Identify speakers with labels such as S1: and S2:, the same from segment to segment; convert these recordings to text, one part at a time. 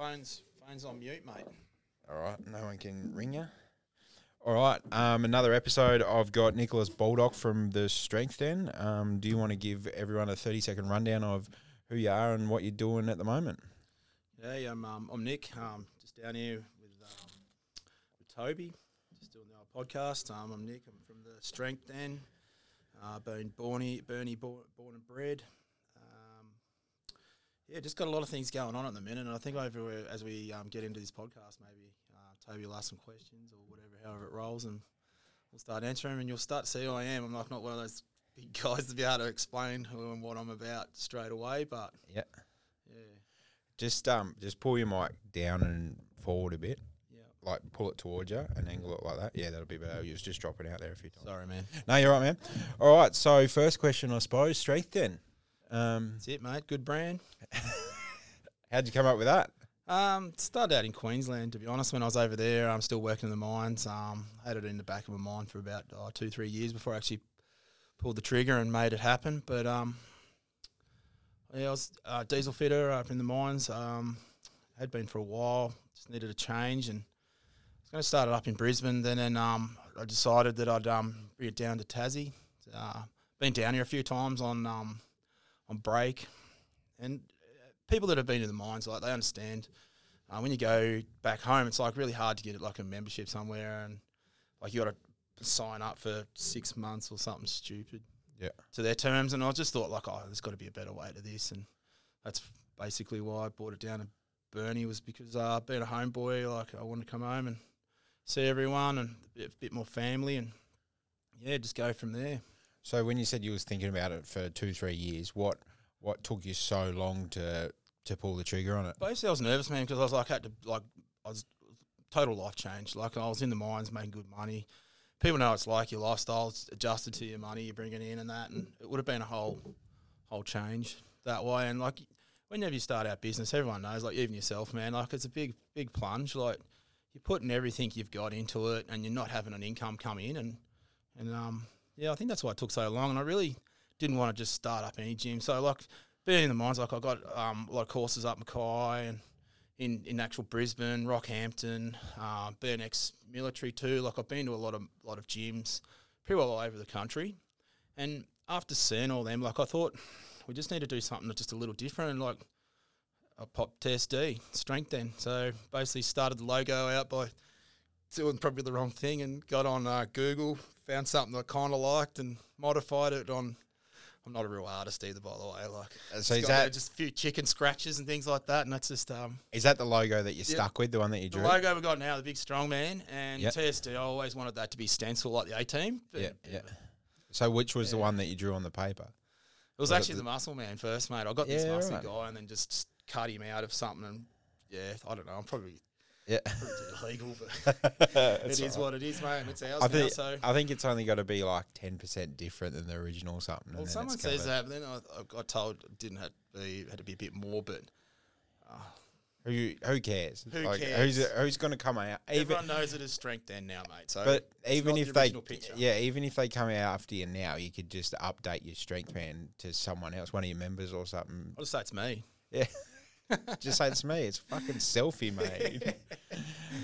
S1: phone's phone's on mute, mate.
S2: All right, no one can ring you. All right, um, another episode. I've got Nicholas Baldock from the Strength Den. Um, do you want to give everyone a thirty second rundown of who you are and what you're doing at the moment?
S1: Hey, I'm um, I'm Nick. Um, just down here with um, with Toby, just doing the old podcast. Um, I'm Nick. I'm from the Strength Den. Uh, been Borny, Bernie, born, born and bred. Um, yeah, just got a lot of things going on at the minute, and I think over as we um, get into this podcast, maybe uh, Toby will ask some questions or whatever, however it rolls, and we'll start answering, and you'll start to see who I am. I'm like not one of those big guys to be able to explain who and what I'm about straight away, but
S2: Yeah,
S1: yeah,
S2: just um, just pull your mic down and forward a bit,
S1: yeah.
S2: like pull it towards you and angle it like that. Yeah, that'll be better. You was just dropping out there a few times.
S1: Sorry, man.
S2: No, you're right, man. All right, so first question, I suppose, Strength Den. Um,
S1: That's it, mate. Good brand.
S2: how'd you come up with that?
S1: Um, started out in Queensland, to be honest. When I was over there, I'm still working in the mines. Um, had it in the back of my mind for about oh, two, three years before I actually pulled the trigger and made it happen. But um, yeah, I was a diesel fitter up in the mines. Um, had been for a while. Just needed a change, and I was going to start it up in Brisbane. Then, and um, I decided that I'd um bring it down to Tassie. Uh, been down here a few times on um on break, and uh, people that have been in the mines like they understand uh, when you go back home, it's like really hard to get like a membership somewhere, and like you got to sign up for six months or something stupid.
S2: Yeah.
S1: To their terms, and I just thought like, oh, there's got to be a better way to this, and that's basically why I brought it down to Burnie was because uh, being a homeboy, like I wanted to come home and see everyone and a bit, bit more family, and yeah, just go from there.
S2: So when you said you was thinking about it for two, three years, what what took you so long to to pull the trigger on it?
S1: Basically, I was nervous, man, because I was like, had to like, I was total life change. Like, I was in the mines, making good money. People know it's like your lifestyle's adjusted to your money you're bringing in and that, and it would have been a whole, whole change that way. And like, whenever you start out business, everyone knows, like even yourself, man, like it's a big, big plunge. Like, you're putting everything you've got into it, and you're not having an income come in, and and um, yeah, I think that's why it took so long. And I really didn't want to just start up any gym. So like being in the mines, like I got um, a lot of courses up Mackay and in, in actual Brisbane, Rockhampton, uh, being ex-military too. Like I've been to a lot of lot of gyms, pretty well all over the country. And after seeing all them, like I thought we just need to do something that's just a little different. And like I popped TSD strength then. So basically started the logo out by doing probably the wrong thing and got on uh, Google, found something I kind of liked and modified it on. I'm not a real artist either, by the way. Like,
S2: Uh,
S1: so
S2: So
S1: it's
S2: is
S1: got, uh,
S2: that
S1: just a few chicken scratches and things like that, and that's just um,
S2: is that the logo that you're stuck with, the one that you
S1: the
S2: drew?
S1: logo we got now, the big strong man, and
S2: Yep.
S1: TSD. I always wanted that to be stencil like the A team. but
S2: Yeah,
S1: It
S2: yeah. So which was the one that you drew on the paper?
S1: was,
S2: Was it
S1: actually
S2: the-
S1: the muscle man first, mate. I got this
S2: Yeah,
S1: muscle
S2: right.
S1: guy and then just cut him out of something. And yeah, I don't know. I'm probably,
S2: Yeah.
S1: probably did illegal, but it is what it is, mate. And it's ours now.
S2: I think
S1: so
S2: I think it's only got to be like ten percent different than the original something.
S1: Well,
S2: and then
S1: someone
S2: it's
S1: says
S2: covered.
S1: that, but then I, I got told it didn't have to be had to be a bit more. But
S2: Who who cares?
S1: Who
S2: Who's
S1: cares?
S2: who's going to come out? Even
S1: everyone knows it is strength then now, mate. So
S2: but
S1: it's
S2: even
S1: not
S2: if
S1: the
S2: they
S1: original picture.
S2: yeah even if they come out after you now, you could just update your strength plan to someone else, one of your members or something.
S1: I'll just say it's me.
S2: Yeah. Just say it's me. It's fucking selfie, mate.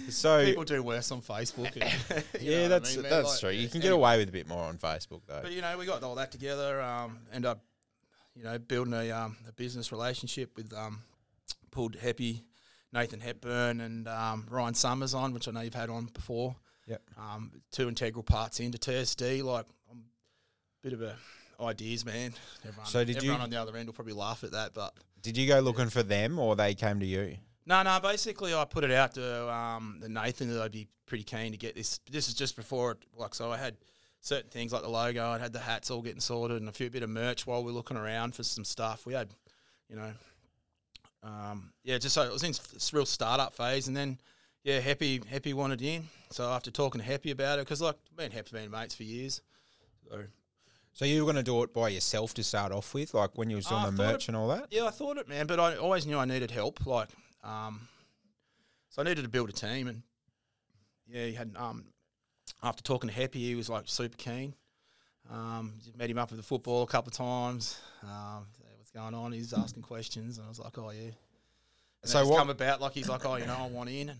S2: so
S1: People do worse on Facebook. and- you know what
S2: yeah,
S1: I
S2: that's
S1: mean, man?
S2: that's
S1: Like,
S2: true. You
S1: yeah.
S2: can get away with a bit more on Facebook though.
S1: But you know, we got all that together. Um, end up, you know, building a, um, a business relationship with um, pulled Heppy, Nathan Hepburn, and um, Ryan Summers on, which I know you've had on before.
S2: Yep.
S1: Um, two integral parts into TSD. Like, I'm a bit of a ideas man. Everyone,
S2: So did you-
S1: everyone on the other end will probably laugh at that, but
S2: Did you go looking for them or they came to you?
S1: no, no. Basically, I put it out to um, the Nathan that I'd be pretty keen to get this. This is just before, it, like, so I had certain things like the logo. I would had the hats all getting sorted and a few bit of merch while we are looking around for some stuff. We had, you know, um, yeah, just so it was in this real startup phase, and then yeah, Happy Happy wanted in. So after talking to Happy about it, because like me and Happy been mates for years. So
S2: So you were going to do it by yourself to start off with, like when you was doing
S1: Ah, I
S2: the
S1: thought
S2: merch and all that.
S1: Yeah, I thought it, man, but I always knew I needed help. Like, um, so I needed to build a team, and yeah, he had. Um, after talking to Happy, he was like super keen. Um, met him up with the football a couple of times. Um, said, what's going on? He's asking questions, and I was like, oh yeah, And
S2: So
S1: so
S2: what-
S1: come about like he's like, oh, you know, I want in. And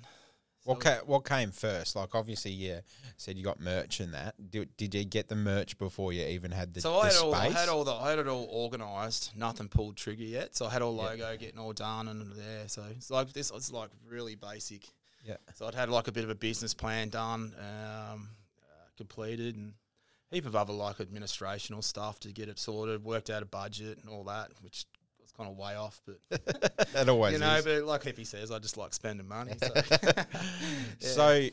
S2: What
S1: so-
S2: ca- what came first? Like obviously, yeah, said you got merch and that. Did, did you get the merch before you even had the,
S1: So
S2: the
S1: I had
S2: space?
S1: all, I had all the, I had it all organised. Nothing pulled trigger yet. So I had all
S2: Yeah.
S1: logo getting all done and there. So it's like this. It's like really basic.
S2: Yeah.
S1: So I'd had like a bit of a business plan done, um, uh, completed, and heap of other like administrational stuff to get it sorted. Worked out a budget and all that, which was kind of way off, but
S2: that always
S1: you know,
S2: is.
S1: but like Hippie says, I just like spending money. So. Yeah.
S2: So,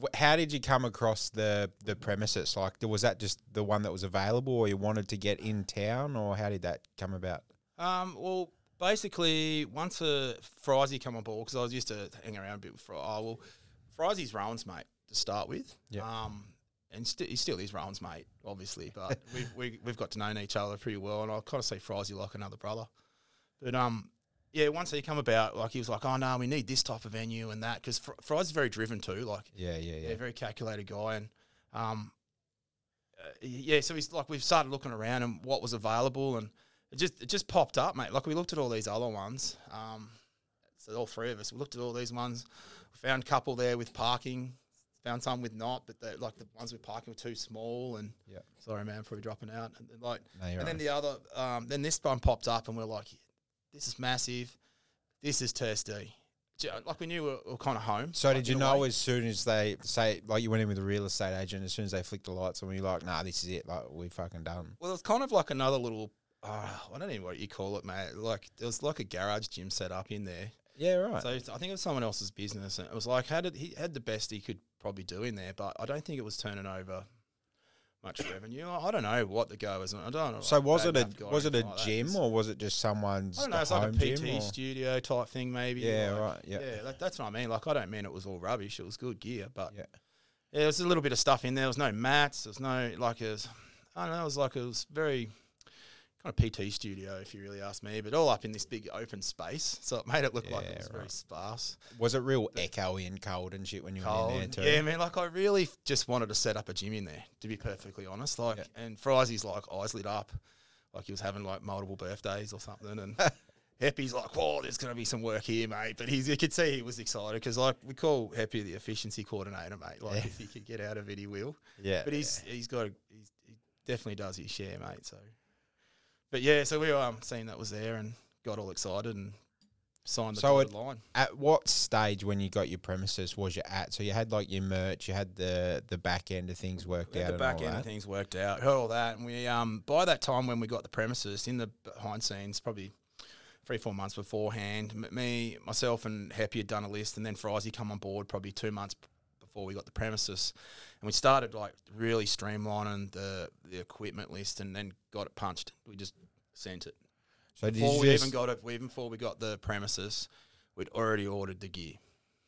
S2: wh- how did you come across the the premises? Like, th- was that just the one that was available, or you wanted to get in town, or how did that come about?
S1: Um, well, basically, once a Frizy come on board, because I was used to hang around a bit with Fry. Oh, well, Frizy's Rowan's mate to start with.
S2: Yeah.
S1: Um, and st- he still is Rowan's mate, obviously, but we've, we, we've got to know each other pretty well, and I kind of see Frizy like another brother. But um, yeah, once he come about, like he was like, oh no, we need this type of venue and that, because Fr- Fry's very driven too. Like
S2: Yeah, yeah,
S1: yeah, very calculated guy, and um, uh, yeah, so he's like we've started looking around and what was available, and it just it just popped up, mate. Like we looked at all these other ones, um, so all three of us we looked at all these ones, we found a couple there with parking, found some with not, but they- like the ones with parking were too small, and
S2: Yeah.
S1: sorry man, probably dropping out, and, like
S2: No, you're
S1: and then
S2: right.
S1: the other, um, then this one popped up, and we're like, this is massive, this is thirsty. Ju- Like we knew we were, we were kind of home.
S2: So
S1: like,
S2: did
S1: in
S2: you
S1: a
S2: know
S1: way.
S2: as soon as they say like you went in with a real estate agent, as soon as they flicked the lights on, were you like, nah, this is it, like we fucking done.
S1: Well, it's kind of like another little. Uh, I don't even know what you call it, mate. Like there was like a garage gym set up in there.
S2: Yeah, right.
S1: So it's- I think it was someone else's business, and it was like had it, he had the best he could probably do in there, but I don't think it was turning over much revenue. I, I don't know what the go was. I don't know.
S2: So
S1: like,
S2: was
S1: bad
S2: it a
S1: enough guy or
S2: was it a
S1: anything like that.
S2: gym or was it just someone's
S1: I don't know. It's like a
S2: home gym?
S1: PT
S2: or-
S1: studio type thing, maybe.
S2: Yeah,
S1: like-
S2: right. Yeah.
S1: Yeah, that, that's what I mean. Like I don't mean it was all rubbish. It was good gear, but
S2: Yeah.
S1: yeah, there was a little bit of stuff in there. There was no mats. There was no like it was, I don't know. It was like it was very kind of PT studio, if you really ask me. But all up in this big open space, so it made it look like
S2: Yeah,
S1: it was very
S2: right.
S1: sparse.
S2: Was it real echoey and cold and shit when you went in
S1: Cold.
S2: there too?
S1: Yeah, man. Like I really f- just wanted to set up a gym in there, to be perfectly honest. Like, and Fry's he's like eyes lit up, like he was having like multiple birthdays or something, and. Heppy's like, oh, there's going to be some work here, mate. But he's, you could see he was excited because, like, we call Heppy the efficiency coordinator, mate. Like,
S2: Yeah.
S1: if he could get out of it, he will
S2: yeah.
S1: but he's he's got a, he's, he definitely does his share, mate. So, but yeah, so we were um, seeing that was there and got all excited and signed the
S2: So
S1: dotted line.
S2: at what stage when you got your premises was you at? So you had like your merch, you had the the back end of things worked
S1: We
S2: out.
S1: had the
S2: and
S1: back
S2: all
S1: end
S2: that.
S1: of things worked out, had all that, and we um by that time when we got the premises in the behind scenes, probably three four months beforehand, m- me myself and Happy had done a list, and then Frizy come on board probably two months before we got the premises, and we started like really streamlining the the equipment list, and then got it punched. We just sent it.
S2: So did
S1: before
S2: you
S1: we
S2: just,
S1: even got it, even before we got the premises, we'd already ordered the gear.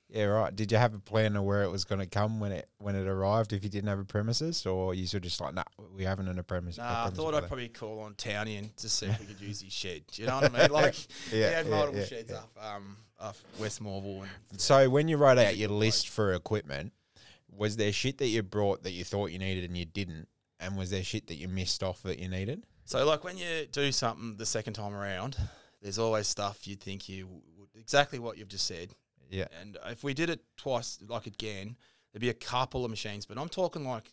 S2: yeah right? Did you have a plan of where it was going to come when it when it arrived? If you didn't have a premises, or you were just like, nah, we haven't an a premise. a
S1: Nah, I
S2: premise
S1: thought
S2: for
S1: I'd
S2: that."
S1: probably call on Townie and just see if we could use his shed. Do you know what I mean? Like
S2: Yeah,
S1: he had
S2: yeah,
S1: multiple
S2: yeah,
S1: sheds up um up West Morville and
S2: So when you wrote out your list for equipment, was there shit that you brought that you thought you needed and you didn't, and was there shit that you missed off that you needed?
S1: So, like when you do something the second time around, there's always stuff you think you would, exactly what you've just said.
S2: Yeah.
S1: And if we did it twice, like again, there'd be a couple of machines, but I'm talking like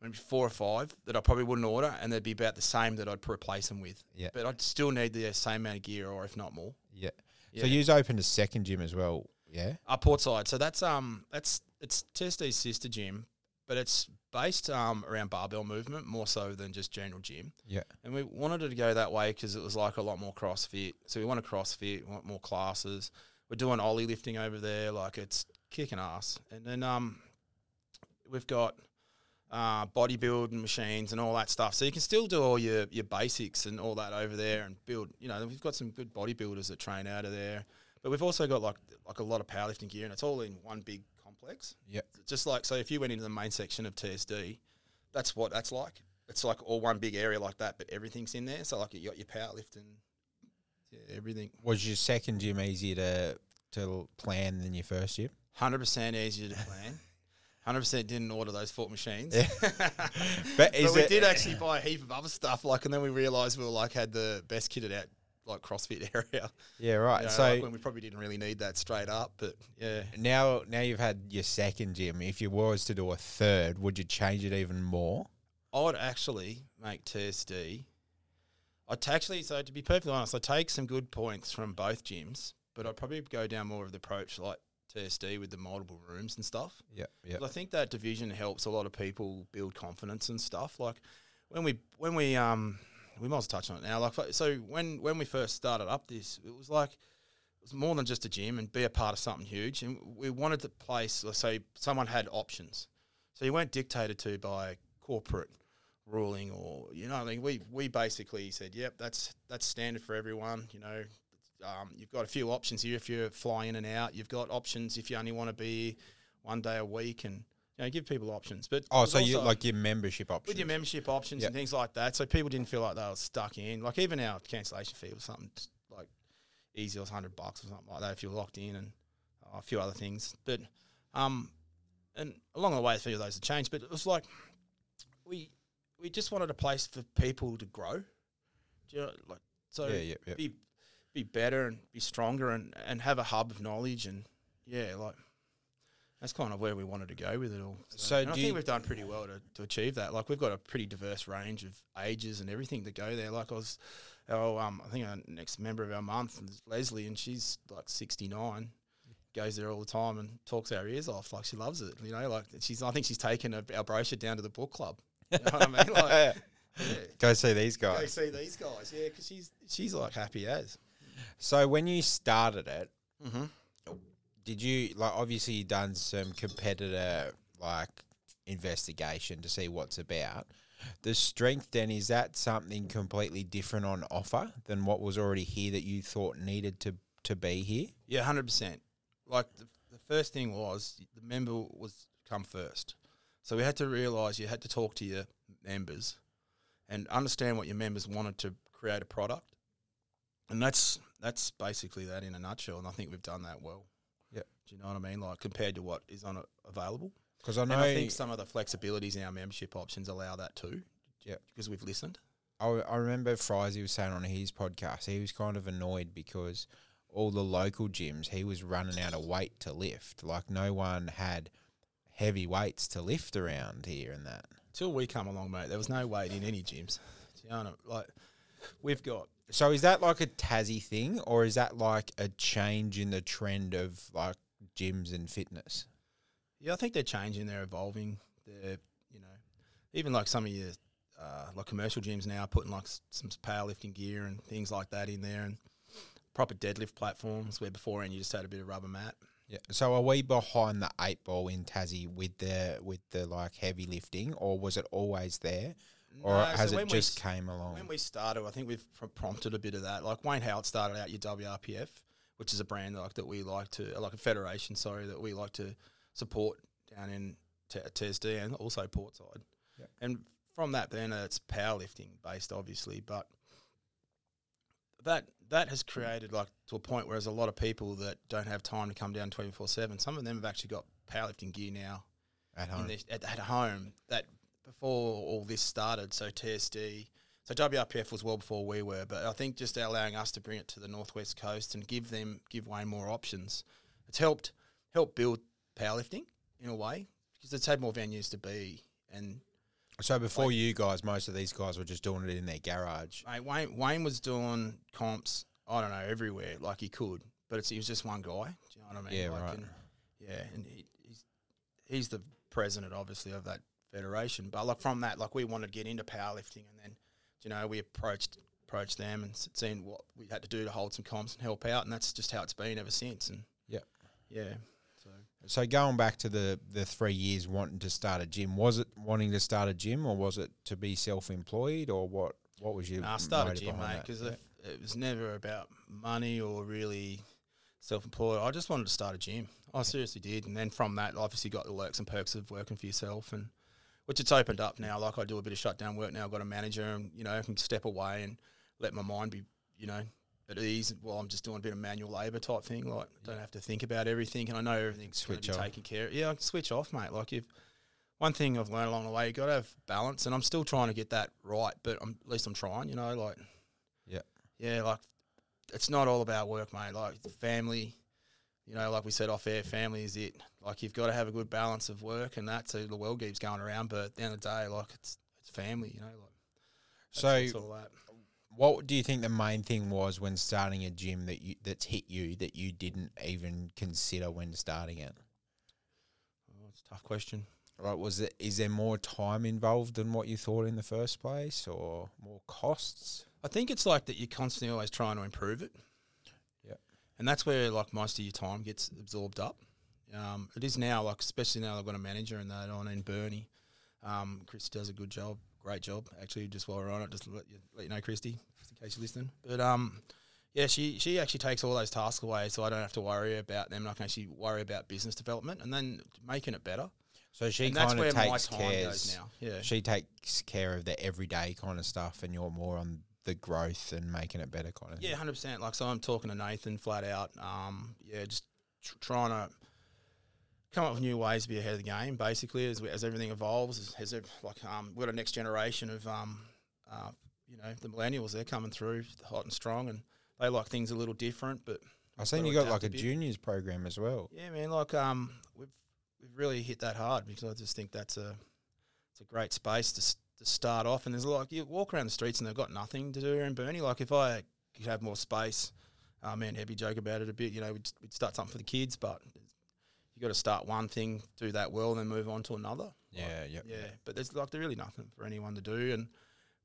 S1: maybe four or five that I probably wouldn't order, and they'd be about the same that I'd replace them with.
S2: Yeah.
S1: But I'd still need the same amount of gear, or if not more.
S2: Yeah.
S1: Yeah.
S2: So you opened a second gym as well. Yeah.
S1: Uh, Portside. So that's um that's it's TSD's sister gym, but it's based um around barbell movement more so than just general gym.
S2: Yeah.
S1: And we wanted it to go that way because it was like a lot more CrossFit. So we want a CrossFit, we want more classes. We're doing ollie lifting over there, like it's kicking ass. And then um, we've got uh, bodybuilding machines and all that stuff. So you can still do all your your basics and all that over there and build. You know, we've got some good bodybuilders that train out of there, but we've also got like like a lot of powerlifting gear, and it's all in one big complex.
S2: Yeah.
S1: Just like so, if you went into the main section of TSD, that's what that's like. It's like all one big area like that, but everything's in there. So like you got your powerlifting, yeah, everything.
S2: Was your second gym easier to to plan than your first gym?
S1: Hundred percent easier to plan. Hundred percent didn't order those Fort machines.
S2: But
S1: but
S2: is
S1: we
S2: it-
S1: did actually buy a heap of other stuff, like, and then we realised we were like had the best kitted out like CrossFit area.
S2: Yeah, right.
S1: You know,
S2: so
S1: like when we probably didn't really need that straight up, but yeah.
S2: now, now you've had your second gym. If you was to do a third, would you change it even more?
S1: I would actually make TSD. I'd actually, so to be perfectly honest, I take some good points from both gyms, but I'd probably go down more of the approach like TSD with the multiple rooms and stuff.
S2: Yeah, yeah,
S1: 'Cause I think that division helps a lot of people build confidence and stuff. Like when we, when we, um, we might as well touch on it now. Like, so when, when we first started up this, it was like, it was more than just a gym and be a part of something huge. And we wanted the place, let's say someone had options. So you weren't dictated to by corporate ruling or you know I mean we we basically said yep that's that's standard for everyone you know um, you've got a few options here if you fly in and out you've got options if you only want to be one day a week and you know give people options but
S2: Oh,
S1: there's
S2: so you
S1: also-
S2: like your membership option?
S1: with your membership options
S2: Yep.
S1: and things like that. So people didn't feel like they were stuck in. Like even our cancellation fee was something just, like easy it was hundred bucks or something like that if you're locked in and uh, a few other things. But um, and along the way, a few of those have changed. But it was like we we just wanted a place for people to grow. Do you know, like so
S2: yeah, yeah, yeah.
S1: be be better and be stronger and and have a hub of knowledge and yeah like. That's kind of where we wanted to go with it all.
S2: So
S1: and I
S2: do
S1: think
S2: you-
S1: we've done pretty well to, to achieve that. Like we've got a pretty diverse range of ages and everything to go there. Like I was, our, um, I think our next member of our month is Leslie, and she's like sixty nine, goes there all the time and talks our ears off. Like she loves it, you know. Like she's, I think she's taken our our brochure down to the book club. You know what I mean? Like, yeah.
S2: Go see these
S1: Go
S2: guys.
S1: see these guys, yeah, because she's she's like happy as.
S2: So when you started it,
S1: Mm-hmm.
S2: did you like obviously you done some competitor like investigation to see what's about? The strength then is that something completely different on offer than what was already here that you thought needed to to be here?
S1: Yeah, hundred percent. Like the, the first thing was the member was come first, so we had to realise you had to talk to your members and understand what your members wanted to create a product, and that's that's basically that in a nutshell. And I think we've done that well.
S2: Yep.
S1: Do you know what I mean? Like compared to what is on a, available,
S2: Because I know
S1: and I think some of the flexibilities in our membership options allow that too.
S2: Yep.
S1: because we've listened.
S2: I, I remember Fries, he was saying on his podcast, he was kind of annoyed because all the local gyms, he was running out of weight to lift. Like, no one had heavy weights to lift around here and that.
S1: Till we come along, mate, there was no weight in any gyms. Do you know what I Like we've got
S2: So, is that like a Tassie thing or is that like a change in the trend of like gyms and fitness?
S1: Yeah, I think they're changing. They're evolving. They're you know, even like some of your uh, like commercial gyms now are putting like s- some powerlifting gear and things like that in there, and proper deadlift platforms where before and you just had a bit of rubber mat.
S2: Yeah. So, are we behind the eight ball in Tassie with the with the like heavy lifting or was it always there or
S1: No,
S2: has
S1: so when
S2: it
S1: we
S2: just
S1: s-
S2: came along?
S1: When we started, I think we've pr- prompted a bit of that. Like Wayne Howard started out your WRPF, which is a brand like that we like to, like a federation, sorry, that we like to support down in T- TSD and also Portside.
S2: Yep.
S1: And from that, then uh, it's powerlifting based, obviously, but that that has created like to a point where there's a lot of people that don't have time to come down 24/7. Some of them have actually got powerlifting gear now
S2: at
S1: in
S2: home.
S1: this, at, at home that before all this started. So TSD, so WRPF was well before we were, but I think just allowing us to bring it to the northwest coast and give them give Wayne more options, it's helped help build powerlifting in a way because it's had more venues to be and
S2: So before you guys, most of these guys were just doing it in their garage.
S1: Mate, Wayne Wayne was doing comps. I don't know everywhere like he could, but it's, he was just one guy. Do you know what I mean?
S2: Yeah,
S1: like,
S2: right.
S1: And, yeah, and he, he's he's the president, obviously, of that federation. But like from that, like we wanted to get into powerlifting, and then you know we approached approached them and s- seen what we had to do to hold some comps and help out, and that's just how it's been ever since. And
S2: Yep.
S1: yeah, so
S2: So going back to the the three years wanting to start a gym, was it wanting to start a gym or was it to be self employed or what? What was your?
S1: I started
S2: motive
S1: gym,
S2: behind
S1: mate,
S2: that?
S1: because
S2: Yeah.
S1: it was never about money or really self-employed. I just wanted to start a gym. I seriously did, and then from that, obviously, got the lurks and perks of working for yourself, and which it's opened up now. Like I do a bit of shutdown work now. I've got a manager, and you know, I can step away and let my mind be, you know, at ease while I'm just doing a bit of manual labour type thing. Like I don't have to think about everything, and I know everything's going
S2: Switch
S1: to be
S2: off.
S1: taken care. of. Yeah, I can switch off, mate. Like if one thing I've learned along the way, you got to have balance, and I'm still trying to get that right. But I'm, at least I'm trying, you know. Like,
S2: Yep.
S1: yeah, like it's not all about work, mate. Like it's family, you know, like we said off air, family is it. Like you've got to have a good balance of work and that, so the world keeps going around. But at the end of the day, like it's it's family, you know. Like that's-
S2: So-
S1: that's all that.
S2: What do you think the main thing was when starting a gym that you that's hit you that you didn't even consider when starting it?
S1: Oh, it's a tough question.
S2: Right? Was it is there more time involved than what you thought in the first place, or more costs?
S1: I think it's like that you're constantly always trying to improve it.
S2: Yep.
S1: And that's where like most of your time gets absorbed up. Um, it is now, like especially now I've got a manager and that on in Bernie. Um, Chris does a good job, great job. Actually, just while we're on it, just to let you let you know, Christy, just in case you're listening. But um, yeah, she she actually takes all those tasks away, so I don't have to worry about them. and I can actually worry about business development and then making it better.
S2: So she
S1: and that's
S2: kind
S1: where
S2: of
S1: my
S2: takes
S1: time
S2: cares.
S1: goes now. Yeah.
S2: She takes care of the everyday kind of stuff, and you're more on the growth and making it better kind of.
S1: Yeah, hundred percent. Like so, I'm talking to Nathan flat out. Um, yeah, just tr- trying to come up with new ways to be ahead of the game. Basically, as, we- as everything evolves, as, as ev- like um, we've got a next generation of um, uh, you know, the millennials. They're coming through hot and strong, and they like things a little different. But
S2: I seen
S1: gotta
S2: you got
S1: adapt
S2: like
S1: a
S2: a
S1: bit.
S2: juniors program as well.
S1: yeah, man, like um, we've we've really hit that hard because I just think that's a it's a great space to, s- to start off. And there's like you walk around the streets and they've got nothing to do in Burnie. Like if I could have more space, uh, me and Hebby joke about it a bit. You know, we'd, we'd start something for the kids, but you got to start one thing, do that well, and then move on to another.
S2: Yeah, yep.
S1: Yeah, but there's like there's really nothing for anyone to do, and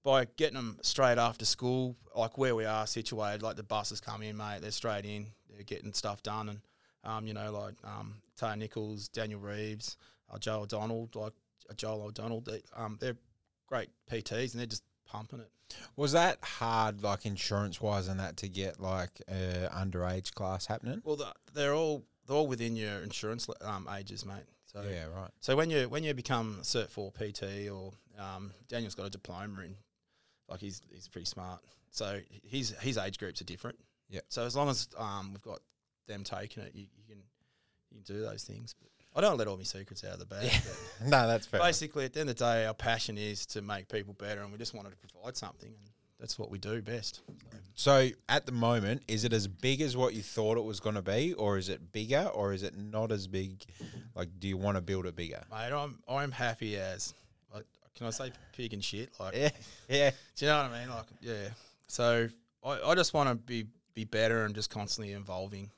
S1: by getting them straight after school, like where we are situated, like the buses come in, mate, they're straight in, they're getting stuff done, and um, you know, like um, Taylor Nichols, Daniel Reeves, uh, Joe O'Donnell, like uh, Joel O'Donnell, they, um, they're great PTs, and they're just pumping it.
S2: Was that hard, like insurance wise, and that to get like uh, underage class happening?
S1: Well, the, they're all they're all within your insurance le- um, ages, mate. So
S2: Yeah, right.
S1: So when you when you become Cert Four PT or um, Daniel's got a diploma in, like he's he's pretty smart. So his his age groups are different.
S2: Yeah.
S1: So as long as um, we've got them taking it, you, you can you can do those things. But I don't let all my secrets out of the bag. but
S2: no, that's fair.
S1: Basically, at the end of the day, our passion is to make people better, and we just wanted to provide something, and that's what we do best. So-
S2: So at the moment, is it as big as what you thought it was going to be, or is it bigger, or is it not as big? Like, do you want to build it bigger?
S1: Mate, I'm I'm happy as. Like, can I say pig and shit? Like,
S2: Yeah, yeah.
S1: Do you know what I mean? Like, yeah. So I, I just want to be be better and just constantly evolving.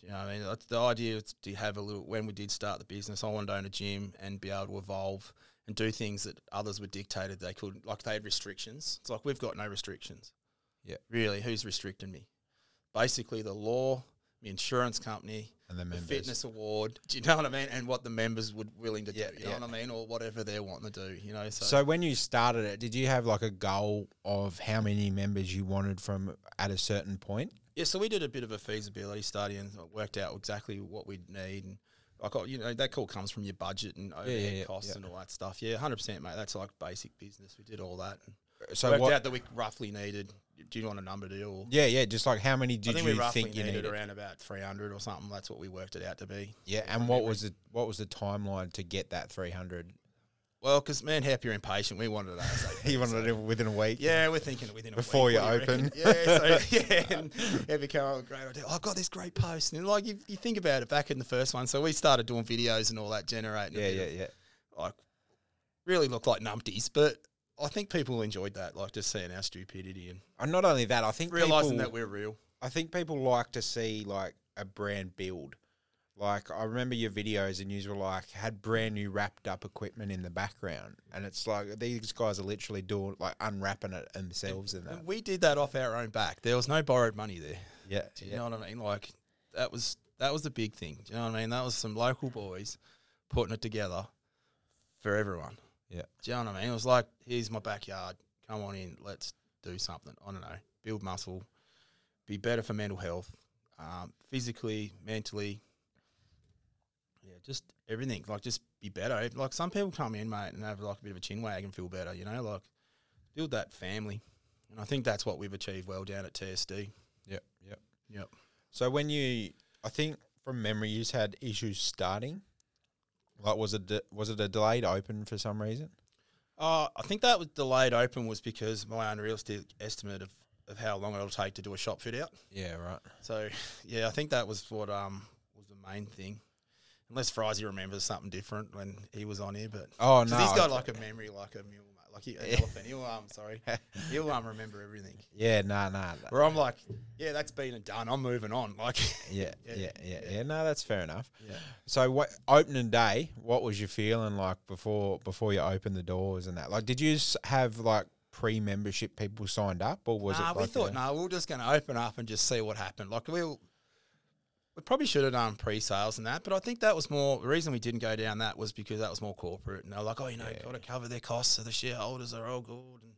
S1: Do you know what I mean? That's the idea is to have a little. When we did start the business, I wanted to own a gym and be able to evolve and do things that others were dictated they couldn't. Like they had restrictions. It's like we've got no restrictions.
S2: Yeah.
S1: Really, who's restricting me? Basically, the law, the insurance company,
S2: And the
S1: the
S2: members.
S1: fitness award. Do you know what I mean? And what the members would willing to
S2: Yeah,
S1: do. You know
S2: yeah.
S1: what I mean? Or whatever they're wanting to do. You know.
S2: So when you started it, did you have like a goal of how many members you wanted from at a certain point?
S1: Yeah, so we did a bit of a feasibility study and worked out exactly what we'd need. And I got, you know, that all comes from your budget and overhead
S2: yeah,
S1: costs
S2: yeah.
S1: and all that stuff. Yeah, 100%, mate. That's like basic business. We did all that. And
S2: So
S1: worked
S2: what?
S1: out that we roughly needed. Do you want a number to do? Or,
S2: yeah, yeah. Just like how many
S1: I
S2: did
S1: think we
S2: you
S1: roughly
S2: think you
S1: needed,
S2: needed?
S1: around about 300 or something. That's what we worked it out to be.
S2: Yeah, and what was the what was the timeline to get that three hundred?
S1: Well, because man, happy you're impatient. We wanted that. So.
S2: You wanted it within a week.
S1: Yeah, we're thinking within a
S2: Before
S1: week,
S2: you
S1: what do
S2: open.
S1: reckon? Yeah, so yeah, and it became a great idea. I've got this great post, and like you, you think about it back in the first one. So we started doing videos and all that, generating. a
S2: yeah,
S1: bit
S2: yeah,
S1: of,
S2: yeah.
S1: like really look like numpties, but I think people enjoyed that, like just seeing our stupidity and
S2: And not only that, I think
S1: realizing
S2: people,
S1: that we're real.
S2: I think people like to see like a brand build. Like I remember your videos, and you were like had brand new wrapped up equipment in the background, and it's like these guys are literally doing like unwrapping it themselves and that.
S1: And we did that off our own back. There was no borrowed money there.
S2: Yeah,
S1: Do you
S2: yeah,
S1: know what I mean? Like that was that was the big thing. Do you know what I mean? That was some local boys putting it together for everyone.
S2: yeah.
S1: Do you know what I mean? It was like, here's my backyard. Come on in. Let's do something. I don't know. Build muscle. Be better for mental health, um, physically, mentally. Yeah, just everything. Like, just be better. Like, some people come in, mate, and have like a bit of a chin wag and feel better. You know, like build that family, and I think that's what we've achieved well down at TSD.
S2: Yep, yep.
S1: Yep.
S2: So when you, I think from memory, you just had issues starting. Like, was it de- was it a delayed open for some reason?
S1: Uh, I think that was delayed open was because my unrealistic estimate of of how long it'll take to do a shop fit out.
S2: Yeah, right.
S1: So yeah, I think that was what um was the main thing. Unless Frizy remembers something different when he was on here, but
S2: Oh
S1: 'cause
S2: no,
S1: he's
S2: I-
S1: got like a memory like a mule, mate, like he, an
S2: Yeah.
S1: elephant. He'll um sorry, he'll um remember everything.
S2: yeah, nah, nah. nah.
S1: Where I'm like, yeah, that's been and done. I'm moving on. Like
S2: Yeah,
S1: Yeah,
S2: yeah, yeah, yeah, No, that's fair enough.
S1: yeah.
S2: So, what opening day? What was you feeling like before before you opened the doors and that? Like, did you s- have like pre membership people signed up, or was
S1: nah,
S2: it?
S1: we
S2: like
S1: thought
S2: a-
S1: no, we were just going to open up and just see what happened. Like we will we probably should have done pre-sales and that, but I think that was more the reason we didn't go down that was because that was more corporate and they're like, oh, you know, got to cover their costs, so the shareholders are all good, and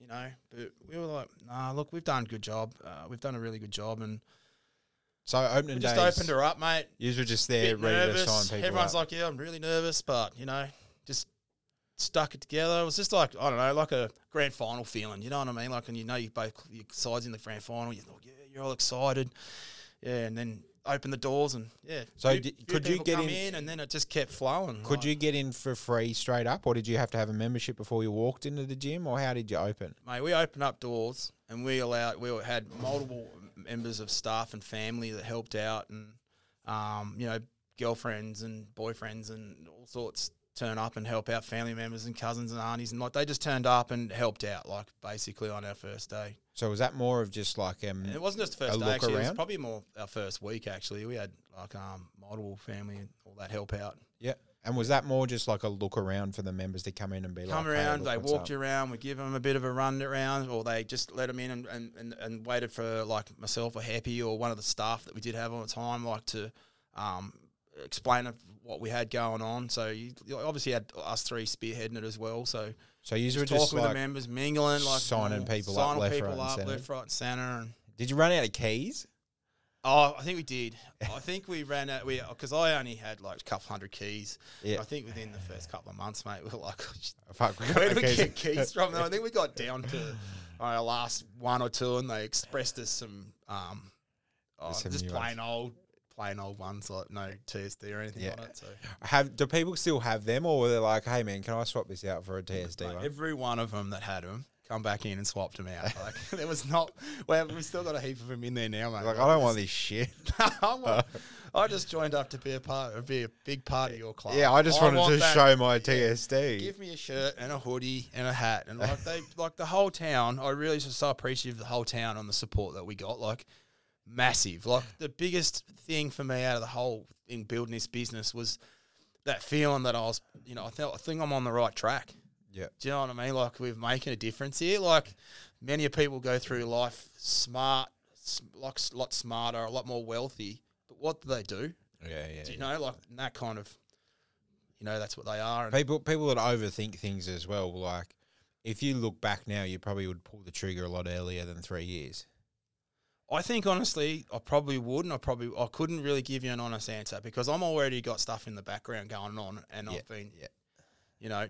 S1: you know. But we were like, nah, look, we've done a good job. Uh, we've done a really good job, and
S2: So opening
S1: we
S2: days.
S1: just opened her up, mate.
S2: You were just
S1: Bit
S2: there, ready to sign
S1: nervous.
S2: people.
S1: Everyone's
S2: up.
S1: like, yeah, I'm really nervous, but you know, just stuck it together. It was just like I don't know, like a grand final feeling. You know what I mean? Like, and you know, you both your sides in the grand final. You're like, yeah, you're all excited, yeah, and then open the doors and yeah.
S2: So
S1: few-
S2: di-
S1: few
S2: could you
S1: people
S2: get
S1: come
S2: in-
S1: And then it just kept flowing.
S2: Could
S1: like-
S2: you get in for free straight up, or did you have to have a membership before you walked into the gym, or how did you open?
S1: mate? We opened up doors and we allowed. We had multiple members of staff and family that helped out, and um, you know, girlfriends and boyfriends and all sorts turn up and help out family members and cousins and aunties and like they just turned up and helped out like basically on our first day.
S2: So was that more of just like um,
S1: And it wasn't just the first
S2: A
S1: day
S2: look
S1: actually; it was
S2: around?
S1: probably more our first week actually. We had like um multiple family and all that help out.
S2: yeah, and was that more just like a look around for the members to come in and be
S1: come
S2: like,
S1: around,
S2: hey,
S1: they
S2: look what's
S1: walked
S2: up?
S1: you around, we give them a bit of a run around, or they just let them in and, and, and, and waited for like myself or Happy or one of the staff that we did have on the time, like to um, explain of what we had going on. So you, you obviously had us three spearheading it as well. So
S2: So you
S1: just
S2: were
S1: talking
S2: just
S1: with the
S2: like,
S1: members, mingling, like
S2: signing
S1: normal,
S2: people up
S1: signing
S2: left,
S1: people
S2: right and
S1: up,
S2: centre.
S1: left, right, and centre, and
S2: did you run out of keys?
S1: Oh, I think we did. I think we ran out. We because I only had like a couple hundred keys.
S2: Yeah.
S1: I think within the first couple of months, mate, we were like, "Oh,
S2: Fuck, we got
S1: where do we
S2: keys.
S1: get keys from? I think we got down to uh, our last one or two, and they expressed us some, um, oh,
S2: Some
S1: just
S2: new
S1: plain old, plain old ones like no TSD or anything
S2: Yeah.
S1: on it. So
S2: Have do people still have them, or were they like, hey man, can I swap this out for a TSD
S1: Mate,
S2: one?
S1: every one of them that had them come back in and swapped them out. Like there was not. Well, we've still got a heap of them in there now, mate.
S2: like I don't want this shit.
S1: I'm like, I just joined up to be a part, be a big part of your club.
S2: yeah, I just wanted
S1: want
S2: to
S1: that.
S2: show my TSD.
S1: Give me a shirt and a hoodie and a hat and like they, like the whole town. I really just so appreciative of the whole town on the support that we got. Like massive. Like the biggest thing for me out of the whole in building this business was that feeling that I was, you know, I felt I think I'm on the right track.
S2: yeah,
S1: Do you know what I mean? Like we're making a difference here. Like many of people go through life smart, s- like s- lot smarter, a lot more wealthy. But what do they do?
S2: yeah, yeah.
S1: Do you know, like that kind of, you know, that's what they are. And
S2: people people that overthink things as well. Like if you look back now, you probably would pull the trigger a lot earlier than three years.
S1: I think honestly, I probably would, and I probably I couldn't really give you an honest answer because I'm already got stuff in the background going on, and
S2: Yeah,
S1: I've been,
S2: yeah.
S1: you know,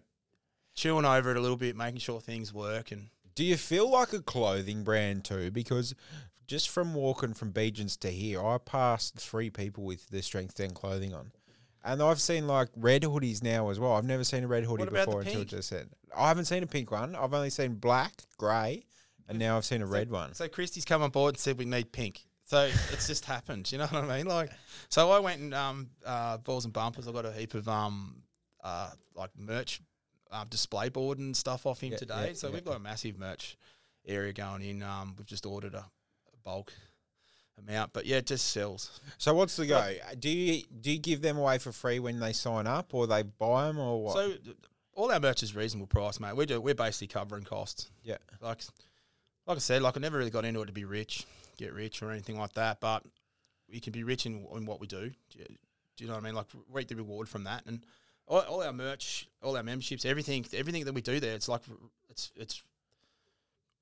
S1: chewing over it a little bit, making sure things work, and
S2: Do you feel like a clothing brand too? Because just from walking from Beejans to here, I passed three people with the strength and clothing on. And I've seen like red hoodies now as well. I've never seen a red hoodie
S1: What about the
S2: before until
S1: pink?
S2: just then. I haven't seen a pink one. I've only seen black, grey, and now I've seen a red one.
S1: So Christie's come on board and said we need pink. So it's just happened. You know what I mean? Like, so I went and um, uh, balls and bumpers. I got a heap of um, uh, like merch, uh, display board and stuff off him
S2: Yeah,
S1: today.
S2: yeah,
S1: so
S2: yeah.
S1: we've got a massive merch area going in. Um, we've just ordered a, a bulk amount, but yeah, it just sells.
S2: So what's the go? Do you do you give them away for free when they sign up, or they buy them, or what?
S1: So th- all our merch is reasonable price, mate. We do. We're basically covering costs.
S2: yeah,
S1: like like I said, like I never really got into it to be rich, get rich or anything like that. But we can be rich in, in what we do. Do you, do you know what I mean? Like reap the reward from that, and all, all our merch, all our memberships, everything, everything that we do there, it's like it's it's.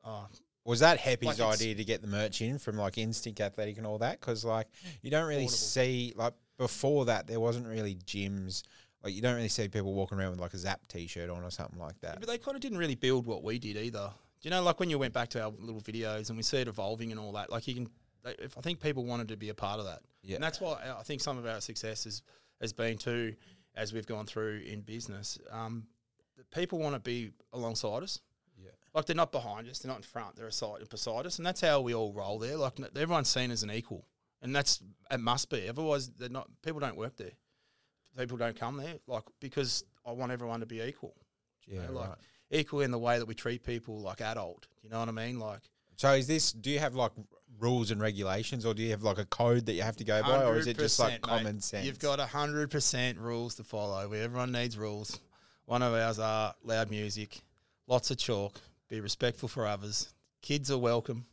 S1: Uh,
S2: was that Happy's
S1: Like it's-
S2: idea to get the merch in from like Instinct Athletic and all that? Because like you don't really
S1: Affordable.
S2: see like before that there wasn't really gyms like you don't really see people walking around with like a Zap T-shirt on or something like that.
S1: but they kind of didn't really build what we did either. Do you know, like when you went back to our little videos and we see it evolving and all that, like you can, they, if I think people wanted to be a part of that.
S2: Yeah.
S1: And that's why I think some of our success has, has been too, as we've gone through in business, um, that people want to be alongside us.
S2: Yeah.
S1: Like they're not behind us, they're not in front, they're aside beside us, and that's how we all roll there. Like n- everyone's seen as an equal, and that's it must be. Otherwise, they're not. People don't work there. People don't come there. Like because I want everyone to be equal. you
S2: Yeah,
S1: know,
S2: right.
S1: like equal in the way that we treat people like adult. You know what I mean? Like
S2: So is this? Do you have like rules and regulations, or do you have like a code that you have to go by, or is it just
S1: 100%, mate.
S2: like common sense?
S1: You've got hundred percent rules to follow. We- Everyone needs rules. One of ours are loud music, lots of chalk, be respectful for others. Kids are welcome.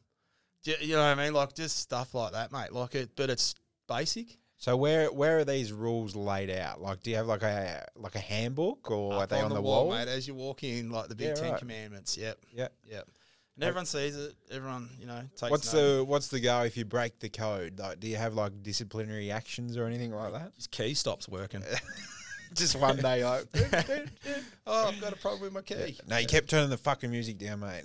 S1: Do You you know what I mean? Like just stuff like that, mate. Like it, but it's basic.
S2: So where where are these rules laid out? Like, do you have like a like a handbook, or are
S1: Up
S2: they on, the, wall?
S1: mate? As you walk in, like the Big
S2: Yeah,
S1: Ten
S2: right.
S1: Commandments. Yep,
S2: Yeah.
S1: yep. And everyone sees it. Everyone, you know, takes.
S2: What's
S1: note.
S2: the what's the go if you break the code? Like, do you have like disciplinary actions or anything like that?
S1: His key stops working.
S2: Just one day, like,
S1: oh, I've got a problem with my key.
S2: no, you kept turning the fucking music down, mate.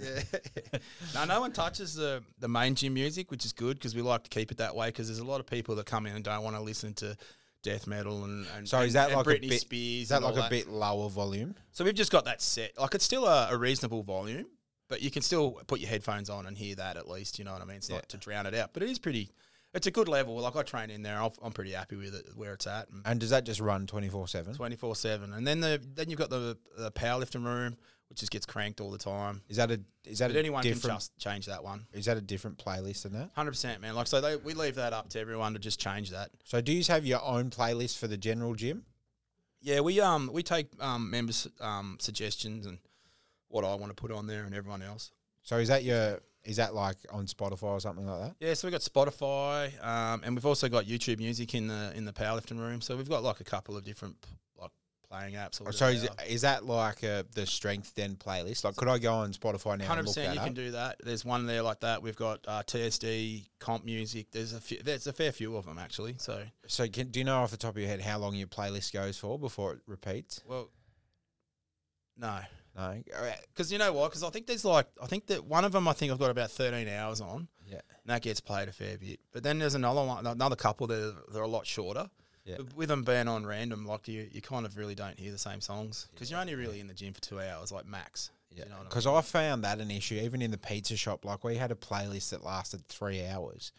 S1: no, no one touches the, the main gym music, which is good because we like to keep it that way. Because there's a lot of people that come in and don't want to listen to death metal and, and
S2: So
S1: and-
S2: is
S1: and
S2: that like
S1: Britney
S2: a bit?
S1: Spears?
S2: is that
S1: and all
S2: like a bit lower volume?
S1: So we've just got that set. Like it's still a, a reasonable volume, but you can still put your headphones on and hear that at least. You know what I mean? It's not to drown it out, but it is pretty. It's a good level. Like I train in there, I'll, I'm pretty happy with it where it's at. And,
S2: And does that just run twenty four seven?
S1: Twenty four seven, and then the then you've got the, the powerlifting room, which just gets cranked all the time.
S2: Is that a is that
S1: But
S2: a
S1: anyone can
S2: different
S1: just change that one.
S2: is that a different playlist than that?
S1: Hundred percent, man. Like so, they, we leave that up to everyone to just change that.
S2: So do you have your own playlist for the general gym?
S1: Yeah, we um we take um members um suggestions and what I want to put on there and everyone else.
S2: So is that your is that like on Spotify or something like that?
S1: Yeah, so we have got Spotify, um, and we've also got YouTube Music in the in the powerlifting room. So we've got like a couple of different like playing apps.
S2: so is, is that like uh the strength then playlist? Like, could I go on Spotify now?
S1: Hundred
S2: and look
S1: percent,
S2: that
S1: you
S2: up?
S1: can do that. There's one there like that. We've got uh, TSD comp music. There's a few, there's a fair few of them actually. So
S2: So can, do you know off the top of your head how long your playlist goes for before it repeats? uh,
S1: well, no,
S2: No.
S1: because you know why? Because I think there's like I think that one of them I think I've got about 13 hours on.
S2: Yeah.
S1: and that gets played a fair bit. But then there's another one, another couple that are- they're a lot shorter.
S2: Yeah.
S1: But With them being on random, like you, you kind of really don't hear the same songs because you're only really in the gym for two hours, like max. Yeah. You know what I mean?
S2: Because I found that an issue even in the pizza shop. Like we had a playlist that lasted three hours,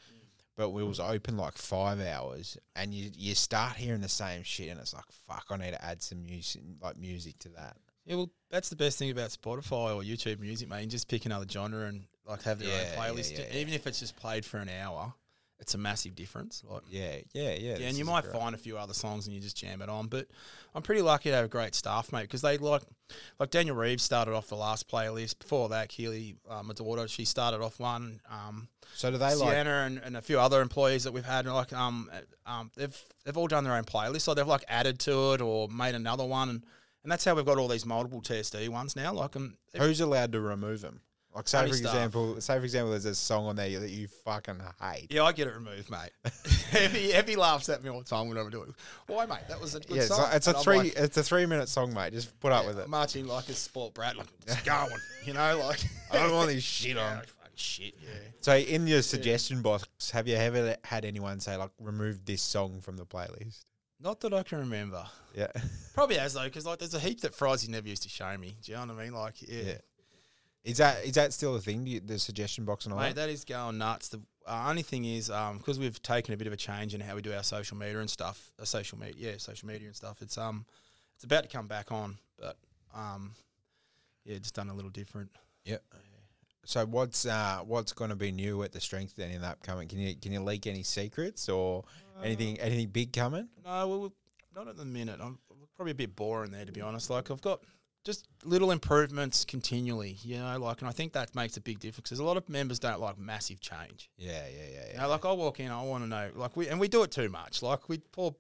S2: but
S1: Mm.
S2: we was open like five hours, and you you start hearing the same shit, and it's like fuck, I need to add some music like music to that.
S1: Yeah, well, that's the best thing about Spotify or YouTube Music, man. You just pick another genre and like have your
S2: Yeah, yeah,
S1: own playlist,
S2: yeah, yeah.
S1: even if it's just played for an hour. It's a massive difference. Like,
S2: Yeah, yeah, yeah.
S1: Yeah, and
S2: this
S1: you
S2: is
S1: might
S2: great.
S1: find a few other songs and you just jam it on. But I'm pretty lucky to have great staff, mate, because they like, like Daniel Reeves started off the last playlist. Before that, Keely, uh, my daughter, she started off one. Um,
S2: So do they like?
S1: Sienna and, and a few other employees that we've had, like, um, uh, um, they've they've all done their own playlist, so they've like added to it or made another one, and, and that's how we've got all these multiple TSD ones now. Like, um,
S2: Who's allowed to remove them? Like, say for
S1: Only staff.
S2: example, say for example, there's a song on there that you fucking hate.
S1: yeah, I get it removed, mate. Evie, Evie laughs at me all the time when I do it. Why, mate? That was a good
S2: Yeah, it's,
S1: song.
S2: like, it's a
S1: And I'm
S2: three,
S1: like,
S2: it's a three minute song, mate. Just put up with it.
S1: Marching like a sport brat, like it's going, you know, like
S2: I don't want this shit
S1: Yeah,
S2: on.
S1: like, fucking shit. Yeah,
S2: So, in your suggestion box, have you ever had anyone say like, remove this song from the playlist?
S1: not that I can remember.
S2: Yeah,
S1: Probably has though, because like there's a heap that Frizy never used to show me. Do you know what I mean? Like, yeah,
S2: Yeah. is that is that still a thing? Do you, the suggestion box and all
S1: mate,
S2: that?
S1: that is going nuts. The uh, only thing is, because we've taken a bit of a change in how we do our social media and stuff, uh, social media, yeah, social media and stuff. It's um, it's about to come back on, but um, yeah, just done a little different.
S2: So, what's uh, what's going to be new at the strength then in the upcoming? Can you can you leak any secrets or anything anything big coming?
S1: Uh, No, well, we- not at the minute. I'm probably a bit boring there, to be honest. Like I've got just little improvements continually, you know. Like, and I think that makes a big difference. Because a lot of members don't like massive change.
S2: Yeah, yeah, yeah,
S1: You know, like I walk in, I want to know, like we and we do it too much. Like we, Paul,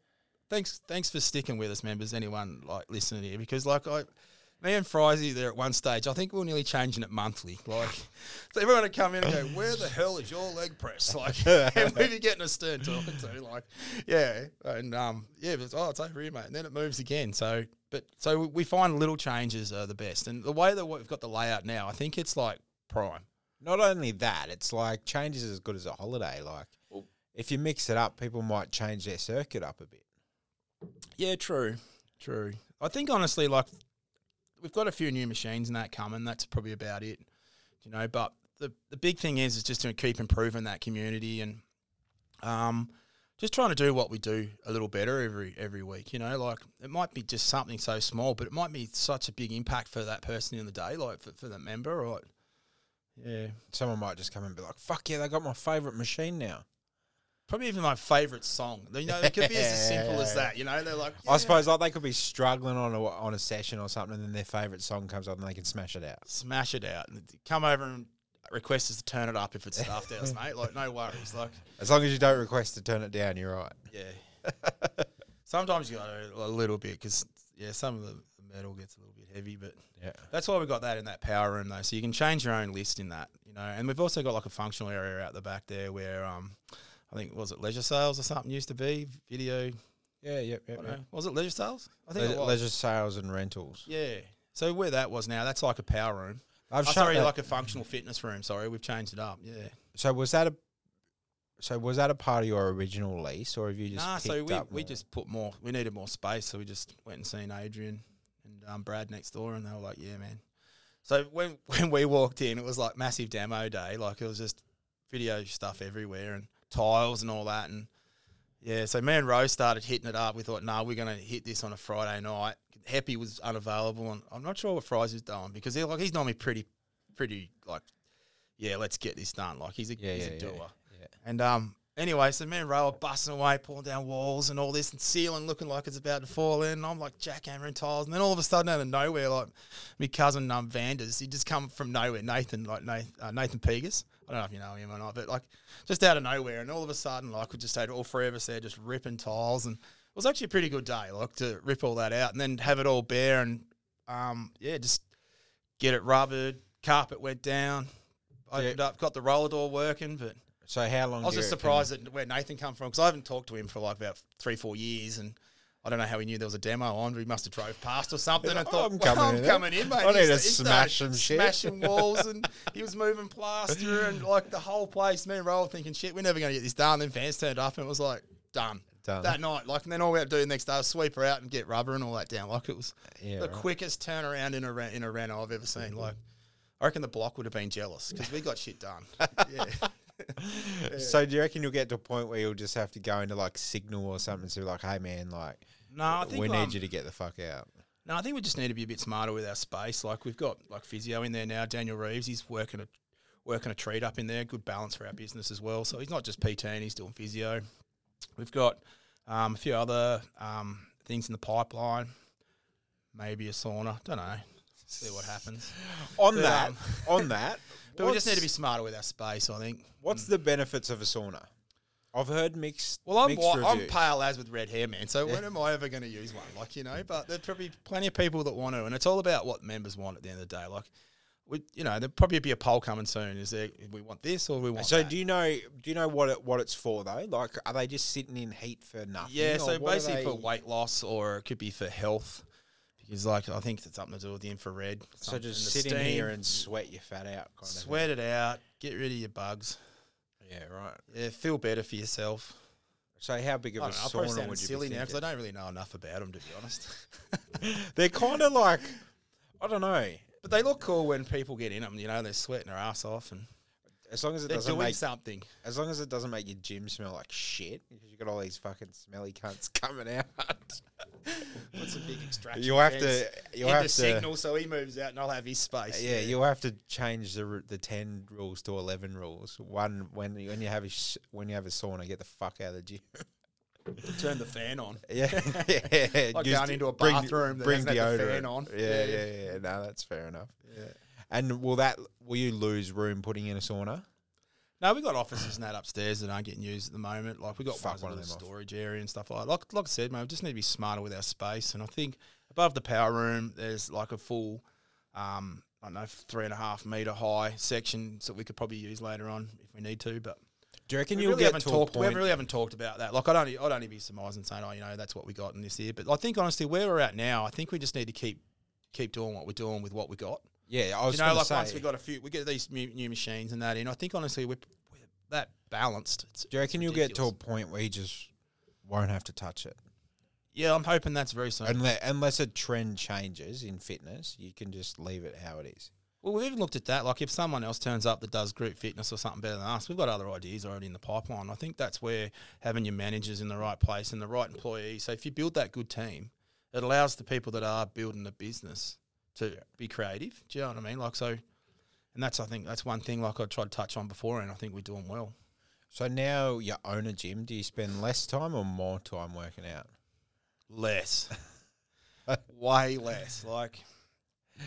S1: thanks, thanks for sticking with us, members. Anyone like listening here, because like I. Me and Frizy there at one stage. I think we were nearly changing it monthly. Like, so everyone would come in and go, "Where the hell is your leg press?" Like, and we'd be getting a stern talking to. Like, yeah, and um, yeah, but it's, oh, it's over here, mate. And then it moves again. So, but so we- we find little changes are the best. And the way that we've got the layout now, I think it's like prime.
S2: Not only that, it's like change is as good as a holiday. Like,
S1: Well-
S2: if you mix it up, people might change their circuit up a bit.
S1: Yeah, true, true. I think honestly, like we've got a few new machines and that coming. That's probably about it. you know. But the, the big thing is is just to keep improving that community and um, just trying to do what we do a little better every every week. You know, like it might be just something so small, but it might be such a big impact for that person in the day, like for, for that member, right? Yeah,
S2: Someone might just come and be like, "Fuck yeah, they got my favorite machine now."
S1: probably even my favorite song. You know, it could be as simple as that. You know, they're like,
S2: I
S1: "Yeah,
S2: suppose like they could be struggling on a on a session or something, and then their favorite song comes on and they can smash it out.
S1: smash it out, and come over and request us to turn it up if it's stuffed hours, mate. Like no worries, like.
S2: As long as you don't request to turn it down, you're right.
S1: Yeah. Sometimes you gotta a little bit because yeah, some of the the metal gets a little bit heavy, but
S2: Yeah.
S1: that's why we got that in that power room though. So you can change your own list in that, you know. And we've also got like a functional area out the back there where um, I think was it leisure sales or something used to be video.
S2: Yeah, yep,
S1: I don't know. Was it leisure sales? I think it
S2: Leisure,
S1: was.
S2: leisure sales and rentals.
S1: Yeah. So where that was now, that's like a power room.
S2: I've
S1: Oh,
S2: shut
S1: sorry,
S2: that-
S1: like a functional fitness room. Sorry, we've changed it up. Yeah.
S2: so was that a so was that a part of your original lease, or have you just
S1: nah, so
S2: picked
S1: we,
S2: up
S1: we
S2: more?
S1: just put more. We needed more space, so we just went and seen Adrian and um, Brad next door, and they were like, "Yeah, man." So when when we walked in, it was like massive demo day. Like it was just video stuff everywhere and tiles and all that, and yeah. So me and Rose started hitting it up. We thought, "Nah, we're gonna hit this on a Friday night." Happy was unavailable, and I'm not sure what Fries is doing because he like he's normally pretty, pretty like, yeah, let's get this done. Like he's a
S2: Yeah,
S1: he's
S2: yeah,
S1: a
S2: yeah.
S1: doer.
S2: Yeah.
S1: And um, anyway, so me and Ray were busting away, pulling down walls and all this, and ceiling looking like it's about to fall in. And I'm like jackhammering tiles, and then all of a sudden, out of nowhere, like my cousin um, Vanders, he just come from nowhere, Nathan, like Nathan, uh, Nathan Pegas. I don't know if you know him or not, but like just out of nowhere, and all of a sudden, like we just had all three of us there just ripping tiles, and it was actually a pretty good day, like to rip all that out and then have it all bare, and um, yeah, just get it rubbered. Carpet went down, opened up, got the roller door working, but
S2: so how long?
S1: I was
S2: do you
S1: just
S2: reckon-
S1: surprised at where Nathan come from because I haven't talked to him for like about three, four years, and I don't know how he knew there was a demo on. But he must have drove past or something and
S2: like,
S1: thought,
S2: "Oh, I'm
S1: "Well,
S2: coming
S1: I'm
S2: in."
S1: coming in, mate."
S2: I need
S1: he
S2: to
S1: sta- he
S2: smash
S1: started
S2: some shit.
S1: smashing walls, and he was moving plaster and like the whole place. Me and Roll thinking, "Shit, we're never going to get this done." Then fans turned up, and it was like, "Done."
S2: Done.
S1: That night, like, and then all we had to do the next day was sweep her out and get rubber and all that down. Like, it was
S2: Yeah,
S1: the
S2: right. Mm-hmm.
S1: quickest turnaround in a ren- in a reno I've ever seen. Like, I reckon the block would have been jealous because we got shit done. yeah.
S2: So do you reckon you'll get to a point where you'll just have to go into like Signal or something? So like, hey man, like
S1: No, I think
S2: we need
S1: um,
S2: you to get the fuck out.
S1: No, I think we just need to be a bit smarter with our space. Like we've got like physio in there now. Daniel Reeves, he's working a working a treat up in there. Good balance for our business as well. So he's not just PT, he's doing physio. We've got um, a few other um, things in the pipeline. Maybe a sauna. Don't know. See what happens.
S2: On
S1: But,
S2: that,
S1: um,
S2: on that,
S1: But we just need to
S2: what's-
S1: be smarter with our space. I think.
S2: What's the benefits of a sauna? I've heard mixed.
S1: Well, I'm
S2: mixed
S1: white, I'm
S2: reviews.
S1: pale as with red hair, man. So when am I ever going to use one? Like you know, but there's probably plenty of people that want to, and it's all about what members want at the end of the day. Like we, you know, there'll probably be a poll coming soon. Is there we want this or we want?
S2: So
S1: that?
S2: do you know do you know what it, what it's for though? Like are they just sitting in heat for nothing?
S1: yeah.
S2: or
S1: So
S2: what are
S1: basically for
S2: they-
S1: weight loss, or it could be for health, because like I think it's something to do with the infrared.
S2: so just sit
S1: sitting
S2: in here and sweat your fat out kind
S1: sweat it out, get rid of your bugs.
S2: of. thing. Yeah, right.
S1: Yeah, feel better for yourself.
S2: So how big of
S1: I
S2: a
S1: don't know, I probably
S2: sauna
S1: sound
S2: would you
S1: silly
S2: be
S1: now because I
S2: thinking?
S1: don't really know enough about them to be honest.
S2: They're kind of like I don't know.
S1: but they look cool when people get in them. You know, they're sweating their ass off and.
S2: As long as it
S1: They're
S2: doesn't
S1: doing
S2: make
S1: something.
S2: as long as it doesn't make your gym smell like shit because you got all these fucking smelly cunts coming out.
S1: What's a big extraction?
S2: you'll have
S1: fence?
S2: to you'll
S1: Into
S2: have to
S1: signal so he moves out and I'll have his space.
S2: Yeah, you'll have to change the ru- the ten rules to eleven rules. One when you- when you have a sh- when you have a sauna, get the fuck out of the gym.
S1: turn the fan on.
S2: yeah, yeah.
S1: Like
S2: just
S1: going into a
S2: bring-
S1: bathroom that
S2: bring
S1: hasn't had the
S2: deodorant.
S1: fan on.
S2: Yeah,
S1: Yeah,
S2: yeah,
S1: yeah.
S2: yeah, No, that's fair enough. Yeah. And will that will you lose room putting in a sauna?
S1: No, we've got offices and that upstairs that aren't getting used at the moment. Like we've got
S2: Fuck
S1: ones
S2: one
S1: with
S2: of
S1: a
S2: them off.
S1: storage area and stuff like that. Like, like I said, mate, we just need to be smarter with our space. And I think above the power room, there's like a full, um, I don't know, three and a half meter high section that we could probably use later on if we need to. But
S2: Do you reckon
S1: we
S2: you'll
S1: really
S2: get
S1: haven't
S2: to
S1: talked.
S2: a
S1: We
S2: point?
S1: really haven't talked about that. Like I'd only I'd only be surmising saying, oh, you know, that's what we got in this year. But I think honestly, where we're at now, I think we just need to keep keep doing what we're doing with what we got.
S2: yeah, I was
S1: You know,
S2: gonna
S1: like
S2: say.
S1: once we got a few, we get these new, new machines and that in. I think honestly, we're, we're that balanced. It's,
S2: do you
S1: it's
S2: reckon you'll get to a
S1: ridiculous.
S2: point where you just won't have to touch it
S1: Yeah, I'm hoping that's very soon.
S2: unless unless a trend changes in fitness? You can just leave it how it is.
S1: Well, we've even looked at that. Like, if someone else turns up that does group fitness or something better than us, we've got other ideas already in the pipeline. I think that's where having your managers in the right place and the right employees. So, if you build that good team, it allows the people that are building the business to be creative. Do you know what I mean? Like, so, and that's, I think, that's one thing, like I tried to touch on before, and I think we're doing well.
S2: So now you own a gym. Do you spend less time or more time working out?
S1: Less. Way less. Like,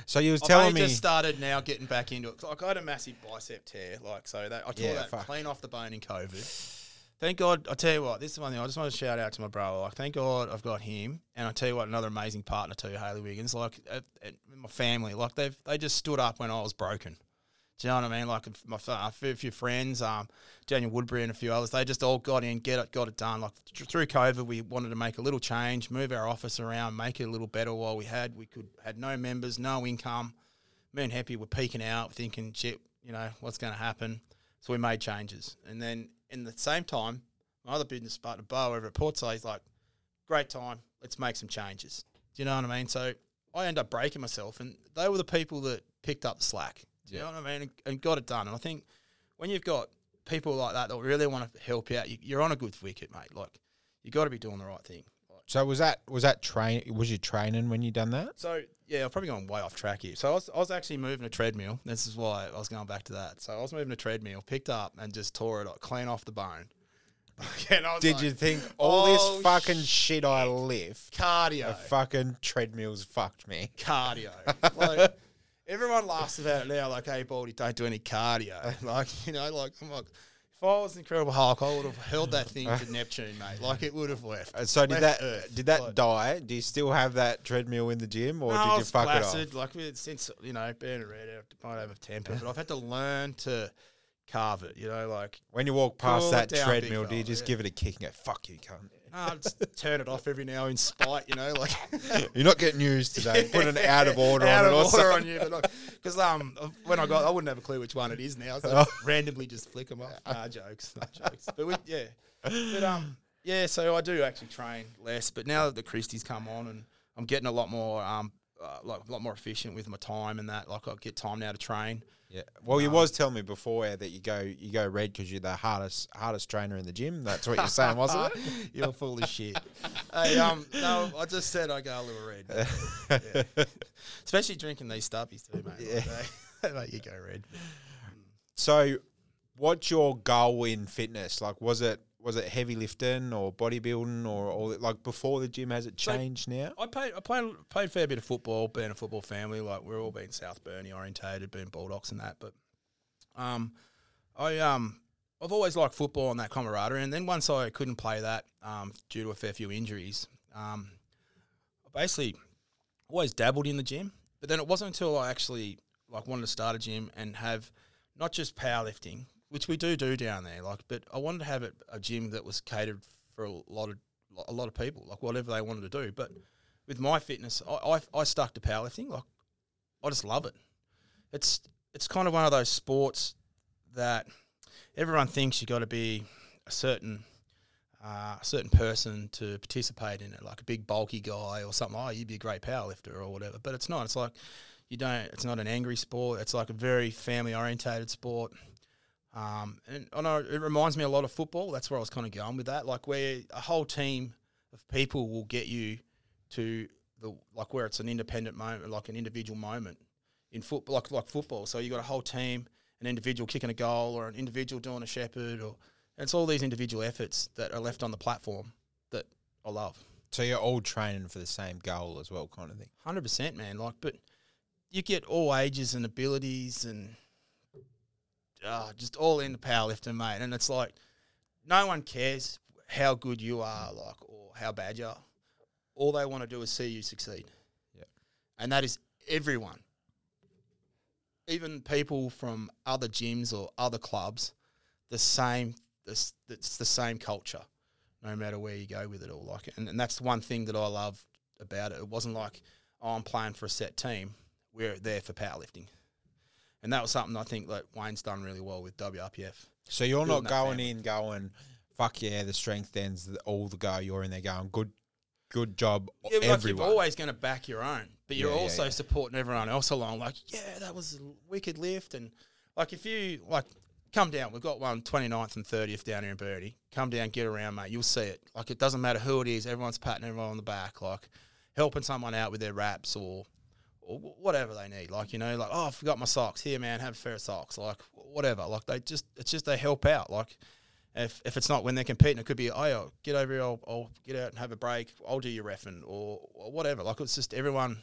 S2: So you was
S1: I've
S2: telling
S1: only
S2: me
S1: just started now getting back into it. 'Cause, Like I had a massive bicep tear, like so that I tore
S2: Yeah,
S1: that
S2: fuck.
S1: clean off the bone in COVID. Thank God, I tell you what, this is one thing I just want to shout out to my brother. Like, thank God I've got him, and I tell you what, another amazing partner too, Haley Wiggins. Like, uh, uh, my family, like they've they just stood up when I was broken. Do you know what I mean? Like if my fa- a few, few friends, um, Daniel Woodbury and a few others, they just all got in, get it, got it done. Like thr- through COVID, we wanted to make a little change, move our office around, make it a little better. While we had, we could had no members, no income. Me and Happy were peeking out, thinking, shit, you know, what's going to happen? So we made changes, and then in the same time, my other business partner, Bo, over at Portside, he's like, great time, let's make some changes. Do you know what I mean? So I end up breaking myself, and they were the people that picked up the slack. Do you
S2: Yeah.
S1: know what I mean? And, and got it done. And I think when you've got people like that that really want to help you out, you, you're on a good wicket, mate. Like you got to be doing the right thing. Like,
S2: So was that was that train? Was you training when you done that?
S1: so yeah, I've probably gone way off track here. So I was, I was actually moving a treadmill. This is why I was going back to that. So I was moving a treadmill, picked up and just tore it like, clean off the bone. and I was
S2: Did
S1: like,
S2: you think all this
S1: "Oh,
S2: fucking shit I lift? The
S1: cardio?
S2: fucking treadmills fucked me.
S1: cardio. Like everyone laughs about it now, like, hey Baldy, don't do any cardio. Like, you know, like I'm like if I was Incredible Hulk, I would have held that thing to Neptune, mate. Like it would have left.
S2: Uh, So did
S1: Left
S2: that
S1: Earth.
S2: did that
S1: Like-
S2: die? Do you still have that treadmill in the gym, or
S1: No, I
S2: did you
S1: was
S2: fuck it
S1: flaccid. Like we- since you know, being a red, I might have a temper, but I've had to learn to carve it. You know, like
S2: off? When you walk past
S1: Cool
S2: that
S1: it down, big
S2: treadmill, do you
S1: fella,
S2: just
S1: yeah.
S2: give it a kick and go "fuck you, cunt"?
S1: nah, just turn it off every now in spite. You know, like
S2: You're not getting used today. Put an out of order
S1: out
S2: on
S1: of
S2: it. or
S1: order on
S2: something.
S1: you, but because um, when I got, I wouldn't have a clue which one it is now. So
S2: Oh.
S1: I just randomly just flick them off. Nah, jokes, nah, jokes. But we, yeah, but um, yeah. So I do actually train less, but now that the Christie's come on, and I'm getting a lot more um, uh, like a lot more efficient with my time and that. Like I get time now to train.
S2: Yeah. Well, you was telling me before that you go you go red because you're the hardest hardest trainer in the gym. That's what you're saying, wasn't
S1: You're full of shit. hey, um, no, I just said I go a little red,
S2: it?
S1: especially drinking these stubbies too, mate. Yeah. you go red.
S2: So, what's your goal in fitness? Like, was it was it heavy lifting or bodybuilding or all that? Like before the gym, has it changed now?
S1: I played, I played, played a fair bit of football, being a football family. Like we're all being South Burnie orientated, being Bulldogs and that. But um, I um, I've always liked football and that camaraderie. And then once I couldn't play that um, due to a fair few injuries, um, I basically always dabbled in the gym. But then it wasn't until I actually like wanted to start a gym and have not just powerlifting, which we do do down there. Like, but I wanted to have it, a gym that was catered for a lot of a lot of people, like whatever they wanted to do. But with my fitness, I, I, I stuck to powerlifting. Like, I just love it. It's it's kind of one of those sports that everyone thinks you got to be a certain uh, a certain person to participate in it, like a big bulky guy or something. Oh, you'd be a great powerlifter or whatever. But it's not. It's like you don't. It's not an angry sport. It's like a very family orientated sport. Um, and I know it reminds me a lot of football. That's where I was kind of going with that. Like where a whole team of people will get you to the like where it's an independent moment, like an individual moment in football, like like football. So you got a whole team, an individual kicking a goal, or an individual doing a shepherd, or it's all these individual efforts that are left on the platform that I love.
S2: So you're all training for the same goal as well, kind of thing.
S1: Hundred percent, man. Like, but you get all ages and abilities, and uh, just all into powerlifting, mate. And it's like no one cares how good you are, like, or how bad you are. All they want to do is see you succeed.
S2: Yeah.
S1: and that is everyone, even people from other gyms or other clubs. The same, this it's the same culture, no matter where you go with it all. Like, and, and that's one thing that I love about it. It wasn't like oh, I'm playing for a set team. We're there for powerlifting, and that was something I think like Wayne's done really well with WRPF.
S2: So you're
S1: Building
S2: not
S1: that
S2: going in going, fuck yeah, the strength ends all the go. You're in there going, good, good job,
S1: Yeah, but like you're
S2: everyone.
S1: always going to back your own, but but you're
S2: Yeah, yeah,
S1: also
S2: yeah.
S1: supporting everyone else along. Like, yeah, that was a wicked lift, and like if you like come down, we've got one 29th and thirtieth down here in Birdie. Come down, get around, mate. You'll see it. Like it doesn't matter who it is. Everyone's patting everyone on the back, like helping someone out with their wraps or or wh- whatever they need. Like you know, like oh, I forgot my socks. Here, man, have a pair of socks. Like wh- whatever. Like they just it's just they help out. Like if if it's not when they're competing, it could be oh, yeah, get over here. I'll, I'll get out and have a break. I'll do your refing or, or whatever. Like it's just everyone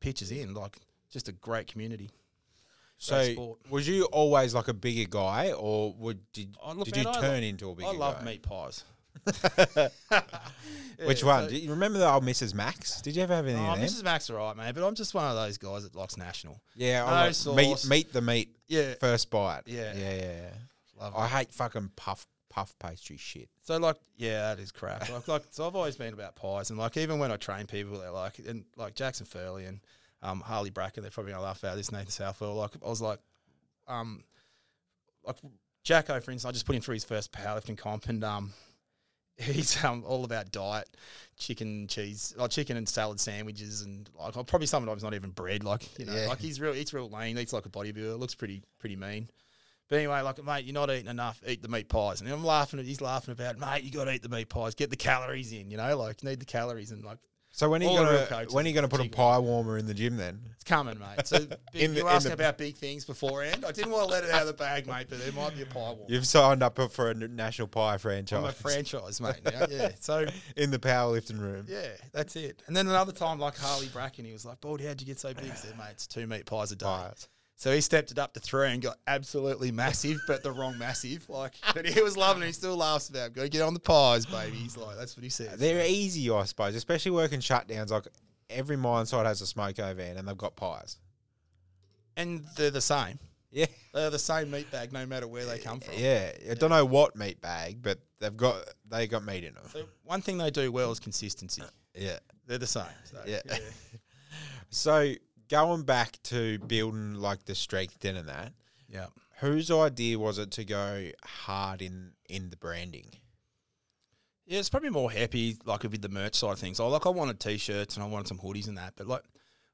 S1: pitches in. Like just a great community.
S2: So,
S1: sport.
S2: was you always like a bigger guy, or would did,
S1: Oh, look,
S2: did
S1: man,
S2: you
S1: I lo-
S2: turn into a bigger
S1: I
S2: guy?
S1: love meat pies.
S2: Which
S1: Yeah,
S2: one?
S1: so-
S2: Do you remember the old Mrs. Max? Did you ever have any
S1: Oh,
S2: of them?
S1: Mrs. Max, all right, mate. But I'm just one of those guys that likes national.
S2: Yeah,
S1: No
S2: I like meat,
S1: sauce.
S2: meat the meat
S1: Yeah,
S2: first bite.
S1: Yeah.
S2: yeah, yeah. yeah.
S1: love it.
S2: I hate fucking puff puff pastry shit.
S1: So like, yeah, that is crap. Like, like so I've always been about pies, and like even when I train people, they're like, and like Jackson Furley and um, Harley Bracken, they're probably gonna laugh about this. Nathan Southwell, like I was like, um, like Jacko, for instance, I just put him through his first powerlifting comp, and um, he's um all about diet, chicken, cheese, like chicken and salad sandwiches, and like I probably sometimes not even bread. Like you know,
S2: Yeah.
S1: like he's real, he's real lean. He's like a bodybuilder. Looks pretty, pretty mean. But anyway, like, mate, you're not eating enough. Eat the meat pies. And I'm laughing. at He's laughing about, mate, you got to eat the meat pies. Get the calories in. You know, like, you need the calories. And like,
S2: So when are you
S1: All the real
S2: gonna
S1: coaches
S2: when are you gonna put a
S1: jiggle.
S2: pie warmer in the gym then?
S1: it's coming, mate. So
S2: In
S1: big,
S2: the-
S1: you
S2: in
S1: were asking
S2: the-
S1: about big things beforehand. I didn't want to let it out of the bag, mate. But there might be a pie war.
S2: You've signed up for a n- national pie franchise
S1: I'm a franchise, mate. Now. Yeah. So
S2: in the powerlifting room.
S1: yeah, that's it. And then another time, like Harley Bracken, he was like, "Baldy, how'd you get so big?" I said, "Mate, it's two meat pies a day."
S2: Pies.
S1: So he stepped it up to three and got absolutely massive, but the wrong massive. Like, but he was loving it. He still laughs about. it. Go get on the pies, baby. He's like, that's what he says.
S2: They're easy, I suppose, especially working shutdowns. Like every mine site has a smoke oven, and they've got pies.
S1: And they're the same.
S2: Yeah,
S1: They're the same meat bag, no matter where they come from.
S2: yeah. I don't know what meat bag, but they've got they got meat in them.
S1: So one thing they do well is consistency.
S2: Yeah.
S1: They're the same. So,
S2: Yeah. So going back to building like the strength den and that,
S1: yeah.
S2: whose idea was it to go hard in in the branding?
S1: Yeah, it's probably more happy like with the merch side of things. I like I wanted t-shirts and I wanted some hoodies and that, but like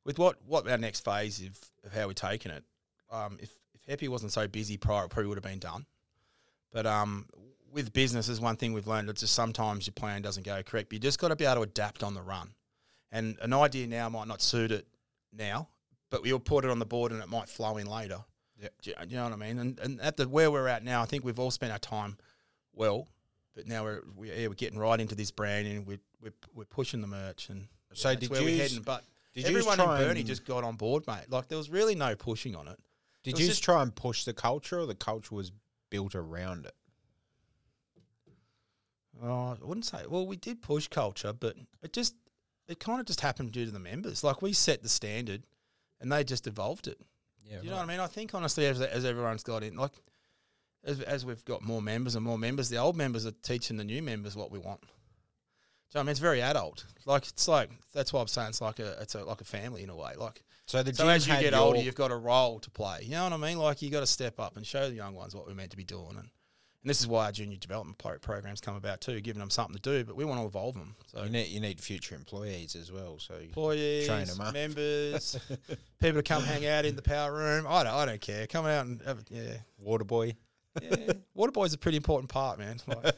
S1: with what what our next phase of, of how we're taking it, um, if if Happy wasn't so busy prior, it probably would have been done. But um, with business is one thing we've learned. It's just sometimes your plan doesn't go correct. But you just got to be able to adapt on the run. And an idea now might not suit it now, but we'll put it on the board and it might flow in later.
S2: Yeah.
S1: Do you, do you know what I mean? And and at the where we're at now, I think we've all spent our time well but now we're we, yeah, we're getting right into this brand and we're we're, we're pushing the merch and
S2: So
S1: that's
S2: did
S1: where
S2: yous-
S1: we're heading. But
S2: Did
S1: everyone in Burnie
S2: and,
S1: just got on board, mate. Like there was really no pushing on it.
S2: did
S1: was
S2: you
S1: just-
S2: try and push the culture, or the culture was built around it?
S1: Oh, I wouldn't say. Well, we did push culture, but it just it kind of just happened due to the members. Like we set the standard, and they just evolved it.
S2: Yeah,
S1: Do you know what I mean? I think honestly, as, as everyone's got in, like as, as we've got more members and more members, the old members are teaching the new members what we want. Do you know what I mean? It's very adult. Like it's like that's why I'm saying it's like a it's a, like a family in a way. Like
S2: So the
S1: so
S2: gym
S1: as you
S2: had
S1: get
S2: your-
S1: older, you've got a role to play. You know what I mean? Like you got to step up and show the young ones what we're meant to be doing, and and this is why our junior development pro- programs come about too, giving them something to do. But we want to evolve them. So
S2: you need you need future employees as well. So
S1: employees,
S2: Train 'em up.
S1: members, people to come hang out in the power room. I don't, I don't care. Come out and have, a- yeah.
S2: water boy.
S1: yeah. Water boy's a pretty important part, man. Like,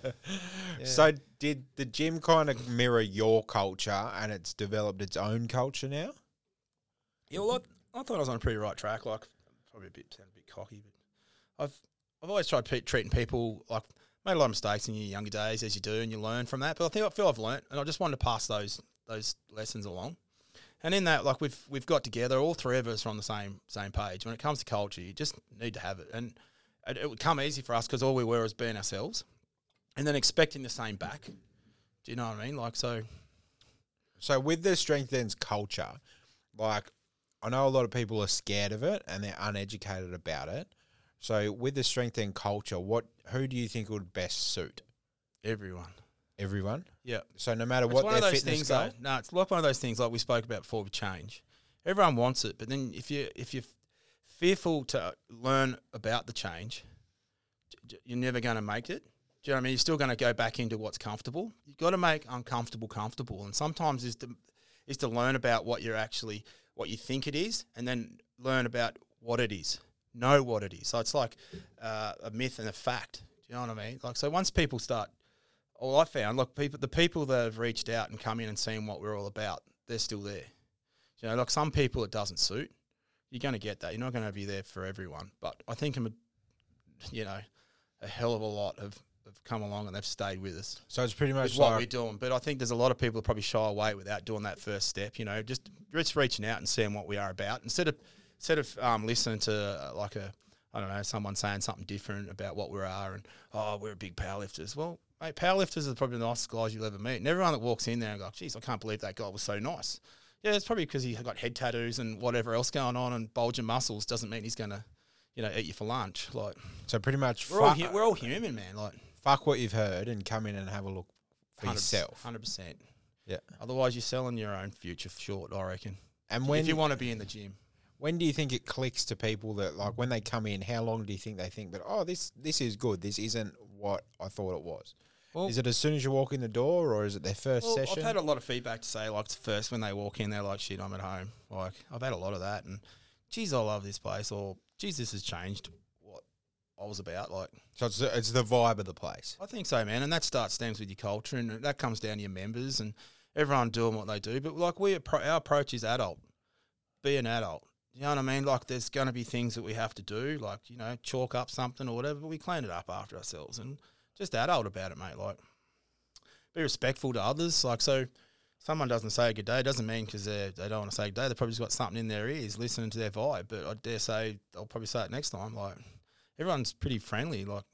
S2: So did the gym kind of mirror your culture, and it's developed its own culture now?
S1: yeah, well, I, I thought I was on a pretty right track. Like, probably a bit sound a bit cocky, but I've I've always tried pe- treating people like made a lot of mistakes in your younger days as you do, and you learn from that. But I think I feel I've learnt, and I just wanted to pass those those lessons along. And in that, like we've we've got together, all three of us are on the same same page when it comes to culture. You just need to have it, and it, it would come easy for us because all we were was being ourselves, and then expecting the same back. Do you know what I mean? Like, so
S2: So with the strength ends culture, like I know a lot of people are scared of it and they're uneducated about it. So with the strength end culture, what who do you think would best suit
S1: everyone,
S2: everyone?
S1: yeah.
S2: So no matter
S1: It's
S2: what
S1: one
S2: their
S1: of those
S2: fitness
S1: things,
S2: goal,
S1: though. No, it's like one of those things like we spoke about before with change. Everyone wants it, but then if you if you're fearful to learn about the change, j- j- you're never going to make it. Do you know what I mean? You're still going to go back into what's comfortable. You've got to make uncomfortable comfortable, and sometimes is to is to learn about what you're actually what you think it is and then learn about what it is, know what it is. So it's like uh, a myth and a fact. Do you know what I mean? Like so, once people start, all I found, look, people, the people that have reached out and come in and seen what we're all about, they're still there. You know, like some people it doesn't suit. You're going to get that. You're not going to be there for everyone. But I think I'm, a, you know, a hell of a lot have, have come along and they've stayed with us
S2: So it's pretty much
S1: is what
S2: like
S1: we're doing. But I think there's a lot of people that probably shy away without doing that first step. You know, just just reaching out and seeing what we are about instead of instead of um, listening to uh, like a I don't know someone saying something different about what we are and oh we're big powerlifters. Well, mate, powerlifters are probably the nicest guys you'll ever meet. And everyone that walks in there and goes, geez, I can't believe that guy was so nice. Yeah, it's probably because he got head tattoos and whatever else going on and bulging muscles doesn't mean he's gonna you know eat you for lunch. Like
S2: so pretty much
S1: we're all,
S2: fuck,
S1: hu- we're all human, man. Like
S2: fuck what you've heard and come in and have a look for yourself.
S1: hundred percent.
S2: Yeah.
S1: Otherwise, you're selling your own future short, I reckon.
S2: And when
S1: if you want to be in the gym,
S2: when do you think it clicks to people that like when they come in? How long do you think they think that oh this this is good? This isn't what I thought it was.
S1: Well-
S2: is it as soon as you walk in the door, or is it their first
S1: well,
S2: session?
S1: I've had a lot of feedback to say, like, first when they walk in, they're like, "Shit, I'm at home." Like, I've had a lot of that, and geez, I love this place, or geez, this has changed what I was about. Like,
S2: so it's the, it's the vibe of the place.
S1: I think so, man. And that starts stems with your culture, and that comes down to your members and everyone doing what they do. But like we, appro- our approach is adult. Be an adult. You know what I mean? Like there's going to be things that we have to do, like you know, chalk up something or whatever. But we clean it up after ourselves and just adult about it, mate. Like be respectful to others. Like so, someone doesn't say good day doesn't mean because they they don't want to say good day. They probably just got something in their ears, listening to their vibe. But I dare say they'll probably say it next time. Like everyone's pretty friendly. Like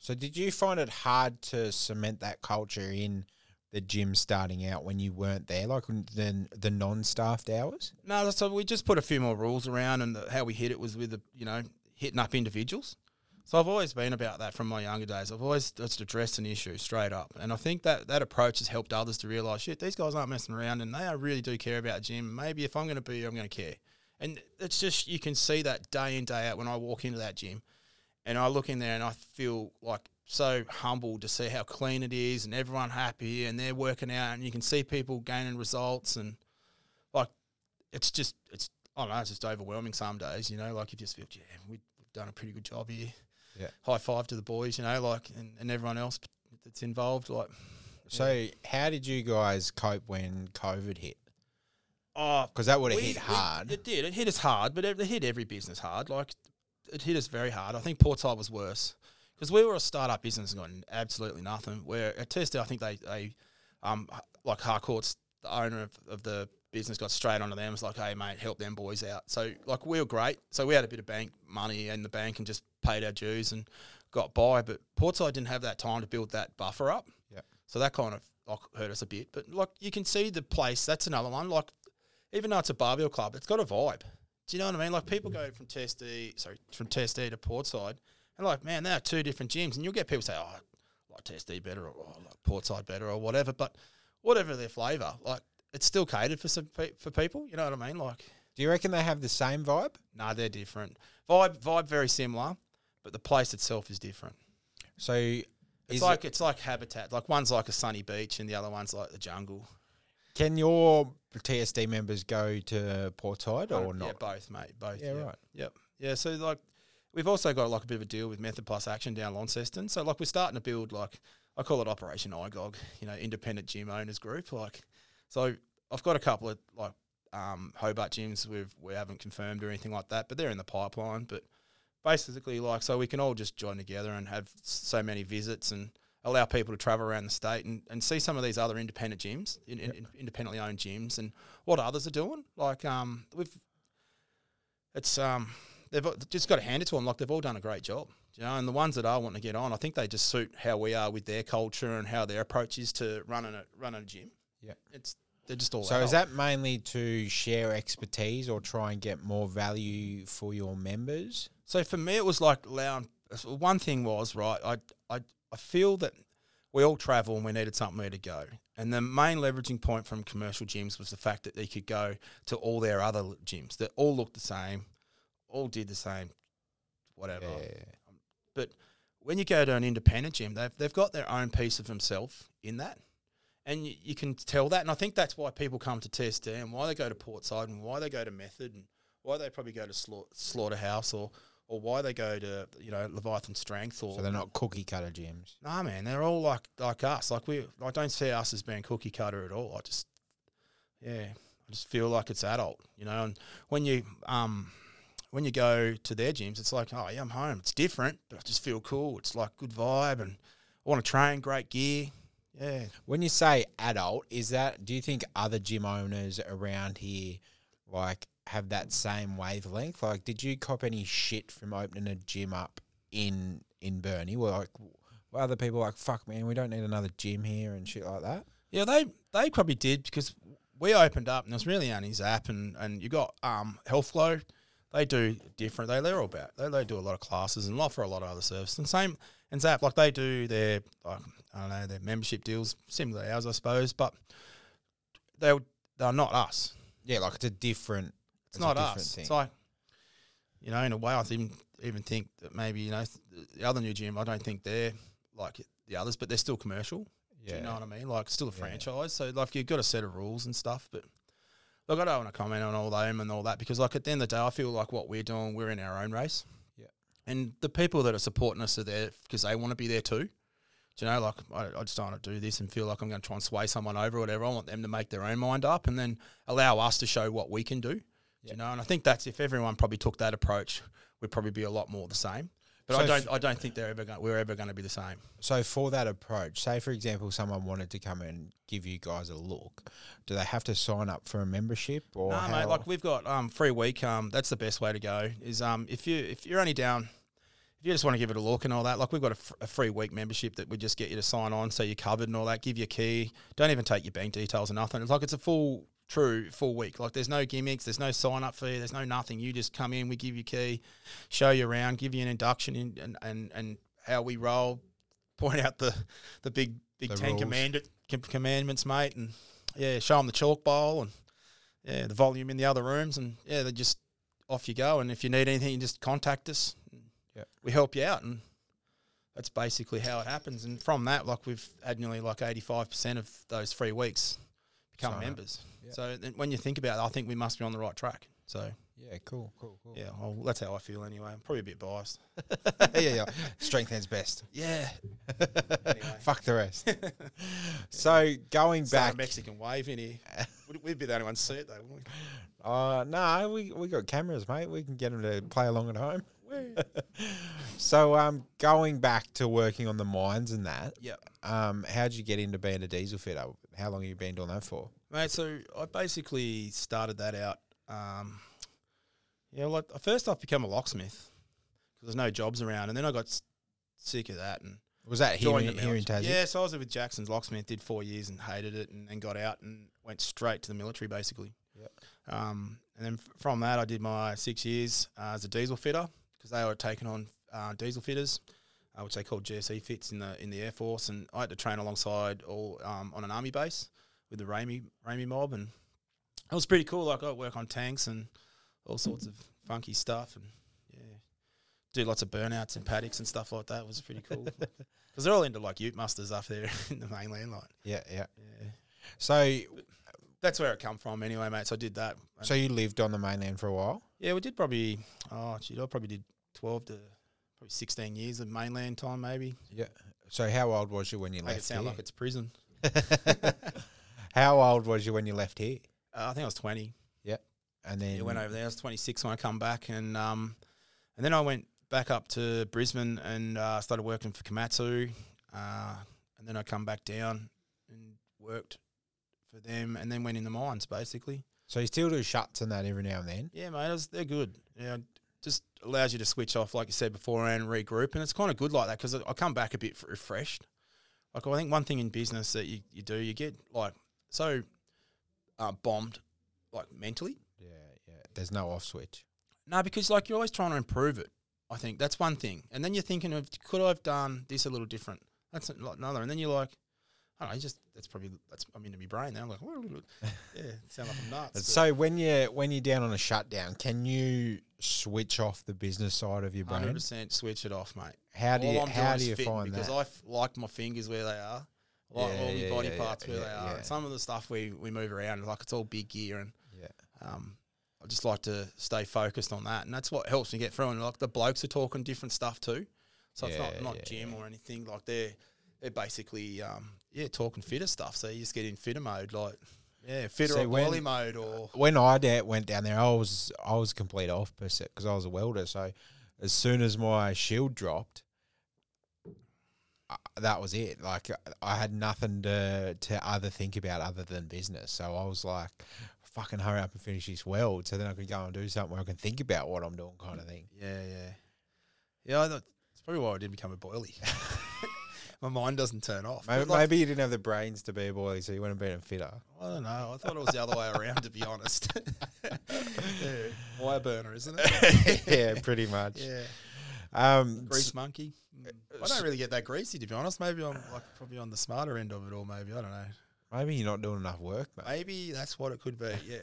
S2: So did you find it hard to cement that culture in the gym starting out when you weren't there, like the the non-staffed hours?
S1: No, so we just put a few more rules around, and the, how we hit it was with the you know hitting up individuals. So I've always been about that from my younger days. I've always just addressed an issue straight up, and I think that that approach has helped others to realise shit, these guys aren't messing around, and they are, really do care about gym. Maybe if I'm going to be here, I'm going to care, and it's just you can see that day in day out when I walk into that gym, and I look in there and I feel like so humbled to see how clean it is, and everyone happy, and they're working out, and you can see people gaining results, and like it's just it's I don't know, it's just overwhelming some days, you know, like you just feel, yeah, we've done a pretty good job here.
S2: Yeah.
S1: High five to the boys, you know, like and, and everyone else that's involved, like
S2: So how did you guys cope when COVID hit?
S1: oh
S2: Because that would have
S1: we-
S2: hit
S1: we-
S2: hard.
S1: it did. It hit us hard, but it, it hit every business hard. Like it hit us very hard. I think Portside was worse because we were a startup business and got absolutely nothing. Where at Tuesday, I think they they um h- like Harcourt's the owner of, of the business got straight onto them. It was like, hey mate, help them boys out. So like we were great. So we had a bit of bank money in the bank and just paid our dues and got by. But Portside didn't have that time to build that buffer up.
S2: Yeah.
S1: So that kind of like hurt us a bit. But like you can see the place. That's another one. Like even though it's a barbell club, it's got a vibe. Do you know what I mean? Like people go from Testy, sorry, from Testy to Portside, and like, man, they are two different gyms, and you'll get people say, oh, I like Testy better, or oh, I like Portside better, or whatever. But whatever their flavour, like it's still catered for some pe- for people. You know what I mean? Like,
S2: Do you reckon they have the same vibe?
S1: nah, they're different. Vibe, vibe, very similar, but the place itself is different.
S2: So
S1: It's
S2: is
S1: like it's like habitat. Like one's like a sunny beach, and the other one's like the jungle.
S2: it, can your TSD members go to Portside or
S1: Yeah,
S2: not?
S1: both, mate. Both.
S2: Yeah, right.
S1: Yep. Yeah. So like, we've also got like a bit of a deal with Method Plus Action down Launceston. So like, we're starting to build like I call it Operation IGOG, you know, independent gym owners group. Like, so I've got a couple of like um, Hobart gyms we've we haven't confirmed or anything like that, but they're in the pipeline. But basically, like, so we can all just join together and have s- so many visits and allow people to travel around the state and, and see some of these other independent gyms, in, in, independently owned gyms, and what others are doing. Like, um, we've it's um they've just got to hand it to them. Like they've all done a great job, you know. And the ones that are wanting to get on, I think they just suit how we are with their culture and how their approach is to running a running a gym.
S2: Yeah.
S1: it's they're just all.
S2: So is
S1: adult.
S2: that mainly to share expertise or try and get more value for your members?
S1: So for me, it was like allowing. One thing was right. I I I feel that we all travel and we needed somewhere to go. And the main leveraging point from commercial gyms was the fact that they could go to all their other l- gyms that all looked the same, all did the same, whatever. But when you go to an independent gym, they've, they've got their own piece of themselves in that. and you, you can tell that. And I think that's why people come to TSD and why they go to Portside and why they go to Method and why they probably go to Sla- Slaughterhouse or or why they go to you know Leviathan Strength or
S2: So they're not cookie cutter gyms.
S1: Nah, man, they're all like like us. Like we, I don't see us as being cookie cutter at all. I just, yeah, I just feel like it's adult, you know. And when you um, when you go to their gyms, it's like, oh yeah, I'm home. It's different, but I just feel cool. It's like good vibe, and I want to train, great gear. Yeah,
S2: When you say adult, is that do you think other gym owners around here like have that same wavelength? Like, did you cop any shit from opening a gym up in in Burnie? Were like were other people like, fuck man, we don't need another gym here and shit like that?
S1: yeah, they they probably did because we opened up, and it was really only Zap, and and you got um Health Flow. They do different. They they're all about. They, they do a lot of classes and offer a lot of other services. And same and Zap, like they do their like I don't know their membership deals similar to ours, I suppose. But they they're not us.
S2: Yeah, like it's a different
S1: It's, not us. It's like you know, in a way, I even even think that maybe you know the other new gym. I don't think they're like the others, but they're still commercial.
S2: yeah.
S1: Do you know what I mean? Like, still a franchise. So, like, you've got a set of rules and stuff. But, look, I don't want to comment on all them and all that because, like, at the end of the day, I feel like what we're doing, we're in our own race.
S2: Yeah.
S1: And the people that are supporting us are there because they want to be there too. Do you know, like, I, I just don't want to do this and feel like I'm going to try and sway someone over or whatever. I want them to make their own mind up and then allow us to show what we can do. Do
S2: Yeah.
S1: you know? And I think that's if everyone probably took that approach, we'd probably be a lot more the same. But
S2: So
S1: I
S2: if-
S1: don't. I don't think they're ever. Going, we're ever going to be the same.
S2: So for that approach, say for example, someone wanted to come and give you guys a look, do they have to sign up for a membership or
S1: No, mate.
S2: how-
S1: Like we've got um, free week. Um, that's the best way to go. Is um, if you if you're only down, if you just want to give it a look and all that. Like we've got a, fr- a free week membership that we just get you to sign on, so you're covered and all that. Give your key. Don't even take your bank details or nothing. It's like it's a full true full week. Like there's no gimmicks. There's no sign up fee. There's no nothing. You just come in. We give you key, show you around, give you an induction in, and and and how we roll. Point out the the big big
S2: The
S1: ten
S2: rules.
S1: command, com- commandments, mate, and yeah, show them the chalk bowl and yeah, the volume in the other rooms, and yeah, they just off you go. And if you need anything, you just contact us.
S2: Yeah.
S1: we help you out, and that's basically how it happens. And from that, like we've had nearly like eighty five percent of those free weeks become
S2: Sign up.
S1: members.
S2: Yeah.
S1: So then when you think about it, I think we must be on the right track. So
S2: Yeah, cool, cool, cool.
S1: yeah, well, that's how I feel anyway. I'm probably a bit biased.
S2: yeah, yeah, yeah. Strength hand's best.
S1: Yeah,
S2: Fuck the rest. so going
S1: back
S2: back,
S1: Mexican wave in here. We'd- We'd be the only one to see it though, wouldn't we?
S2: uh, no, we we got cameras, mate. We can get them to play along at home. so um, going back to working on the mines and that,
S1: Yeah.
S2: um, how'd you get into being a diesel fitter? How long have you been doing that for?
S1: Mate, so I basically started that out. Um, yeah, well, I, first I've become a locksmith because there's no jobs around, and then I got s- sick of that and
S2: Was that here,
S1: joined
S2: in,
S1: the
S2: here in
S1: military.
S2: Tassie?
S1: Yeah, so I was with Jackson's locksmith, did four years and hated it, and then got out and went straight to the military basically.
S2: Yep.
S1: Um, and then f- from that, I did my six years uh, as a diesel fitter because they were taking on uh, diesel fitters, uh, which they called GSE fits in the in the air force, and I had to train alongside all um, on an army base with the Ramey Ramey mob, and it was pretty cool. Like I work on tanks and all sorts of funky stuff, and yeah, do lots of burnouts and paddocks and stuff like that. It was pretty cool because they're all into like Ute musters up there in the mainland. Like,
S2: yeah, yeah.
S1: yeah,
S2: So
S1: that's where it come from anyway, mate. So I did that.
S2: so you lived on the mainland for a while.
S1: Yeah, we did probably. Oh, shit, I probably did twelve to probably sixteen years of mainland time, maybe.
S2: Yeah. So how old was you when you
S1: Make
S2: left?
S1: it sound
S2: here?
S1: like it's prison.
S2: how old was you when you left here?
S1: Uh, I think I was twenty.
S2: And then
S1: Yeah, went over there. I was twenty six when I come back, and um, and then I went back up to Brisbane and uh, started working for Komatsu, uh, and then I come back down and worked for them, and then went in the mines basically.
S2: So you still do shuts and that every now and then.
S1: Yeah, mate, it was, they're good. Yeah, just allows you to switch off, like you said before, and regroup. And it's kind of good like that because I I come back a bit f- refreshed. Like, I think one thing in business that you, you do, you get like so uh, bombed, like mentally.
S2: Yeah, yeah. There's no off switch.
S1: No, because like you're always trying to improve it. I think that's one thing, and then you're thinking of could I have done this a little different? That's an- like another, and then you're like, I don't know, you just that's probably that's I'm into my brain now. I'm like, yeah, sound like I'm nuts. but-
S2: So when you when you're down on a shutdown, can you switch off the business side of your brain?
S1: Hundred percent switch it off, mate.
S2: How do
S1: All
S2: you
S1: I'm
S2: how
S1: doing
S2: do
S1: is
S2: you
S1: fitting
S2: find
S1: because
S2: that?
S1: I f- like my fingers where they are. like
S2: Yeah,
S1: all the
S2: yeah,
S1: body
S2: yeah,
S1: parts
S2: yeah,
S1: where they
S2: yeah,
S1: are.
S2: yeah.
S1: And some of the stuff we we move around, like it's all big gear, and
S2: Yeah.
S1: um, I just like to stay focused on that, and that's what helps me get through. And like the blokes are talking different stuff too, so it's
S2: Yeah,
S1: not not
S2: yeah,
S1: gym or anything. Like they're they're basically um, yeah talking fitter stuff. So you just get in fitter mode, like yeah fitter
S2: See,
S1: or
S2: when-
S1: wally mode or
S2: when I da- went down there, I was I was a complete off percent because I was a welder. So as soon as my shield dropped, uh, that was it. Like I had nothing to to other think about other than business. So I was like, fucking hurry up and finish this weld, so then I could go and do something where I can think about what I'm doing, kind of thing.
S1: yeah yeah yeah. I thought, that's probably why I didn't become a boilie. My mind doesn't turn off.
S2: Maybe,
S1: But, like,
S2: maybe you didn't have the brains to be a boy, so you wouldn't have been a fitter.
S1: I don't know. I thought it was the other way around, to be honest. yeah. Wire burner, isn't it?
S2: yeah, pretty much.
S1: Yeah.
S2: Um,
S1: Grease monkey. Mm. I don't really get that greasy, to be honest. Maybe I'm like probably on the smarter end of it all. Maybe I don't know.
S2: maybe you're not doing enough work, mate.
S1: Maybe that's what it could be. Yeah.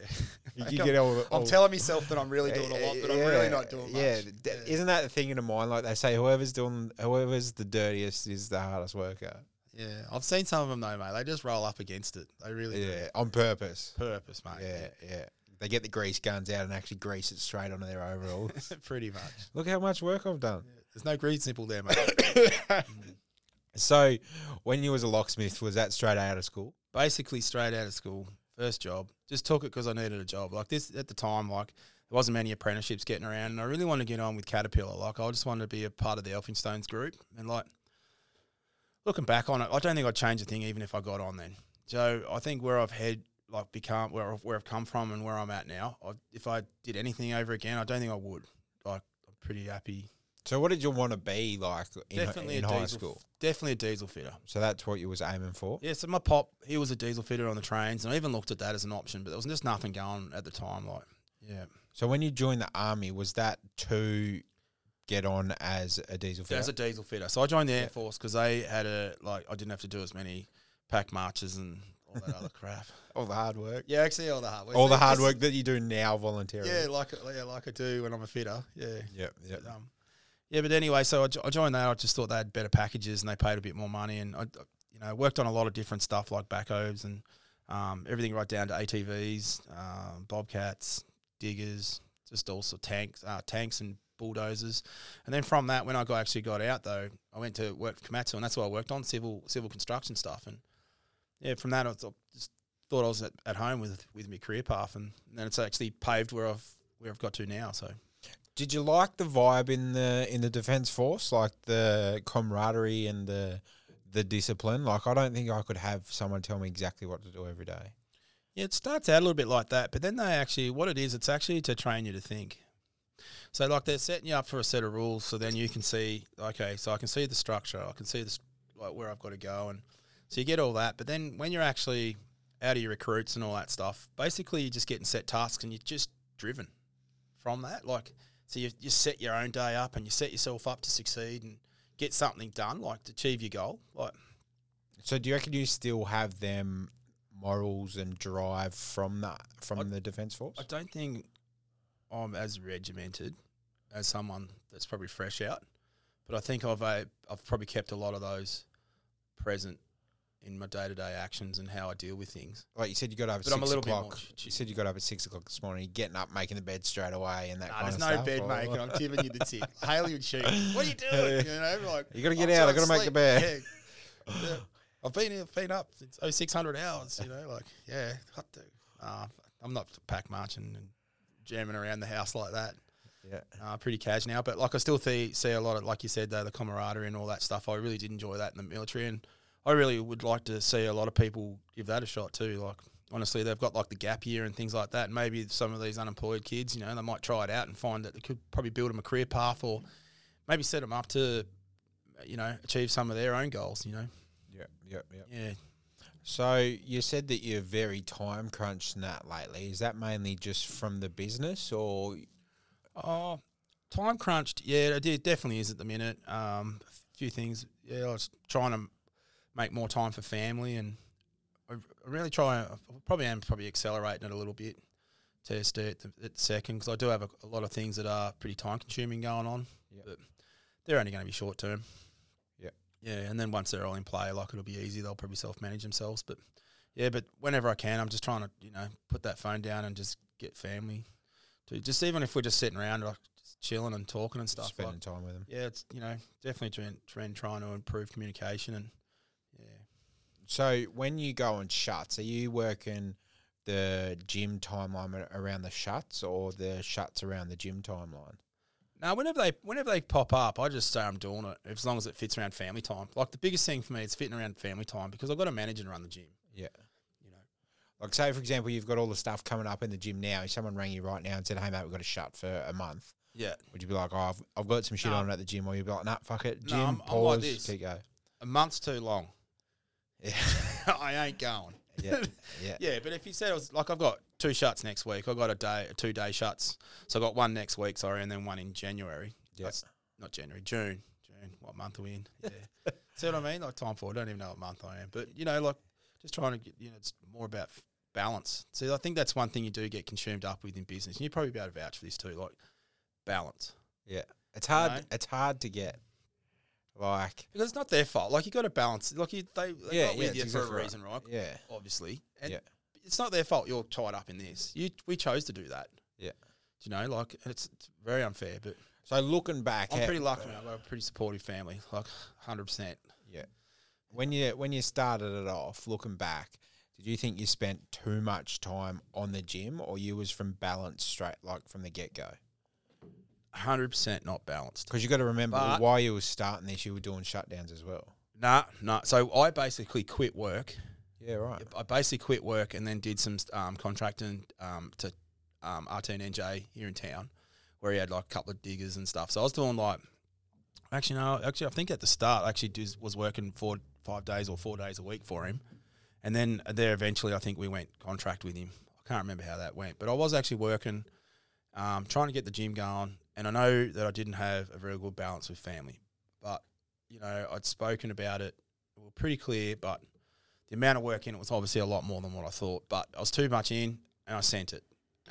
S2: You
S1: Like
S2: could
S1: I'm,
S2: get all,
S1: I'm
S2: all-
S1: telling myself that I'm really doing a lot, but I'm really
S2: Eh, Yeah,
S1: not doing much.
S2: Yeah, d-
S1: yeah.
S2: isn't that the thing in the mind? Like they say, whoever's doing, whoever's the dirtiest is the hardest worker.
S1: Yeah. I've seen some of them though, mate. They just roll up against it. They really do.
S2: Yeah, on purpose.
S1: Purpose, mate.
S2: Yeah, yeah. They get the grease guns out and actually grease it straight onto their overalls.
S1: Pretty much.
S2: Look how much work I've done.
S1: There's no grease nipple there, mate. Mm.
S2: So, when you was a locksmith, was that straight out of school?
S1: basically straight out of school, first job. Just took it because I needed a job. Like this at the time, like there wasn't many apprenticeships getting around, and I really wanted to get on with Caterpillar. Like I just wanted to be a part of the Elphinstones group, and like looking back on it, I don't think I'd change a thing even if I got on then. So I think where I've had like become where I've, where I've come from and where I'm at now, I, if I did anything over again, I don't think I would. Like I'm pretty happy.
S2: So, what did you want to be like in,
S1: Definitely
S2: in
S1: a
S2: high
S1: diesel.
S2: school?
S1: Definitely a diesel fitter.
S2: So that's what you was aiming for.
S1: Yeah, so my pop, he was a diesel fitter on the trains, and I even looked at that as an option, but there was just nothing going at the time. Like, yeah,
S2: So when you joined the army, was that to get on as a diesel fitter?
S1: as a diesel fitter. So I joined the Air
S2: Yeah.
S1: Force because they had a like I didn't have to do as many pack marches and all that other crap.
S2: all the hard work,
S1: Yeah, actually, all the hard work.
S2: all the hard
S1: Just-
S2: work that you do now voluntarily.
S1: Yeah, like yeah, like I do when I'm a fitter. Yeah.
S2: Yep, yep.
S1: But, um, yeah, but anyway, so I, jo- I joined that. I just thought they had better packages and they paid a bit more money. And I, you know, worked on a lot of different stuff like backhoes and um, everything right down to ATVs, um, bobcats, diggers, just all sorts of tanks, uh, tanks and bulldozers. And then from that, when I got, actually got out though, I went to work for Komatsu and that's what I worked on civil civil construction stuff. And yeah, from that, I was- I just thought I was at, at home with with my career path, and then it's actually paved where I've where I've got to now. So.
S2: Did you like the vibe in the in the defence force, like the camaraderie and the the discipline? Like I don't think I could have someone tell me exactly what to do every day.
S1: Yeah, it starts out a little bit like that, but then they actually, what it is, it's actually to train you to think. So, like, they're setting you up for a set of rules, so then you can see, okay, so I can see the structure, I can see this, like, where I've got to go, and so you get all that. But then when you're actually out of your recruits and all that stuff, basically you're just getting set tasks and you're just driven from that. Like, so you, you set your own day up and you set yourself up to succeed and get something done, like to achieve your goal. Like,
S2: So do you reckon you still have them morals and drive from that from the defence force?
S1: I don't think I'm as regimented as someone that's probably fresh out, but I think I've uh, I've probably kept a lot of those present in my day to day actions and how I deal with things.
S2: like you said, you got up at
S1: But
S2: six
S1: I'm a little bit more
S2: o'clock.
S1: ch-
S2: you said you got up at six o'clock this morning, getting up, making the bed straight away, and that.
S1: Nah,
S2: kind
S1: there's
S2: of
S1: no
S2: stuff, oh.
S1: bed
S2: or-
S1: making. I'm giving you the tip. Haley would shoot. me. What are you doing? You know, like
S2: You gotta
S1: I'm
S2: get out, I
S1: trying
S2: gotta make the
S1: sleep.
S2: bed.
S1: Yeah. Yeah. I've been here, been up since 0600 hours. You know, like yeah, hot do. Nah, I'm not pack marching and jamming around the house like that.
S2: Yeah.
S1: uh, pretty cash now. But like I still see see a lot of like you said though the camaraderie and all that stuff. I really did enjoy that in the military, and I really would like to see a lot of people give that a shot too. Like honestly, they've got like the gap year and things like that. And maybe some of these unemployed kids, you know, they might try it out and find that they could probably build them a career path or maybe set them up to you know achieve some of their own goals. You know,
S2: Yeah, yeah, yeah.
S1: yeah.
S2: So you said that you're very time crunched in that lately. Is that mainly just from the business or
S1: Oh, time crunched. Yeah, it did- definitely is at the minute. Um, a few things. Yeah, I was trying to make more time for family, and I I really try. I probably am probably accelerating it a little bit. TSD at the, at the second because I do have a, a lot of things that are pretty time consuming going on,
S2: Yeah.
S1: but they're only going to be short term.
S2: Yeah.
S1: Yeah, and then once they're all in play, like it'll be easy. They'll probably self manage themselves. But yeah, but whenever I can, I'm just trying to you know put that phone down and just get family to just even if we're just sitting around like just chilling and talking and stuff. Like,
S2: spending time with them.
S1: yeah, it's you know definitely trend, trend trying to improve communication and yeah.
S2: So when you go on shuts, are you working the gym timeline a- around the shuts or the shuts around the gym timeline?
S1: Now, whenever they whenever they pop up, I just say I'm doing it as long as it fits around family time. Like the biggest thing for me is fitting around family time because I've got to manage and run the gym.
S2: Yeah.
S1: You know,
S2: Like say for example, you've got all the stuff coming up in the gym now. If someone rang you right now and said, "Hey mate, we've got to shut for a month,"
S1: yeah,
S2: would you be like, "Oh, I've, I've got some shit
S1: No.
S2: on at the gym," or you'd be like, "Nah, fuck it,
S1: No,
S2: gym,
S1: I'm- I'm like
S2: pause,
S1: this.
S2: keep going."
S1: a month's too long.
S2: Yeah,
S1: I ain't going.
S2: yeah, yeah.
S1: Yeah, but if you said it was like I've got two shuts next week, I've got a day, two day shuts. So I have got one next week, sorry, and then one in January.
S2: Yeah.
S1: That's not January, June. June. What month are we in? Yeah. See what I mean? Like time for I don't even know what month I am. But you know, like just trying to get you know, it's more about f- balance. See, I think that's one thing you do get consumed up with in business. And you probably be able to vouch for this too, like balance.
S2: It's hard.
S1: know?
S2: It's hard to get. Like,
S1: Because it's not their fault. Like you gotta balance like you they they
S2: Yeah,
S1: got
S2: yeah,
S1: with
S2: it's
S1: you for
S2: exactly
S1: a
S2: right.
S1: reason, right?
S2: yeah,
S1: obviously. And
S2: Yeah.
S1: it's not their fault you're tied up in this. You we chose to do that.
S2: Yeah.
S1: Do you know, like and it's, it's very unfair, but
S2: So looking back,
S1: I'm
S2: at-
S1: pretty lucky. I've got a pretty supportive family, like hundred percent.
S2: when you when you started it off, looking back, did you think you spent too much time on the gym, or you was from balance straight like from the get go?
S1: Hundred percent not balanced.
S2: Because you got to remember
S1: But-
S2: while you were starting this, you were doing shutdowns as well.
S1: Nah, nah. So I basically quit work.
S2: Yeah, right.
S1: I basically quit work and then did some um, contracting um, to um, RT and NJ here in town, where he had like a couple of diggers and stuff. So I was doing like, actually no, actually I think at the start I actually dis- was working four five days or four days a week for him, and then there eventually I think we went contract with him. I can't remember how that went, but I was actually working, um, trying to get the gym going, and I know that I didn't have a very good balance with family, but you know I'd spoken about it, we were pretty clear, but the amount of work in it was obviously a lot more than what I thought, but I was too much in and I sent it.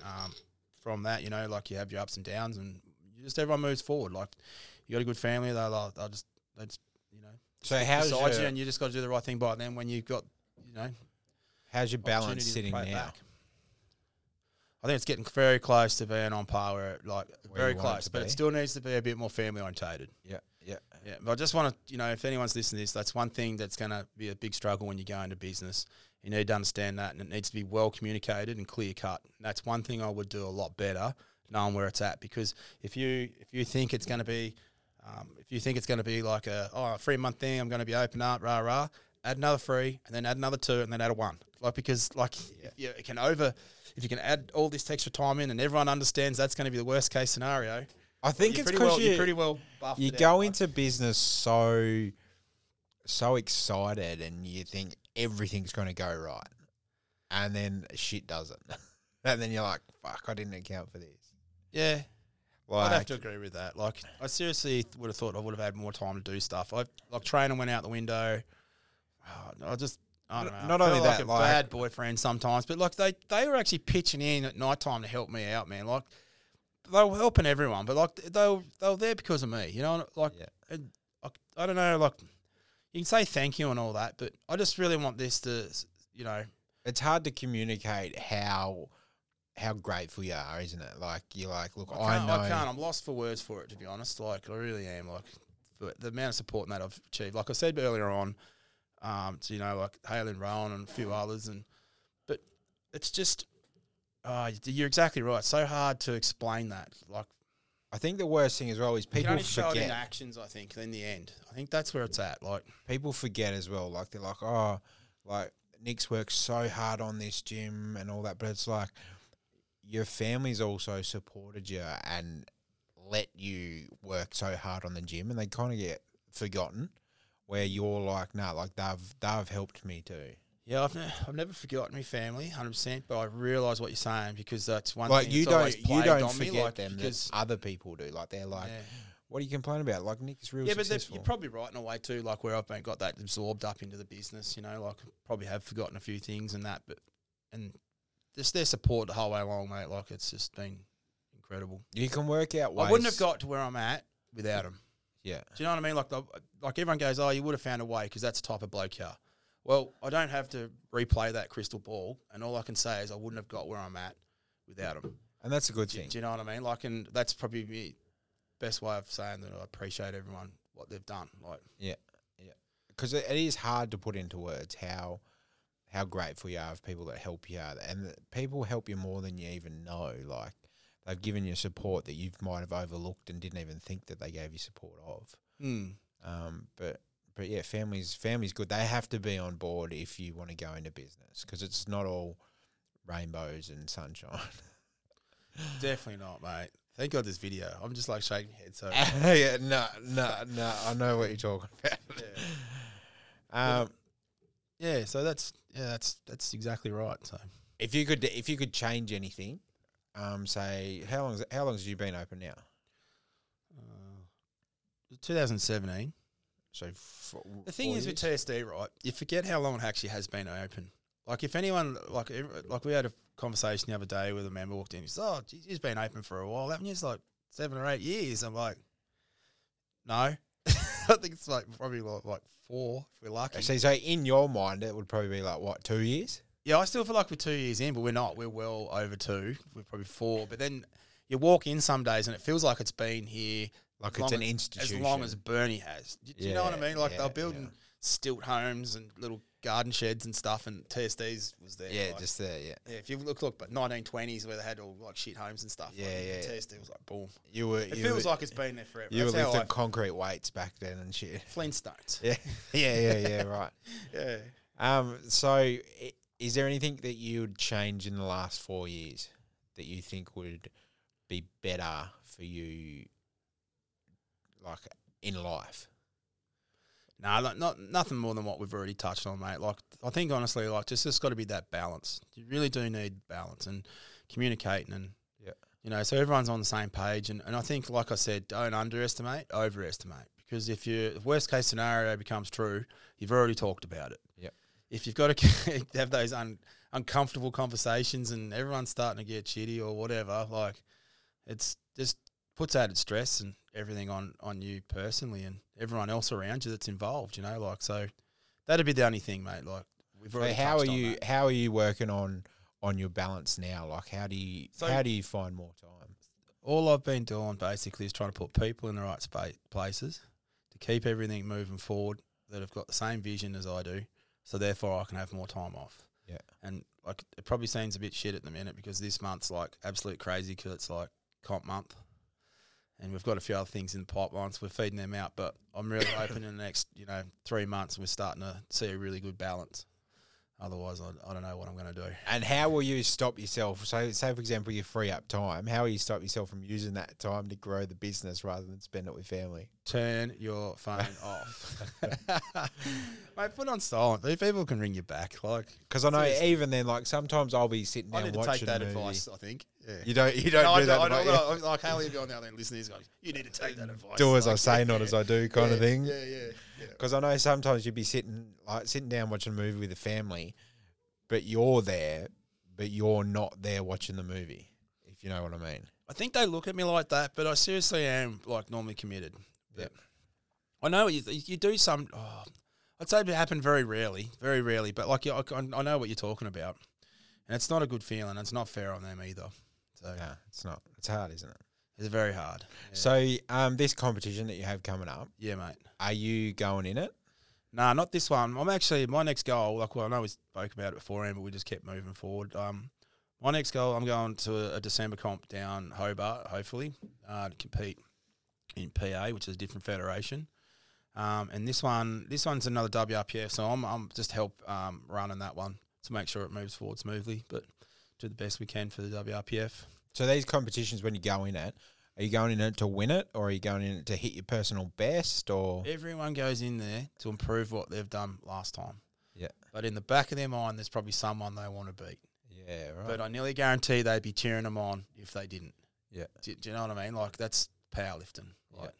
S1: Um, from that, you know, like you have your ups and downs and you just everyone moves forward. Like you got a good family, they'll, they'll, they'll just, they just, you know,
S2: So how's
S1: beside you
S2: your,
S1: and you just got to do the right thing by them when you've got, you know,
S2: how's your balance
S1: opportunity to
S2: sitting now?
S1: play it back. I think it's getting very close to being on par where, it, like,
S2: Where
S1: very
S2: you want it
S1: close,
S2: to
S1: but
S2: be.
S1: it still needs to be a bit more family orientated.
S2: Yeah, yeah,
S1: Yeah, but I just want to, you know, if anyone's listening to this, that's one thing that's going to be a big struggle when you go into business. You need to understand that, and it needs to be well communicated and clear cut. That's one thing I would do a lot better, knowing where it's at. Because if you if you think it's going to be, um, if you think it's going to be like a oh a three month thing, I'm going to be open up, rah rah. Add another three, and then add another two, and then add a one. Like because like if you it can over, if you can add all this extra time in, and everyone understands that's going to be the worst case scenario.
S2: I think it's
S1: pretty
S2: because
S1: well,
S2: you
S1: are pretty well buffed
S2: you
S1: it out,
S2: go
S1: like-
S2: into business so so excited and you think everything's going to go right and then shit doesn't and then you're like fuck i didn't account for this
S1: yeah.
S2: like
S1: I'd have to agree with that. Like, I seriously th- would have thought I would have had more time to do stuff. I like training went out the window. Oh, no, I just I don't
S2: Not-
S1: know.
S2: not
S1: I
S2: only
S1: felt
S2: that,
S1: like a
S2: like-
S1: bad boyfriend sometimes, but like they they were actually pitching in at night time to help me out, man. Like they were helping everyone, but like they were, they were there because of me, you know. Like,
S2: Yeah.
S1: and, like I don't know, like you can say thank you and all that, but I just really want this to, you know,
S2: it's hard to communicate how how grateful you are isn't it like you're like look
S1: I
S2: i,
S1: can't,
S2: know
S1: I, can't. I'm lost for words for it, to be honest. Like, I really am. Like, for the amount of support that I've achieved. Like I said earlier on, um, to, you know, like Hale and Rowan and a few others. And, but it's just, uh, you're exactly right. So hard to explain that. Like,
S2: I think the worst thing as well is
S1: you can
S2: people
S1: only show it in
S2: forget
S1: actions, I think, in the end. I think that's where it's at. Like,
S2: people forget as well. Like they're like, oh, like Nick's worked so hard on this gym and all that, but it's like your family's also supported you and let you work so hard on the gym, and they kind of get forgotten. Where you're like, nah, like they've they've helped me too.
S1: yeah, I've, ne- I've never forgotten my family, 100%, but I realise what you're saying because that's one
S2: Like
S1: thing
S2: you
S1: that's
S2: don't
S1: always
S2: you
S1: plagued
S2: don't
S1: on me,
S2: forget
S1: like,
S2: them that
S1: because-
S2: other people do. Like they're like,
S1: yeah.
S2: what are you complaining about? Like Nick's real
S1: Yeah, but that-
S2: successful.
S1: you're probably right in a way too. Like where I've been got that absorbed up into the business, you know, like probably have forgotten a few things and that, but and just their support the whole way along, mate. Like it's just been incredible.
S2: you can work out ways.
S1: I wouldn't have got to where I'm at without them.
S2: Yeah.
S1: Do you know what I mean? Like, the, like everyone goes, "Oh, you would have found a way because that's the type of bloke you are." Well, I don't have to replay that crystal ball, and all I can say is I wouldn't have got where I'm at without him.
S2: And that's a good
S1: Do,
S2: thing.
S1: do you know what I mean? Like, and that's probably the best way of saying that I appreciate everyone what they've done. Like,
S2: because it, it is hard to put into words how how grateful you are of people that help you out, and that people help you more than you even know. Like they've given you support that you might have overlooked and didn't even think that they gave you support of. Um, but but yeah, families families good. They have to be on board if you want to go into business because it's not all rainbows and sunshine.
S1: definitely not, mate. Thank God this video. I'm just like shaking my head. So
S2: yeah, no, no, no. I know what you're talking about. Um,
S1: yeah, so that's yeah, that's that's exactly right. So
S2: If you could, if you could change anything, um, say how long? How long have you been open now?
S1: uh, 2017.
S2: So f-
S1: The thing
S2: four
S1: is
S2: years?
S1: with TSD, right? You forget how long it actually has been open. Like if anyone, like ev- like we had a conversation the other day with a member walked in. He said, "Oh, geez, it's been open for a while. That means like seven or eight years." I'm like, "No, I think it's like probably like, like four if we're lucky."
S2: so, so in your mind, it would probably be like what two years?
S1: Yeah, I still feel like we're two years in, but we're not. We're well over two. We're probably four. But then you walk in some days and it feels like it's been here
S2: Like
S1: long
S2: it's an
S1: as-
S2: institution.
S1: as long as Bernie has. Do, do you know what I
S2: Yeah,
S1: mean? Like
S2: yeah,
S1: they're building
S2: yeah.
S1: stilt homes and little garden sheds and stuff, and TSD's was there.
S2: yeah,
S1: like-
S2: just there. Yeah,
S1: yeah, if you look, look, but 1920s where they had all like shit homes and stuff.
S2: Yeah,
S1: like,
S2: yeah.
S1: TSD was like boom.
S2: you were.
S1: It
S2: you
S1: feels
S2: were,
S1: like it's been there forever.
S2: you were
S1: That's how
S2: lifting
S1: I,
S2: concrete weights back then and shit.
S1: Flintstones.
S2: Yeah, yeah, yeah, yeah. Right.
S1: yeah.
S2: Um. So, i- is there anything that you would change in the last four years that you think would be better for you, like in life?
S1: No, like not nothing more than what we've already touched on, mate. Like I think honestly, like just there's got to be that balance. You really do need balance and communicating and
S2: Yeah.
S1: you know, so everyone's on the same page. And, and I think, like I said, don't underestimate, overestimate, because if your worst case scenario becomes true, you've already talked about it.
S2: Yep.
S1: If you've got to have those un, uncomfortable conversations and everyone's starting to get shitty or whatever, like it's just puts added stress and everything on on you personally and everyone else around you that's involved. You know, like so that'd be the only thing, mate. Like we've
S2: So
S1: already.
S2: how are
S1: touched on
S2: you
S1: that.
S2: how are you working on on your balance now? Like how do you
S1: So-
S2: how do you find more time?
S1: all I've been doing basically is trying to put people in the right spa- places to keep everything moving forward that have got the same vision as I do. So therefore, I can have more time off.
S2: Yeah.
S1: And like, it probably seems a bit shit at the minute because this month's like absolute crazy because it's like comp month, and we've got a few other things in the pipelines. We're feeding them out, but I'm really hoping in the next you know three months we're starting to see a really good balance. Otherwise, I, I don't know what I'm going to do.
S2: And how will you stop yourself? So say for example you free up time. How will you stop yourself from using that time to grow the business rather than spend it with family?
S1: Turn your phone off. Mate, put on silent. These People can ring you back. Like
S2: Because I know
S1: Seriously.
S2: even then, like sometimes I'll be sitting
S1: I
S2: down
S1: need to
S2: watching
S1: take that
S2: a movie.
S1: advice. I think. Yeah.
S2: You don't you don't
S1: No, I
S2: do that.
S1: I,
S2: advice,
S1: no,
S2: yeah.
S1: I, I can't leave you on the other end listening. He's going, you need to take that advice.
S2: Do as I
S1: Like,
S2: say,
S1: yeah,
S2: not
S1: yeah,
S2: as I do, kind of
S1: yeah,
S2: thing.
S1: Yeah, yeah, yeah.
S2: Because I know sometimes you'd be sitting like sitting down watching a movie with the family, but you're there, but you're not there watching the movie. If you know what I mean.
S1: I think they look at me like that, but I seriously am like normally committed. But I know you, you do some. Oh, I'd say it happened very rarely, very rarely. But like, yeah, I, I know what you're talking about, and it's not a good feeling. It's not fair on them either. So
S2: No, it's not. It's hard, isn't it?
S1: it's very hard.
S2: So, um, this competition that you have coming up,
S1: Yeah, mate.
S2: are you going in it?
S1: Nah, not this one. I'm actually my next goal. Like, well, I know we spoke about it beforehand, but we just kept moving forward. Um, my next goal, I'm going to a, a December comp down Hobart, hopefully, uh, to compete in PA, which is a different federation. Um, and this one, this one's another WRPF, so I'm I'm just help um, running that one to make sure it moves forward smoothly, but do the best we can for the WRPF.
S2: So these competitions, when you go in it, are you going in it to win it, or are you going in it to hit your personal best, or
S1: Everyone goes in there to improve what they've done last time.
S2: Yeah.
S1: But in the back of their mind, there's probably someone they want to beat.
S2: yeah, right?
S1: But I nearly guarantee they'd be cheering them on if they didn't.
S2: Yeah.
S1: Do, do you know what I mean? Like that's powerlifting. Like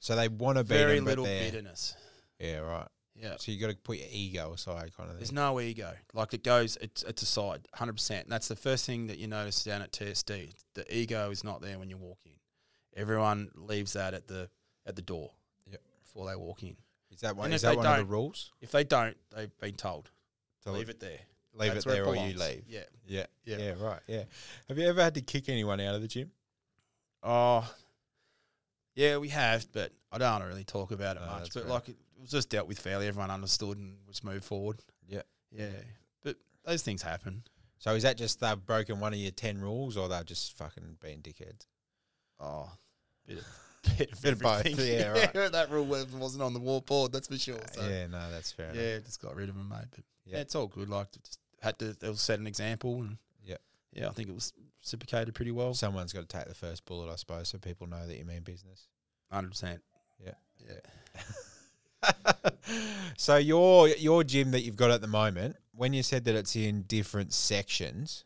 S2: so they want to beat
S1: very
S2: them, but
S1: little
S2: they're-
S1: bitterness.
S2: Yeah, right.
S1: Yeah.
S2: So you got to put your ego aside, kind of
S1: There's
S2: thing.
S1: no ego. Like it goes, it's it's aside, hundred percent. That's the first thing that you notice down at TSD. The ego is not there when you walk in. Everyone leaves that at the at the door.
S2: Yeah.
S1: before they walk in.
S2: Is that one?
S1: And
S2: Is
S1: if
S2: that
S1: they
S2: one of the
S1: don't-
S2: rules?
S1: If they don't, they've been told
S2: To
S1: leave it there.
S2: leave
S1: That's
S2: it
S1: where
S2: there, or you
S1: belongs.
S2: leave.
S1: Yeah.
S2: Yeah. yeah,
S1: Yeah.
S2: right. Yeah. Have you ever had to kick anyone out of the gym?
S1: Oh, yeah, we have, but I don't want to really talk about it
S2: No,
S1: much.
S2: that's
S1: But
S2: fair.
S1: like, it was just dealt with fairly. Everyone understood and was moved forward.
S2: Yeah.
S1: yeah. But those things happen.
S2: So is that just they've broken one of your ten rules, or they've just fucking been dickheads?
S1: Oh, bit of, bit of,
S2: Bit of both,
S1: everything.
S2: yeah, right.
S1: that rule wasn't on the war board, that's for sure. So.
S2: yeah, no, that's fair. enough.
S1: Yeah, just got rid of him, mate. But
S2: Yeah.
S1: yeah, it's all good. Like, just had to it was set an example, and
S2: Yeah.
S1: yeah, I think it was reciprocated pretty well.
S2: Someone's got to take the first bullet, I suppose, so people know that you mean business.
S1: Hundred percent.
S2: Yeah.
S1: yeah.
S2: so your your gym that you've got at the moment, when you said that it's in different sections,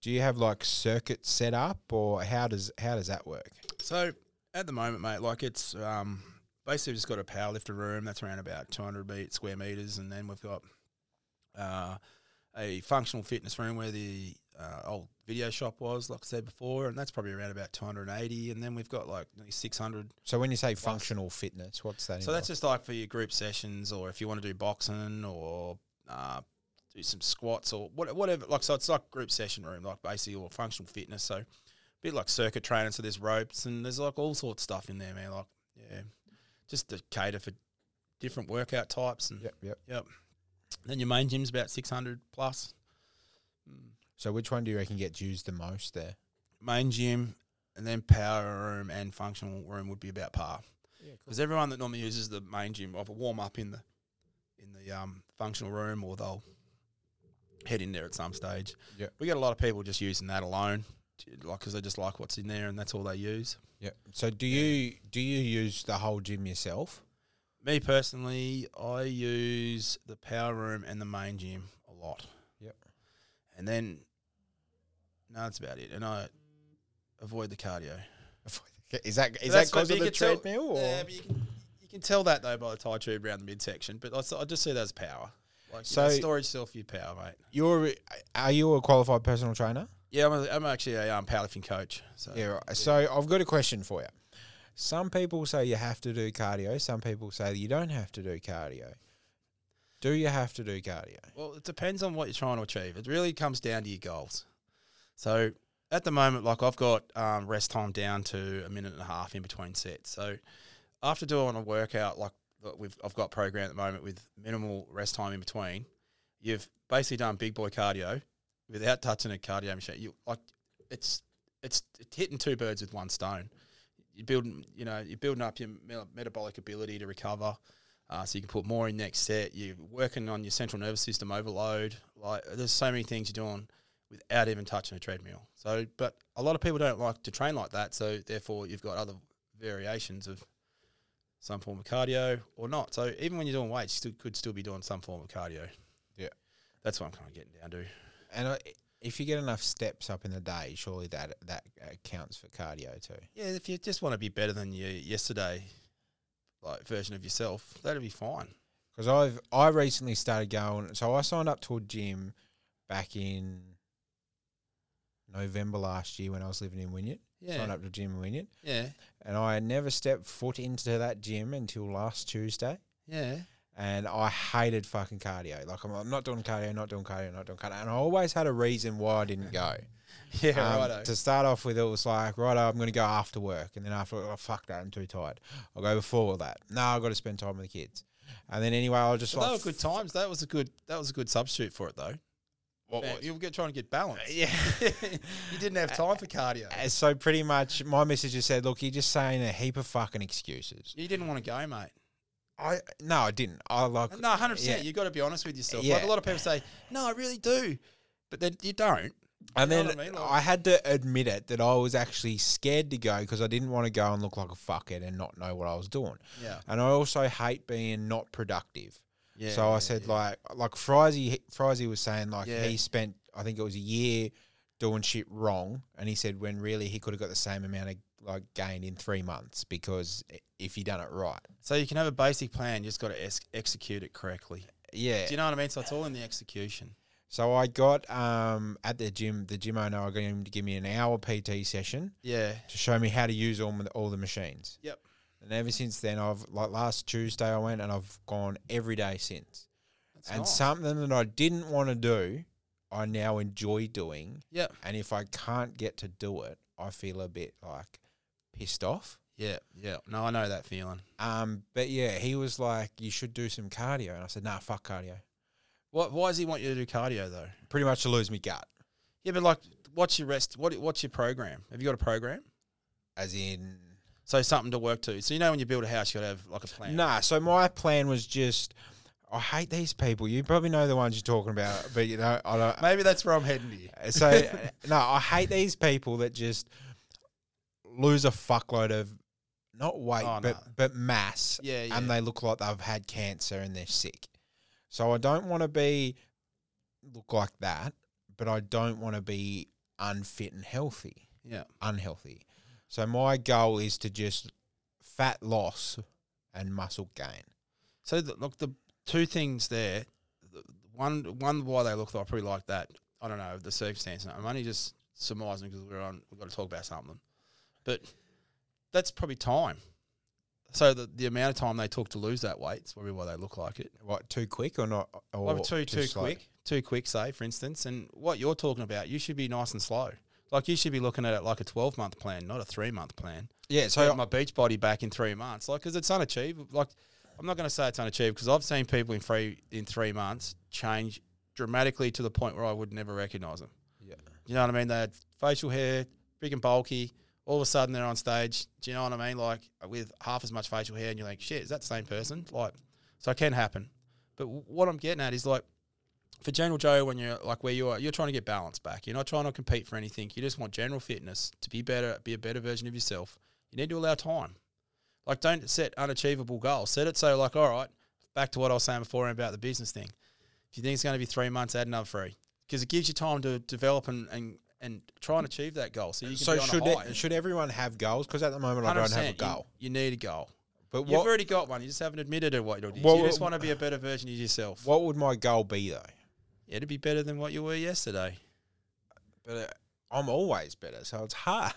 S2: do you have like circuits set up, or how does how does that work?
S1: So at the moment, mate, like it's um, basically just got a powerlifter room that's around about 200 be- square meters, and then we've got uh, a functional fitness room where the uh, old video shop was, like I said before, and that's probably around about 280, and then we've got like nearly 600
S2: So when you say functional fitness, what's that?
S1: so that's just like for your group sessions, or if you want to do boxing, or uh, do some squats, or what, whatever. Like so, it's like group session room, like basically or functional fitness. So a bit like circuit training. So there's ropes and there's like all sorts of stuff in there, man. Like yeah, just to cater for different workout types. And
S2: yep, yep.
S1: then your main gym's about six hundred plus.
S2: So which one do you reckon gets used the most there?
S1: Main gym, and then power room and functional room would be about par.
S2: Yeah,
S1: because everyone that normally uses the main gym either warm up in the in the um, functional room or they'll head in there at some stage.
S2: Yeah.
S1: we get a lot of people just using that alone, t- like because they just like what's in there and that's all they use.
S2: Yep. So do you do you use the whole gym yourself?
S1: Me personally, I use the power room and the main gym a lot.
S2: Yep.
S1: and then no, that's about it. And I avoid the cardio.
S2: Is that is
S1: That's
S2: that because
S1: what
S2: of
S1: you
S2: the
S1: could tell-
S2: treadmill? Or?
S1: Yeah, but you can, you can tell that though by the tie tube around the midsection. But I, s- I just see that as power. Like
S2: So-
S1: so, storage still for your power, mate.
S2: You're are you a qualified personal trainer?
S1: Yeah, I'm, a, I'm actually a um, powerlifting coach. So
S2: Yeah. Right. So I've got a question for you. Some people say you have to do cardio. Some people say you don't have to do cardio. Do you have to do cardio?
S1: Well, it depends on what you're trying to achieve. It really comes down to your goals. So at the moment, like I've got um, rest time down to a minute and a half in between sets. So after doing a workout like that we've I've got program at the moment with minimal rest time in between, you've basically done big boy cardio without touching a cardio machine. You like it's it's it's hitting two birds with one stone. You're building, you know, you're building up your me- metabolic ability to recover. Uh, so you can put more in next set. You're working on your central nervous system overload. Like there's so many things you're doing without even touching a treadmill. So, but a lot of people don't like to train like that. So therefore, you've got other variations of some form of cardio or not. So even when you're doing weights, you still, could still be doing some form of cardio.
S2: Yeah.
S1: that's what I'm kind of getting down to.
S2: And I, if you get enough steps up in the day, surely that that accounts for cardio too.
S1: Yeah, if you just want to be better than your yesterday, like version of yourself, that'll be fine.
S2: Because I've I recently started going. So I signed up to a gym back in November last year when I was living in Wynyard.
S1: Yeah,
S2: Signed up to a gym in Wynyard,
S1: yeah,
S2: and I never stepped foot into that gym until last Tuesday.
S1: yeah.
S2: And I hated fucking cardio. Like I'm, I'm not doing cardio, not doing cardio, not doing cardio. And I always had a reason why I didn't go.
S1: Yeah,
S2: Um,
S1: righto.
S2: To start off with, it was like, right, I'm going to go after work, and then after, work, oh fuck that, I'm too tired. I'll go before that. No, I've got to spend time with the kids. And then anyway, I'll just
S1: But
S2: like,
S1: they were good times. That was a good. That was a good substitute for it, though.
S2: What
S1: Man,
S2: Oh, was-
S1: you were get, trying to get balance.
S2: Yeah.
S1: you didn't have time for cardio.
S2: Uh, So pretty much, my message just said, "Look, you're just saying a heap of fucking excuses."
S1: You didn't want to go, mate.
S2: I no, I didn't. I like
S1: No, hundred
S2: Yeah.
S1: percent. You got to be honest with yourself. Like
S2: Yeah.
S1: a lot of people say, "No, I really do," but then you don't.
S2: And
S1: You know
S2: then
S1: what I
S2: I,
S1: mean? Like-
S2: had to admit it that I was actually scared to go because I didn't want to go and look like a fuckhead and not know what I was doing.
S1: Yeah.
S2: And I also hate being not productive.
S1: Yeah.
S2: so I said like like Frizy Frizy was saying like
S1: Yeah.
S2: he spent I think it was a year doing shit wrong and he said when really he could have got the same amount of like gained in 3 months because i- if he done it right.
S1: So you can have a basic plan. You just got to ex- execute it correctly.
S2: Yeah.
S1: Do you know what I mean? So it's all in the execution.
S2: so I got um at the gym the gym owner I got him to give me an hour PT session
S1: Yeah.
S2: to show me how to use all, m- all the machines.
S1: Yep.
S2: And ever since then, I've like last Tuesday I went, and I've gone every day since.
S1: That's
S2: and
S1: nice.
S2: something that I didn't want to do, I now enjoy doing.
S1: Yeah.
S2: And if I can't get to do it, I feel a bit like pissed off.
S1: Yeah, yeah. No, I know that feeling.
S2: Um, but yeah, he was like, "You should do some cardio," and I said, "Nah, fuck cardio."
S1: What? Why does he want you to do cardio though?
S2: Pretty much to lose my gut,
S1: Yeah, but like, what's your rest? What? What's your program? Have you got a program?
S2: as in
S1: So something to work to. So you know when you build a house, you got to have like a plan.
S2: No, so my plan was just. I hate these people. You probably know the ones you're talking about, but you know I don't.
S1: Maybe that's where I'm heading here.
S2: Uh, So no, I hate these people that just lose a fuckload of not weight,
S1: Oh,
S2: but
S1: no.
S2: but mass,
S1: Yeah, yeah.
S2: and they look like they've had cancer and they're sick. So I don't want to be look like that, but I don't want to be unfit and healthy
S1: yeah.
S2: unhealthy. So my goal is to just fat loss and muscle gain.
S1: So the, look, the two things there. the- One, one why they look like probably like that. I don't know the circumstance. I'm only just surmising because we're on. We've got to talk about something, but that's probably time. So the, the amount of time they took to lose that weight is probably why they look like it.
S2: What too quick or not? Or
S1: Well, too too
S2: just like-
S1: quick, too quick. Say for instance, and what you're talking about, you should be nice and slow. Like you should be looking at it like a 12 month plan, not a three month plan.
S2: yeah.
S1: So
S2: So
S1: get my beach body back in three months, like because it's unachievable. Like I'm not going to say it's unachievable because I've seen people in three in three months change dramatically to the point where I would never recognize them.
S2: Yeah.
S1: You know what I mean? They had facial hair, big and bulky. All of a sudden, they're on stage. Do you know what I mean? Like with half as much facial hair, and you're like, "Shit, is that the same person?" Like, so it can happen. But w- what I'm getting at is like, for general Joe, when you're like where you are, you're trying to get balance back. You're not trying to compete for anything. You just want general fitness to be better, be a better version of yourself. You need to allow time. Like, don't set unachievable goals. Set it so, like, all right, back to what I was saying before about the business thing. If you think it's going to be three months, add another three because it gives you time to develop and, and, and try and achieve that goal. So you can
S2: so
S1: be on
S2: should
S1: a high.
S2: it, should everyone have goals? Because at the moment I don't have
S1: 100%,
S2: a
S1: you-
S2: goal.
S1: You, need a goal.
S2: But
S1: You've
S2: what
S1: already got one. You just haven't admitted it. What it is.
S2: Well,
S1: you just
S2: well-
S1: want to be a better version of yourself.
S2: what would my goal be though?
S1: It'd be better than what you were yesterday.
S2: But uh, I'm always better, so it's hard.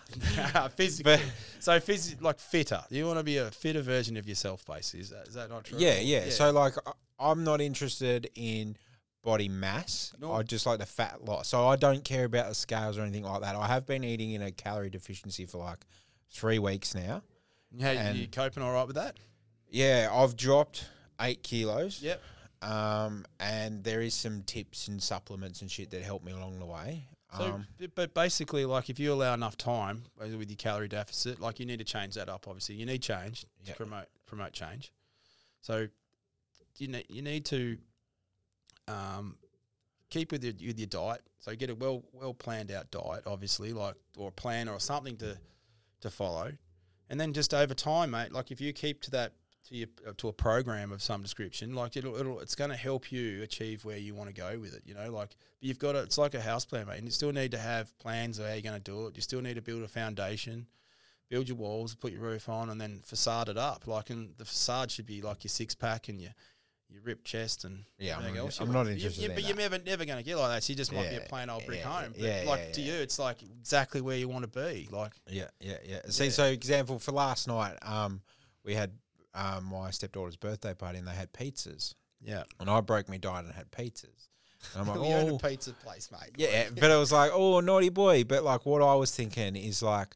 S1: physically. so phys- like fitter. You want to be a fitter version of yourself, basically. Is that, is that not true?
S2: yeah, yeah, So like I- I'm not interested in body mass.
S1: No.
S2: I just like the fat loss. So I don't care about the scales or anything like that. I have been eating in a calorie deficiency for like three weeks now.
S1: How you-
S2: and-
S1: you coping all right with that?
S2: Yeah, I've dropped eight kilos.
S1: Yep.
S2: Um, and there is some tips and supplements and shit that help me along the way.
S1: So,
S2: Um,
S1: b- but basically, like if you allow enough time uh, with your calorie deficit, like you need to change that up. Obviously, you need change to
S2: Yeah.
S1: promote promote change. So you need you need to um, keep with your with your diet. So get a well well planned out diet, obviously, like or a plan or something to to follow, and then just over time, mate. Like if you keep to that to your uh, to a program of some description, like it'll, it'll it's going to help you achieve where you want to go with it. You know, like but you've got to, it's like a house plan, mate. And you still need to have plans of how you're going to do it. You still need to build a foundation, build your walls, put your roof on, and then facade it up. Like, and the facade should be like your six pack and your your ripped chest and
S2: Yeah, I'm
S1: everything
S2: not-
S1: else.
S2: I'm
S1: you
S2: not
S1: want. But you-
S2: interested
S1: you-
S2: in
S1: but
S2: that.
S1: you're never never going to get like that. So you just might be a
S2: Yeah,
S1: plain old brick
S2: yeah,
S1: home. But
S2: yeah,
S1: like
S2: yeah,
S1: to
S2: yeah.
S1: you, it's like exactly where you want to be. Like,
S2: yeah, yeah, yeah. See, so example for last night, um, we had um, my stepdaughter's birthday party and they had pizzas,
S1: yeah,
S2: and I broke my diet and had pizzas. And I'm like,
S1: we own
S2: oh,
S1: a pizza place, mate.
S2: Yeah, but it was like, oh, naughty boy. But like, what I was thinking is like,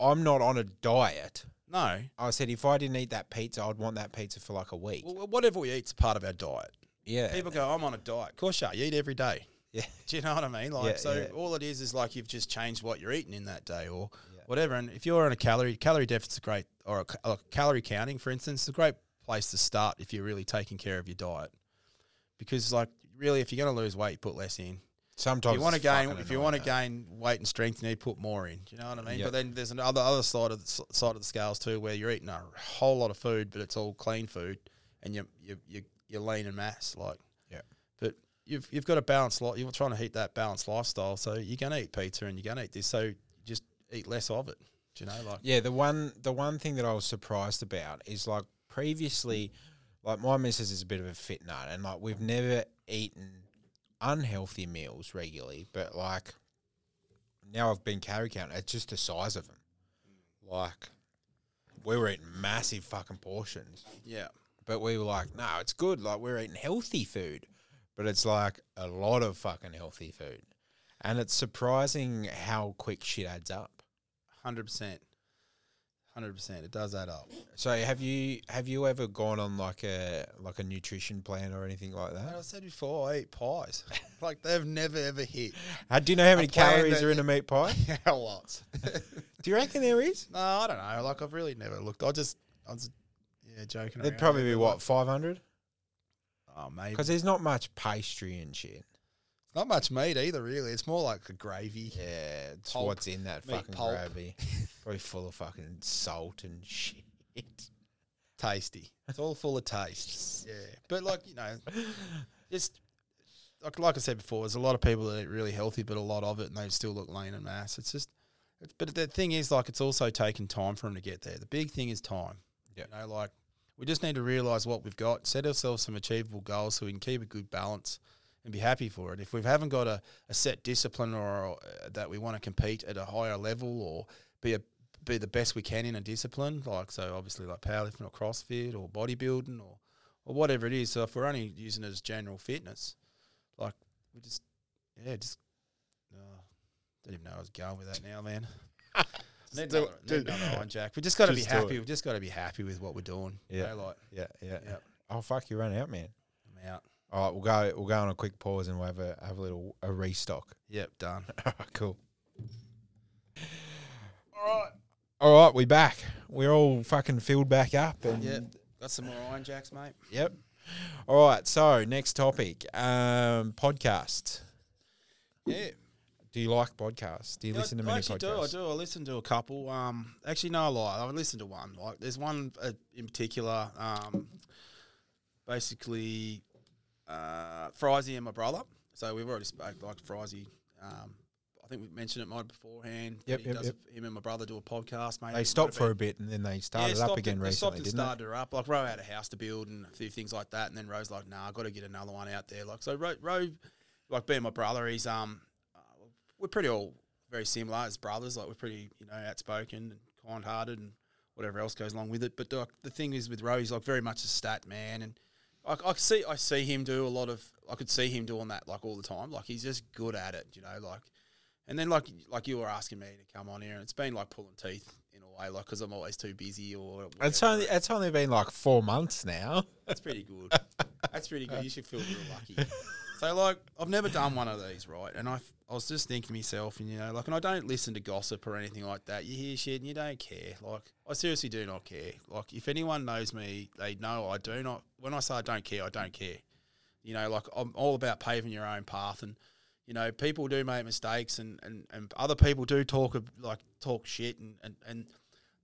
S2: I'm not on a diet.
S1: no.
S2: I said if I didn't eat that pizza, I'd want that pizza for like a week.
S1: Well, whatever we eat's part of our diet.
S2: yeah,
S1: People go, I'm on a diet. Of course, you are. You eat every day.
S2: yeah,
S1: Do you know what I mean? Like,
S2: Yeah,
S1: so
S2: yeah.
S1: all it is is like you've just changed what you're eating in that day or
S2: Yeah.
S1: whatever. And if you're on a calorie calorie deficit, great or a, ca- a calorie counting, for instance, is a great place to start if you're really taking care of your diet. Because like really, if you're going to lose weight, put less in. If
S2: Sometimes
S1: you want to
S2: it's
S1: gain,
S2: fucking
S1: if you
S2: annoying,
S1: want to
S2: though.
S1: gain weight and strength, you need to put more in. Do you know what I mean?
S2: Yeah.
S1: But then there's another other side of the, s- side of the scales too, where you're eating a whole lot of food, but it's all clean food, and you you you you're lean and mass like.
S2: Yeah.
S1: But you've you've got a balanced life. You're trying to eat that balanced lifestyle, so you're gonna eat pizza and you're gonna eat this. So just eat less of it. Do you know like?
S2: Yeah, the one the one thing that I was surprised about is like previously, like my missus is a bit of a fit nut, and like we've never eaten unhealthy meals regularly, but like now I've been calorie counting, it's just the size of them. Like we were eating massive fucking portions,
S1: Yeah.
S2: but we were like, no, it's good. Like we're eating healthy food, but it's like a lot of fucking healthy food, and it's surprising how quick shit adds up.
S1: Hundred percent. Hundred percent. It does add up.
S2: So have you have you ever gone on like a like a nutrition plan or anything like
S1: Like I
S2: that?
S1: said before, I eat pies. like they've never ever hit.
S2: How, do you know how many
S1: plan
S2: calories
S1: that-
S2: are in a meat pie?
S1: yeah, lots.
S2: Do you reckon there is?
S1: no, I don't know. Like I've really never looked. I just I was yeah, joking
S2: There'd
S1: around.
S2: probably be what five hundred
S1: Oh maybe.
S2: because there's not much pastry and shit.
S1: Not much meat either, really. It's more like a gravy.
S2: Yeah, it's
S1: Pulp.
S2: what's in that
S1: Meat
S2: fucking
S1: pulp.
S2: gravy. probably full of fucking salt and shit.
S1: Tasty. It's all full of taste. yeah. But like, you know, just like like I said before, there's a lot of people that eat really healthy, but a lot of it and they still look lean and mass. It's just it's, but the thing is like it's also taken time for them to get there. The big thing is time.
S2: Yeah.
S1: You know, like we just need to realise what we've got, set ourselves some achievable goals so we can keep a good balance and be happy for it. If we haven't got a, a set discipline or uh, that we want to compete at a higher level or be a be the best we can in a discipline, like so obviously like powerlifting or CrossFit or bodybuilding or or whatever it is. So if we're only using it as general fitness, like we just yeah just uh, don't even know I was going with that now, man. need
S2: do
S1: another,
S2: it,
S1: need
S2: dude.
S1: another one, Jack. We just got to be
S2: Just do
S1: happy.
S2: it.
S1: We've just got to be happy with what we're doing. you
S2: Yeah.
S1: know, like
S2: Yeah, yeah,
S1: Yeah.
S2: Oh fuck, you run out, man.
S1: I'm out.
S2: All right, we'll go. We'll go on a quick pause and we'll have a have a little a restock.
S1: Yep, done.
S2: All right, cool. All right. All right, we back. We're all fucking filled back up. And
S1: Yep, got some more Iron Jacks, mate.
S2: Yep. All right. So next topic, um, podcasts.
S1: Yeah.
S2: Do you like podcasts? Do you
S1: Yeah,
S2: listen to
S1: I,
S2: many
S1: I actually
S2: podcasts?
S1: do. I do. I listen to a couple. Um, actually, no, I lie. I've listened to one. Like, there's one uh, in particular. Um, basically, uh, Frizy and my brother. So we've already spoke like Frizy. Um, I think we mentioned it might beforehand.
S2: Yep,
S1: He
S2: yep,
S1: does a- Him and my brother do a podcast. Mate, It might
S2: They stopped
S1: have
S2: for
S1: been-
S2: a bit and then they started
S1: yeah,
S2: up
S1: stopped
S2: again
S1: and, they stopped
S2: recently,
S1: and
S2: didn't
S1: started her up. Like Roe had a house to build and a few things like that, and then Roe's like, "Nah, I got to get another one out there." Like so, Roe, Roe like being my brother, he's um, uh, we're pretty all very similar as brothers. Like we're pretty you know outspoken and kind-hearted and whatever else goes along with it. But like the thing is with Roe, he's like very much a stat man, and I, I could see I see him do a lot of I could see him doing that like all the time. Like he's just good at it, you know, like. And then, like, like you were asking me to come on here, and it's been like pulling teeth in a way, like, because I'm always too busy or.
S2: they? It's only it's only been like four months now.
S1: That's pretty good. That's pretty good. You should feel real lucky. So, like, I've never done one of these, right? And I, f- I was just thinking to myself, and you know, like, and I don't listen to gossip or anything like that. You hear shit and you don't care. Like, I seriously do not care. Like, if anyone knows me, they know I do not. When I say I don't care, I don't care. You know, like, I'm all about paving your own path and. You know, people do make mistakes, and, and, and other people do talk of- like talk shit, and, and, and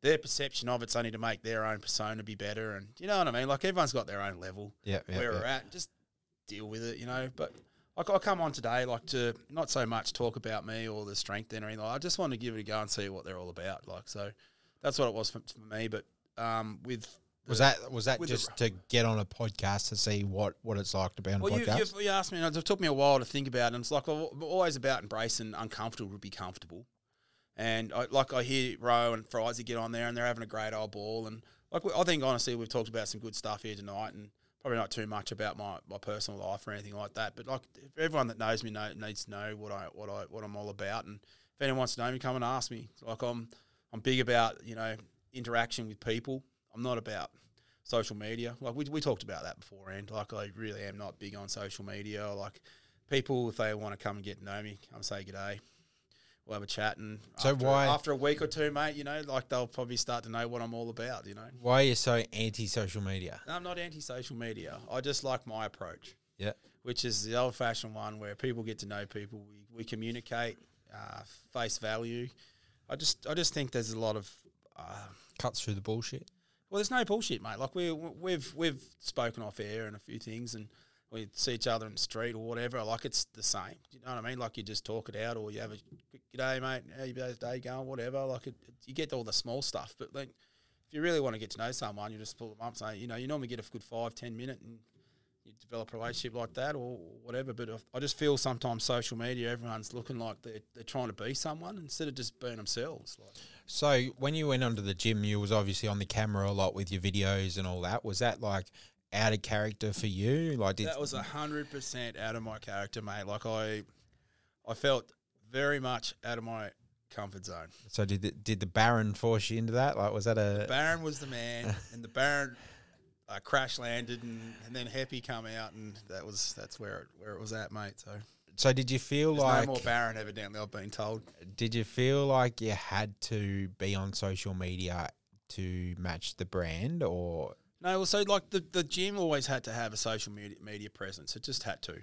S1: their perception of it's only to make their own persona be better, and you know what I mean. Like everyone's got their own level
S2: Yeah, yeah,
S1: where
S2: yeah.
S1: we're at. Just deal with it, you know. But like, I come on today, like to not so much talk about me or the strength then or anything. I just want to give it a go and see what they're all about. Like, so that's what it was for, for me. But um, with
S2: Was that was that
S1: with the-
S2: just to get on a podcast to see what, what it's like to be on a
S1: well, you,
S2: podcast?
S1: you've- you asked me, and it took me a while to think about it. And it's like I'm always about embracing uncomfortable to be comfortable. And I, like I hear Rowe and Frizy get on there, and they're having a great old ball. And like we, I think honestly, we've talked about some good stuff here tonight, and probably not too much about my, my personal life or anything like that. But like everyone that knows me know, needs to know what I what I what I'm all about. And if anyone wants to know me, come and ask me. Like I'm I'm big about you know interaction with people. I'm not about social media. Like we, we talked about that beforehand. Like I really am not big on social media. Like people, if they want to come and get to know me, come say good day. We'll have a chat, and
S2: So
S1: after,
S2: why-
S1: after a week or two, mate, you know, like they'll probably start to know what I'm all about. You know,
S2: Why are you so anti social media?
S1: no, I'm not anti-social media. I just like my approach,
S2: Yeah.
S1: which is the old-fashioned one where people get to know people. We, we communicate, uh, face value. I just I just think there's a lot of uh,
S2: Cuts through the bullshit.
S1: well, there's no bullshit, mate. Like we we've we've spoken off air and a few things, and we see each other in the street or whatever. Like it's the same. You know what I mean? Like you just talk it out, or you have a quick g'day, mate. How your day going? Whatever. Like it, it- you get all the small stuff, but like if you really want to get to know someone, you just pull them up. Say, you know, you normally get a good five, ten minute, and you develop a relationship like that or whatever. But I- I just feel sometimes social media, everyone's looking like they're, they're trying to be someone instead of just being themselves. Like,
S2: So when you went onto the gym, you was obviously on the camera a lot with your videos and all that. Was that like out of character for you? Like did
S1: That was hundred percent out of my character, mate. Like I, I felt very much out of my comfort zone.
S2: so did the, did the Baron force you into that? Like was that a
S1: Baron was the man, and the Baron uh, crash landed, and, and then Happy come out, and that was that's where it, where it was at, mate. So
S2: so did you feel
S1: there's
S2: like
S1: no more Baron evidently. I've been told.
S2: did you feel like you had to be on social media to match the brand or
S1: No, well, so like the, the gym always had to have a social media media presence. It just had to,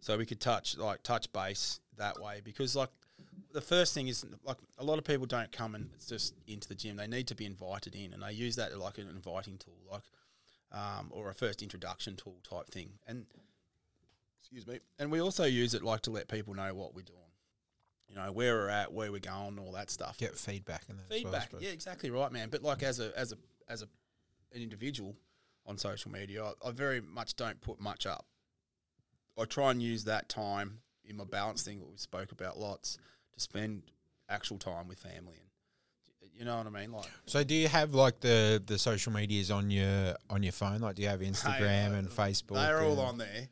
S1: so we could touch like touch base that way because like the first thing is like a lot of people don't come and it's just into the gym. They need to be invited in, and they use that like an inviting tool, like um, or a first introduction tool type thing. And excuse me, and we also use it like to let people know what we're doing, you know, where we're at, where we're going, all that stuff
S2: get feedback and that as well, I
S1: feedback.
S2: suppose?
S1: yeah, exactly right, man. But like as a as a as a an individual on social media, I, I very much don't put much up. I try and use that time in my balance thing that we spoke about lots to spend actual time with family and you know what I mean. Like
S2: So do you have like the the social medias on your on your phone? Like do you have Instagram
S1: uh,
S2: and Facebook?
S1: They're all
S2: and-
S1: on there.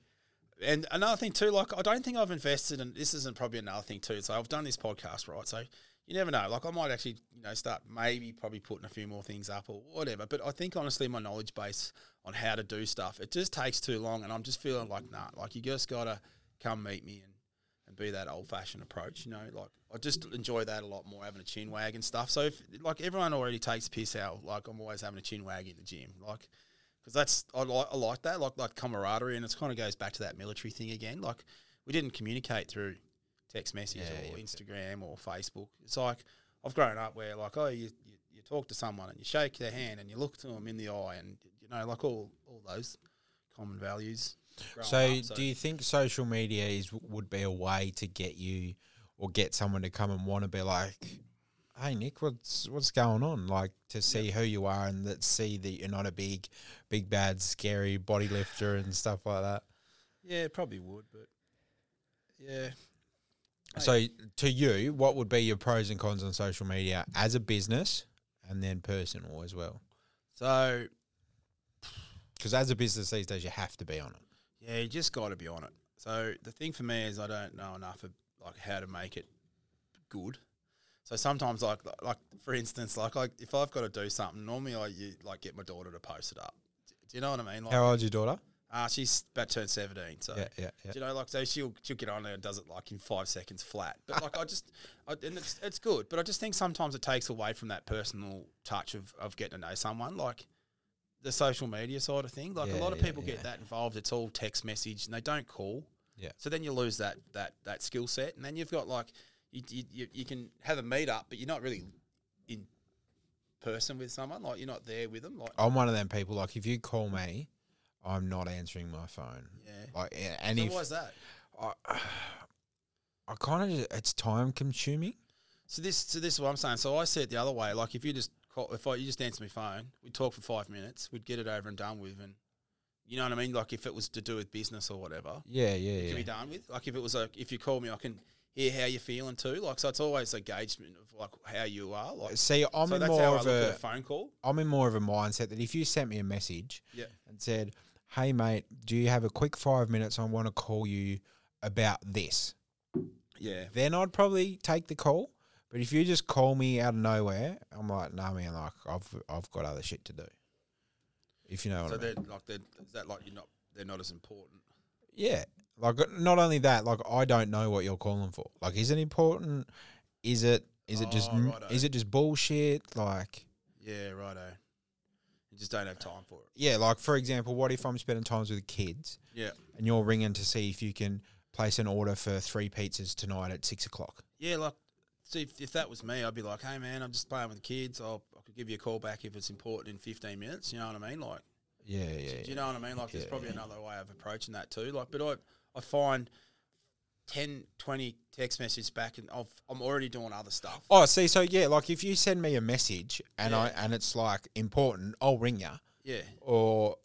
S1: And another thing too, like I don't think I've invested, and in, this isn't probably another thing too. So I've done this podcast, right? So you never know. Like I might actually, you know, start maybe probably putting a few more things up or whatever. But I think honestly, my knowledge base on how to do stuff it just takes too long, and I'm just feeling like nah. Like you just gotta come meet me and and be that old fashioned approach. You know, like I just enjoy that a lot more, having a chin wag and stuff. So if like everyone already takes piss out, like I'm always having a chin wag in the gym, like because that's I like I like that, like like camaraderie, and it kind of goes back to that military thing again. Like we didn't communicate through text message
S2: Yeah,
S1: or
S2: yeah.
S1: Instagram or Facebook. It's like I've grown up where like oh you, you you talk to someone and you shake their hand and you look to them in the eye and you know like all all those common values. growing
S2: So
S1: up,
S2: do you think social media is would be a way to get you or get someone to come and want to be like, hey Nick, what's what's going on? Like to see who you are and that see that you're not a big, big bad scary body lifter and stuff like that.
S1: yeah, it probably would, but yeah.
S2: So to you, what would be your pros and cons on social media as a business and then personal as well?
S1: So
S2: Because as a business these days, you have to be on it.
S1: yeah, you just got to be on it. So the thing for me is I don't know enough of like how to make it good. So sometimes like like for instance like I, if I've got to do something, normally I you, like get my daughter to post it up. Do you know what I mean? Like,
S2: How old's your daughter?
S1: Ah, she's about to turn seventeen, so
S2: Oh, Yeah, yeah, yeah.
S1: Do you know, like so she'll she'll get on there and does it like in five seconds flat. But like I just, I, and it's it's good. But I just think sometimes it takes away from that personal touch of of getting to know someone, like the social media side of thing. Like a
S2: Yeah,
S1: lot of
S2: yeah,
S1: people
S2: yeah.
S1: get that involved. It's all text message and they don't call.
S2: Yeah.
S1: So then you lose that that that skill set, and then you've got like you you, you you can have a meet up, but you're not really in person with someone. Like you're not there with them. Like
S2: I'm one of them people. Like if you call me, I'm not answering my phone.
S1: yeah.
S2: Like yeah, and
S1: So
S2: if
S1: why's that?
S2: I, I kind of it's time consuming.
S1: So this, so this is what I'm saying. So I see it the other way. Like if you just call, if I, you just answer my phone, we'd talk for five minutes, we'd get it over and done with, and you know what I mean. Like if it was to do with business or whatever,
S2: Yeah,
S1: it
S2: yeah,
S1: can be
S2: yeah.
S1: done with. Like if it was like if you call me, I can hear how you're feeling too. Like so, it's always engagement of like how you are. Like
S2: See, I'm
S1: so
S2: in
S1: that's how
S2: more
S1: I
S2: of
S1: look
S2: a
S1: at a phone call.
S2: I'm in more of a mindset that if you sent me a message
S1: Yeah.
S2: and said, "Hey mate, do you have a quick five minutes? I want to call you about this,"
S1: Yeah.
S2: then I'd probably take the call. But if you just call me out of nowhere, I'm like, "Nah, man, like I've I've got other shit to do." If you know what
S1: So
S2: I mean.
S1: they're like they're is that like you're not they're not as important.
S2: Yeah. Like not only that, like I don't know what you're calling for. Like is it important? Is it is it just
S1: Oh, righto.
S2: is it just bullshit? Like
S1: Yeah. Righto. You just don't have time for it.
S2: yeah, like for example, what if I'm spending times with the kids
S1: Yeah.
S2: and you're ringing to see if you can place an order for three pizzas tonight at six o'clock?
S1: Yeah, like, see, if, if that was me, I'd be like, hey, man, I'm just playing with the kids. I'll, I could give you a call back if it's important in 15 minutes. You know what I mean? Like,
S2: Yeah, yeah.
S1: do you know what I mean? Like, there's
S2: Yeah,
S1: probably
S2: yeah.
S1: another way of approaching that too. Like, but I, I find 10, 20 text messages back and I've, I'm already doing other stuff.
S2: Oh, see, so yeah, like if you send me a message and I
S1: Yeah.
S2: and it's like important, I'll ring you
S1: Yeah.
S2: or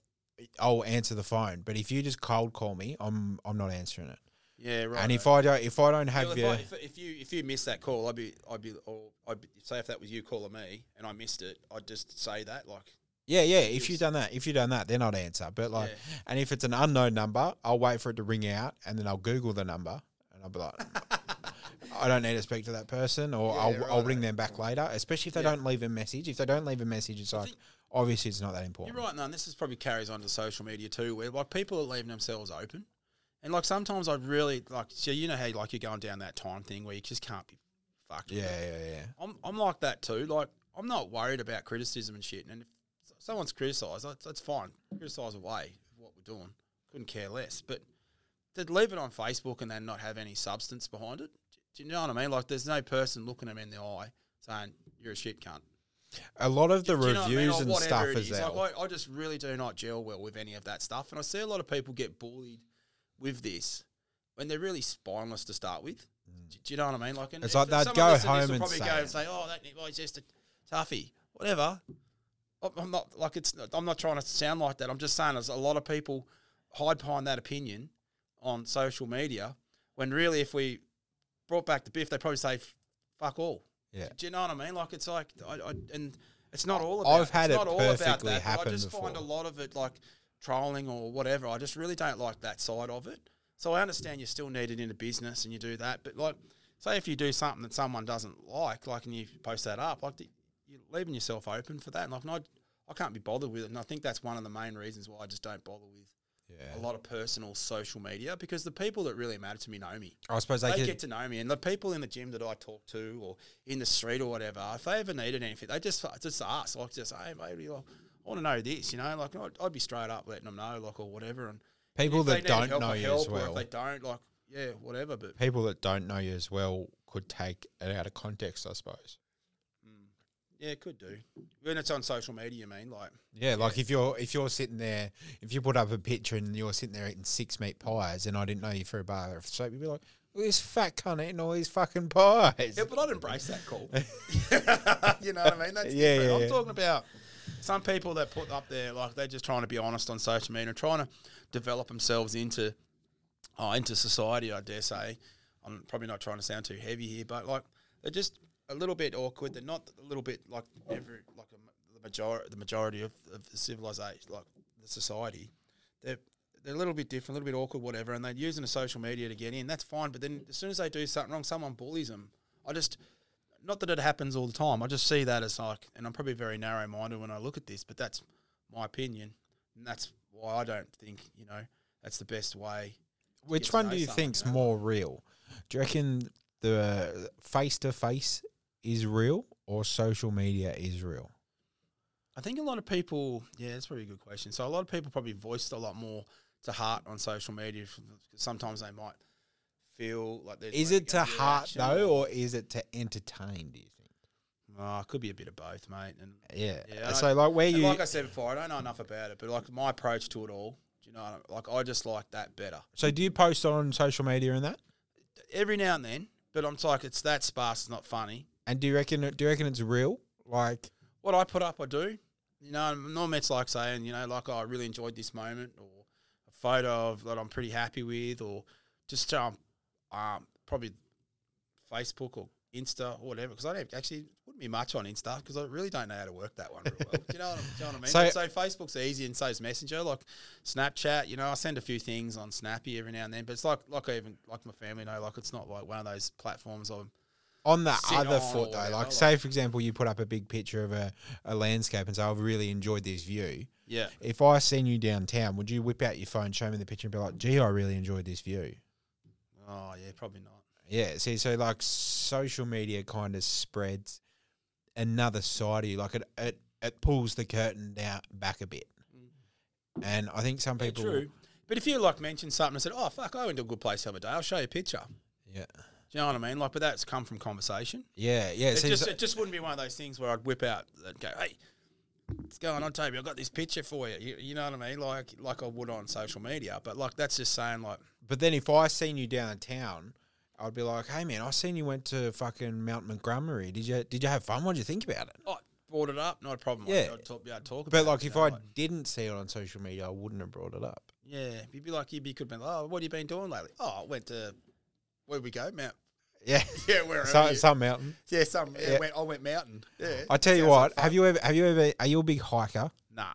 S2: I'll answer the phone. But if you just cold call me, I'm I'm not answering it.
S3: Yeah, right.
S2: and if I don't, if I don't have
S3: Well, if,
S2: your,
S3: I, if, if you if you missed that call, I'd be I'd be or I'd be, say if that was you calling me and I missed it, I'd just say that like
S2: yeah, yeah. If you've done that, if you've done that, then I'd answer. But like, and if it's an unknown number, I'll wait for it to ring out, and then I'll Google the number, and I'll be like, I don't need to speak to that person, or I'll, I'll ring them back later. Especially if they don't leave a message. If they don't leave a message, it's like obviously it's not that important.
S1: You're right, and this is probably carries on to social media too, where like people are leaving themselves open, and like sometimes I really like, so you know how like you're going down that time thing where you just can't be fucked. with
S2: Yeah,
S1: it.
S2: yeah, yeah.
S1: I'm I'm like that too. Like I'm not worried about criticism and shit. And if someone's criticised, that's, that's fine. Criticise away what we're doing. Couldn't care less. But to leave it on Facebook and then not have any substance behind it, do you know what I mean? Like there's no person looking them in the eye saying you're a shit cunt.
S2: A lot of the
S1: Do you know what I mean?
S2: reviews
S1: Or
S2: and
S1: whatever
S2: stuff
S1: it
S2: as
S1: is.
S2: well.
S1: Like, I, I just really do not gel well with any of that stuff, and I see a lot of people get bullied with this when they're really spineless to start with. Do, do you know what I mean? Like, and
S2: Mm. It's
S1: if-
S2: like
S1: if someone
S2: they'd go
S1: listened to this,
S2: home
S1: will
S2: and
S1: probably
S2: say
S1: go
S2: it.
S1: and say, "Oh, that well, he's just a toughie," whatever. I'm- I'm not like it's. I'm not trying to sound like that. I'm just saying, there's a lot of people hide behind that opinion on social media when really, if we brought back the biff, they probably say, "Fuck all."
S2: Yeah.
S1: Do you know what I mean? Like it's like I, I and it's not all about.
S2: I've
S1: it's
S2: had it
S1: not all about
S2: perfectly
S1: that, but
S2: happen
S1: I just find a
S2: before.
S1: lot of it like trolling or whatever. I just really don't like that side of it. So I understand you're still needed in a business and you do that, but like, say if you do something that someone doesn't like, like, and you post that up, like, the- you're leaving yourself open for that. And like, and I, I can't be bothered with it. And I think that's one of the main reasons why I just don't bother with
S2: Yeah.
S1: a lot of personal social media because the people that really matter to me know me
S2: I suppose they,
S1: they
S2: could,
S1: get to know me, and the people in the gym that I talk to, or in the street or whatever, if they ever needed anything, they just just ask, like just hey, maybe like, I want to know this, you know, like I'd, I'd be straight up letting them know, like or whatever, and
S2: people
S1: if they
S2: that
S1: need
S2: don't
S1: help, I
S2: know you
S1: help,
S2: as
S1: or
S2: well.
S1: if they don't, like yeah, whatever, but
S2: people that don't know you as well could take it out of context, I suppose.
S1: yeah, it could do when it's on social media. You mean like
S2: Yeah, like if you're if you're sitting there, if you put up a picture and you're sitting there eating six meat pies, and I didn't know you for a bar of soap, you'd be like, "Look at this fat cunt eating all these fucking pies."
S1: yeah, but I'd embrace that call. you know what I mean? That's
S2: Yeah,
S1: different.
S2: yeah,
S1: I'm
S2: yeah.
S1: talking about some people that put up there like they're just trying to be honest on social media, trying to develop themselves into oh, into society. I dare say. I'm probably not trying to sound too heavy here, but like they're just a little bit awkward. They're not a little bit like every like a, ma- the majority the majority of, of the civilization like the society. They're they're a little bit different, a little bit awkward, whatever, and they're using the social media to get in. That's fine, but then as soon as they do something wrong, someone bullies them. I just not that it happens all the time. I just see that as like, and I'm probably very narrow minded when I look at this, but that's my opinion. And that's why I don't think, you know, that's the best way.
S2: Which
S1: get to
S2: one
S1: know
S2: do you
S1: someone,
S2: think's
S1: you know?
S2: more real? Do you reckon the face to face is real or social media is real?
S1: I think a lot of people, yeah, that's probably a good question. So a lot of people probably voiced a lot more to heart on social media. f- 'cause Sometimes they might feel like there's
S2: Is
S1: maybe
S2: it to
S1: gonna be a
S2: heart
S1: reaction
S2: though, or is it to entertain? Do you think?
S1: Oh, it could be a bit of both, mate. And
S2: Yeah.
S1: Yeah,
S2: so like where
S1: And
S2: you
S1: like I said before, I don't know enough about it, but like my approach to it all, do you know, like I just like that better.
S2: so do you post on social media and that?
S1: Every now and then, but I'm like, it's that sparse, it's not funny.
S2: And do you reckon do you reckon it's real? Like
S1: What I put up, I do. You know, and normally it's like saying, you know, like oh, I really enjoyed this moment or a photo of that I'm pretty happy with or just um, um probably Facebook or Insta or whatever because I don't actually wouldn't be much on Insta because I really don't know how to work that one real well. Do you know what, I- do you know what I mean?
S2: So-
S1: But So, Facebook's easy and so's Messenger, like Snapchat. You know, I send a few things on Snappy every now and then, but it's like like I even like my family know, like it's not like one of those platforms I'm
S2: on the
S1: sit
S2: other
S1: on
S2: foot
S1: or
S2: though,
S1: whatever,
S2: like
S1: like-
S2: say for example you put up a big picture of a, a landscape and say I've really enjoyed this view.
S1: yeah.
S2: If I seen you downtown, would you whip out your phone, show me the picture and be like, gee, I really enjoyed this view?
S1: Oh yeah, probably not.
S2: Yeah, see so like social media kind of spreads another side of you. Like it it, it pulls the curtain down back a bit. And I think some
S1: Mm. Yeah,
S2: people
S1: True. But if you like mentioned something and said, "Oh fuck, I went to a good place the other day," I'll show you a picture. Do
S2: Yeah.
S1: you know what I mean? Like, but that's come from conversation.
S2: Yeah, yeah.
S1: It
S2: see,
S1: just
S2: so-
S1: it just wouldn't be one of those things where I'd whip out and go, "Hey, what's going on, Toby? I got this picture for you." You, you know what I mean? Like like I would on social media, but like that's just saying like,
S2: But then if I seen you downtown, I'd be like, "Hey man, I seen you went to fucking Mount Montgomery. Did you did you have fun? What would you think about it?"
S1: "Oh, brought it up, not a problem."
S2: Yeah.
S1: I'd, I'd talk, yeah, I'd talk about.
S2: But
S1: it,
S2: like
S1: you
S2: if
S1: know,
S2: I didn't see it on social media, I wouldn't have brought it up.
S1: Yeah, you'd be like, you'd be could be like, oh, what have you been doing lately? Oh, I went to where'd we go, Mount?
S2: Yeah.
S1: Yeah, where
S2: So, some mountain.
S1: yeah, some. Yeah,
S2: yeah.
S1: Went, I went mountain. Yeah,
S2: I tell you
S1: Sounds
S2: what.
S1: like fun.
S2: have you ever? Have you ever? Are you a big hiker?
S1: nah.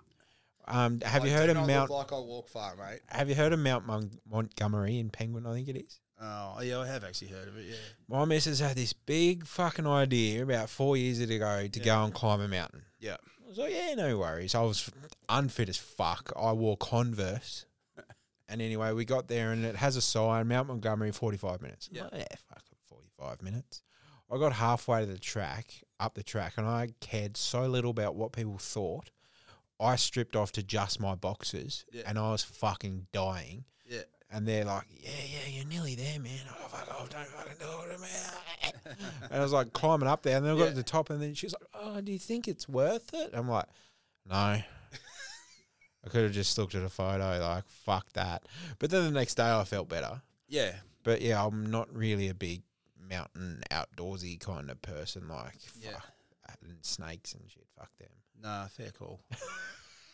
S2: Um, have you
S1: I do
S2: heard of
S1: not
S2: Mount?
S1: Look like I walk far, mate.
S2: have you heard of Mount Mon- Montgomery in Penguin? I think it is.
S1: Oh, yeah, I have actually heard of it. Yeah.
S2: My missus had this big fucking idea about four years ago to go and climb a mountain.
S1: Yeah.
S2: I was like, yeah, no worries. I was unfit as fuck. I wore Converse. And anyway, we got there and it has a sign Mount Montgomery, 45 minutes. I'm
S1: Yeah.
S2: like, yeah, fuck, 45 minutes. I got halfway to the track, up the track, and I cared so little about what people thought. I stripped off to just my boxes
S1: Yeah.
S2: and I was fucking dying.
S1: Yeah.
S2: And they're like, yeah, yeah, you're nearly there, man. Oh, fuck, oh, don't fucking do it, man. and I was like climbing up there, and then I got
S1: Yeah.
S2: to the top, and then she's like, oh, do you think it's worth it? I'm like, no. I could have just looked at a photo, like, fuck that. But then the next day I felt better.
S1: Yeah.
S2: But yeah, I'm not really a big mountain outdoorsy kind of person, like,
S1: Yeah.
S2: fuck, and snakes and shit, fuck them.
S1: Nah, fair call.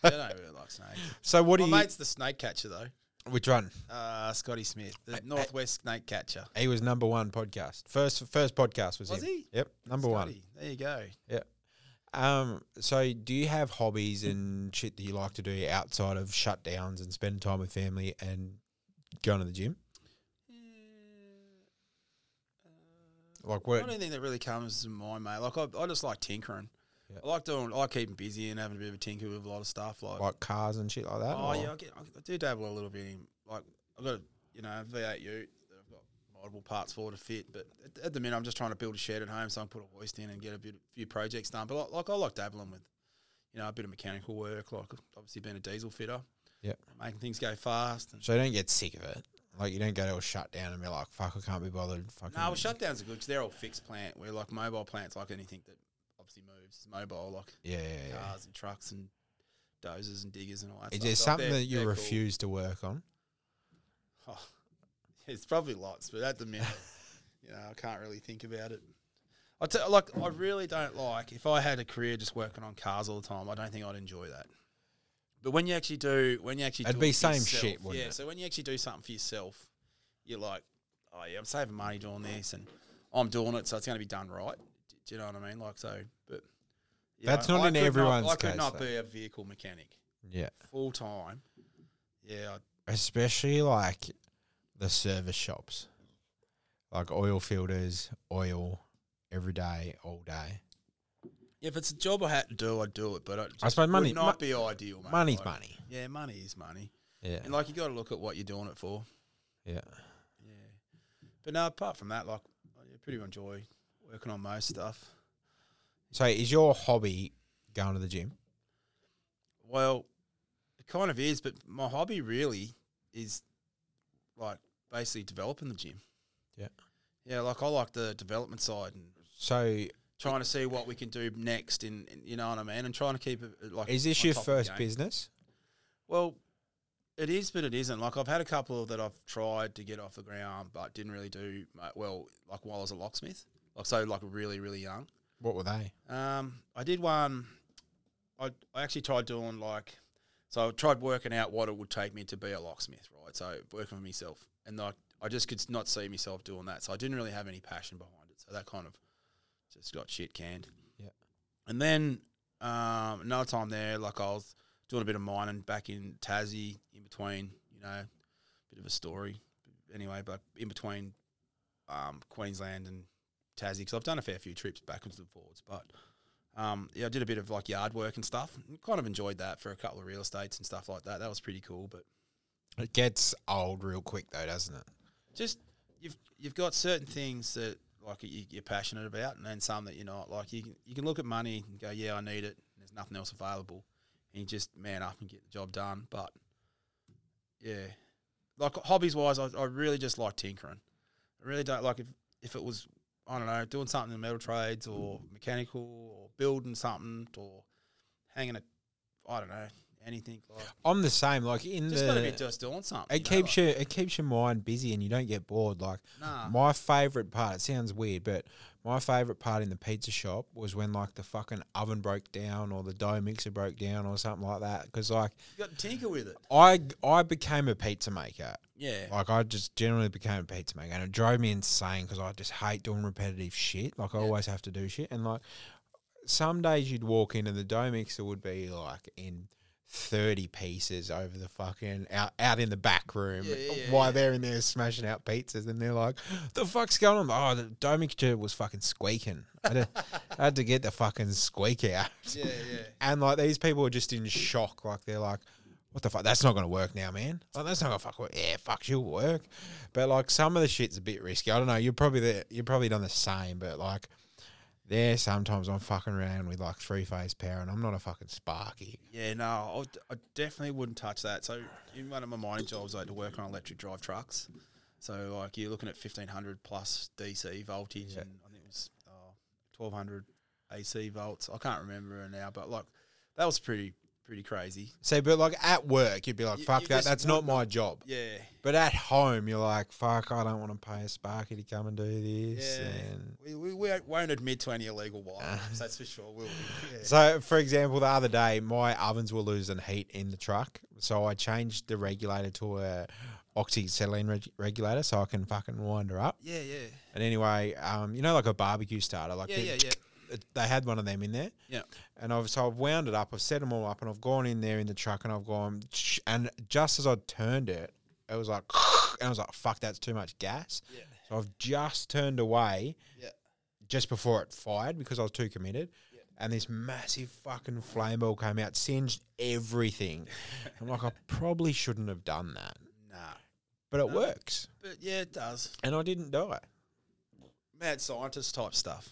S1: I don't really like snakes.
S2: So what
S1: My
S2: do you,
S1: mate's the snake catcher though.
S2: which one?
S1: Uh, Scotty Smith, the Northwest snake catcher.
S2: He was number one podcast. First, first podcast was,
S1: Was
S2: him.
S1: he?
S2: Yep, number one.
S1: Scotty, There you go.
S2: Um, so do you have hobbies and shit that you like to do outside of shutdowns and spending time with family and going to the gym? Like
S1: I
S2: what?
S1: don't think uh, that really comes to mind, mate. Like I, I just like tinkering.
S2: Yeah.
S1: I like doing. I like keeping busy and having a bit of a tinker with a lot of stuff. Like,
S2: Like cars and shit like that?
S1: oh
S2: or-
S1: yeah, I, get, I do dabble a little bit in. Like I've got a, you know a V8 Ute that I've got multiple parts for to fit. But at, at the minute, I'm just trying to build a shed at home, so I can put a hoist in and get a bit, few projects done. But like, like I like dabbling with, you know, a bit of mechanical work. Like obviously being a diesel fitter,
S2: Yeah.
S1: making things go fast. And,
S2: So you don't get sick of it. Like you don't go to a shutdown and be like, fuck, I can't be bothered. Fucking
S1: No, well, shutdowns are good because they're all fixed plant. Where like mobile plants, like anything that obviously moves, is mobile, like
S2: Yeah, yeah, yeah.
S1: cars and trucks and dozers and diggers and all that.
S2: Is
S1: stuff.
S2: there
S1: Like,
S2: something
S1: they're-
S2: that you
S1: they're cool.
S2: refuse to work on?
S1: Oh, it's probably lots, but at the minute, you know, I can't really think about it. I tell, like, I really don't like if I had a career just working on cars all the time. I don't think I'd enjoy that. But when you actually do, when you actually
S2: It'd
S1: do
S2: be
S1: it for
S2: same
S1: yourself-
S2: shit, wouldn't
S1: yeah.
S2: it?
S1: So when you actually do something for yourself, you're like, oh yeah, I'm saving money doing this, and I'm doing it, so it's going to be done right. Do, do you know what I mean? Like so, but you
S2: That's not in
S1: could
S2: everyone's
S1: I could
S2: case,
S1: not
S2: though.
S1: be a vehicle mechanic
S2: Yeah.
S1: full time. Yeah, I,
S2: Especially like the service shops. Like oil filters, oil, every day, all day.
S1: If it's a job I had to do, I'd do it. But it
S2: suppose money-
S1: would not
S2: mo-
S1: be ideal. Mate.
S2: Money's
S1: Like,
S2: money.
S1: Yeah, money is money,
S2: Yeah.
S1: and like you got to look at what you're doing it for.
S2: Yeah.
S1: Yeah, but no, apart from that, like I pretty enjoy working on most stuff.
S2: So is your hobby going to the gym?
S1: Well, it kind of is, but my hobby really is like basically developing the gym.
S2: Yeah.
S1: yeah, like I like the development side and
S2: So
S1: trying to see what we can do next, and and you know what I mean, and trying to keep it like.
S2: is this
S1: on
S2: your
S1: top of the
S2: first
S1: game.
S2: business?
S1: Well, it is, but it isn't. Like I've had a couple that I've tried to get off the ground, but didn't really do mu- well. Like while I was a locksmith, like so, like really, really young.
S2: What were they?
S1: Um, I did one. I I actually tried doing like, so I tried working out what it would take me to be a locksmith, right? So working for myself, and like I just could not see myself doing that, so I didn't really have any passion behind it. So that kind of just got shit canned.
S2: Yeah.
S1: And then um, another time there, like I was doing a bit of mining back in Tassie, in between, you know, bit of a story. Anyway, but in between um, Queensland and Tassie, because I've done a fair few trips backwards and forwards, but um, yeah, I did a bit of like yard work and stuff. and Kind of enjoyed that for a couple of real estates and stuff like that. That was pretty cool. But
S2: It gets old real quick though, doesn't it?
S1: just you've you've got certain things that like you, you're passionate about, and then some that you're not. Like you can you can look at money and go, yeah, I need it. And there's nothing else available, and you just man up and get the job done. But yeah, like hobbies wise, I, I really just like tinkering. I really don't like if if it was I don't know doing something in the metal trades or mechanical or building something or hanging a I don't know anything. Like,
S2: I'm the same. Like in
S1: just
S2: the,
S1: got to be just doing something.
S2: it
S1: you know,
S2: keeps you it keeps your mind busy and you don't get bored. Like
S1: Nah.
S2: my favorite part. It sounds weird, but my favorite part in the pizza shop was when like the fucking oven broke down or the dough mixer broke down or something like that. Because like
S1: like, you got to tinker with it.
S2: I I became a pizza maker.
S1: Yeah.
S2: Like I just generally became a pizza maker, and it drove me insane because I just hate doing repetitive shit. Like I always have to do shit, and like some days you'd walk in and the dough mixer would be like in thirty pieces over the fucking out out in the back room
S1: Yeah, yeah, yeah,
S2: while
S1: yeah.
S2: they're in there smashing out pizzas, and they're like, "The fuck's going on?" Oh, the dough mixer was fucking squeaking. I had, to, I had to get the fucking squeak out.
S1: Yeah, yeah.
S2: And like these people are just in shock. Like they're like, "What the fuck? That's not going to work now, man. Like that's not going to fuck work. Yeah, fuck, she'll work." But like some of the shit's a bit risky. I don't know. You're probably the, you're probably done the same. But like there, sometimes I'm fucking around with like three phase power, and I'm not a fucking sparky.
S1: Yeah, no, I, would- I definitely wouldn't touch that. So in one of my mining jobs, I had to work on electric drive trucks. So like you're looking at fifteen hundred plus DC voltage, and I think it was uh, twelve hundred AC volts. I can't remember now, but like that was pretty pretty crazy.
S2: So, but like at work, you'd be like,
S1: You-
S2: "Fuck
S1: you
S2: that.
S1: just
S2: That's not my job."
S1: Yeah,
S2: But at home, you're like, "Fuck, I don't want to pay a sparky to come and do this."
S1: yeah.
S2: And
S1: We, we, we won't admit to any illegal wire, so that's for sure. Will we? Yeah.
S2: So, for example, the other day, my ovens were losing heat in the truck, so I changed the regulator to a oxyacetylene reg- regulator, so I can fucking wind her up.
S1: yeah, yeah,
S2: And anyway, um, you know, like a barbecue starter, like
S1: yeah,
S2: the-
S1: yeah, yeah,
S2: it- They had one of them in there,
S1: yeah.
S2: and I've so I've wound it up, I've set them all up, and I've gone in there in the truck, and I've gone, "Tsh," and just as I turned it, it was like, and I was like, fuck, that's too much gas.
S1: Yeah.
S2: So I've just turned away
S1: Yeah.
S2: just before it fired because I was too committed.
S1: Yeah.
S2: And this massive fucking flame ball came out, singed everything. I'm like, I probably shouldn't have done that.
S1: Nah,
S2: But it
S1: No.
S2: works.
S1: but yeah, it does.
S2: And I didn't die.
S1: Mad scientist type stuff.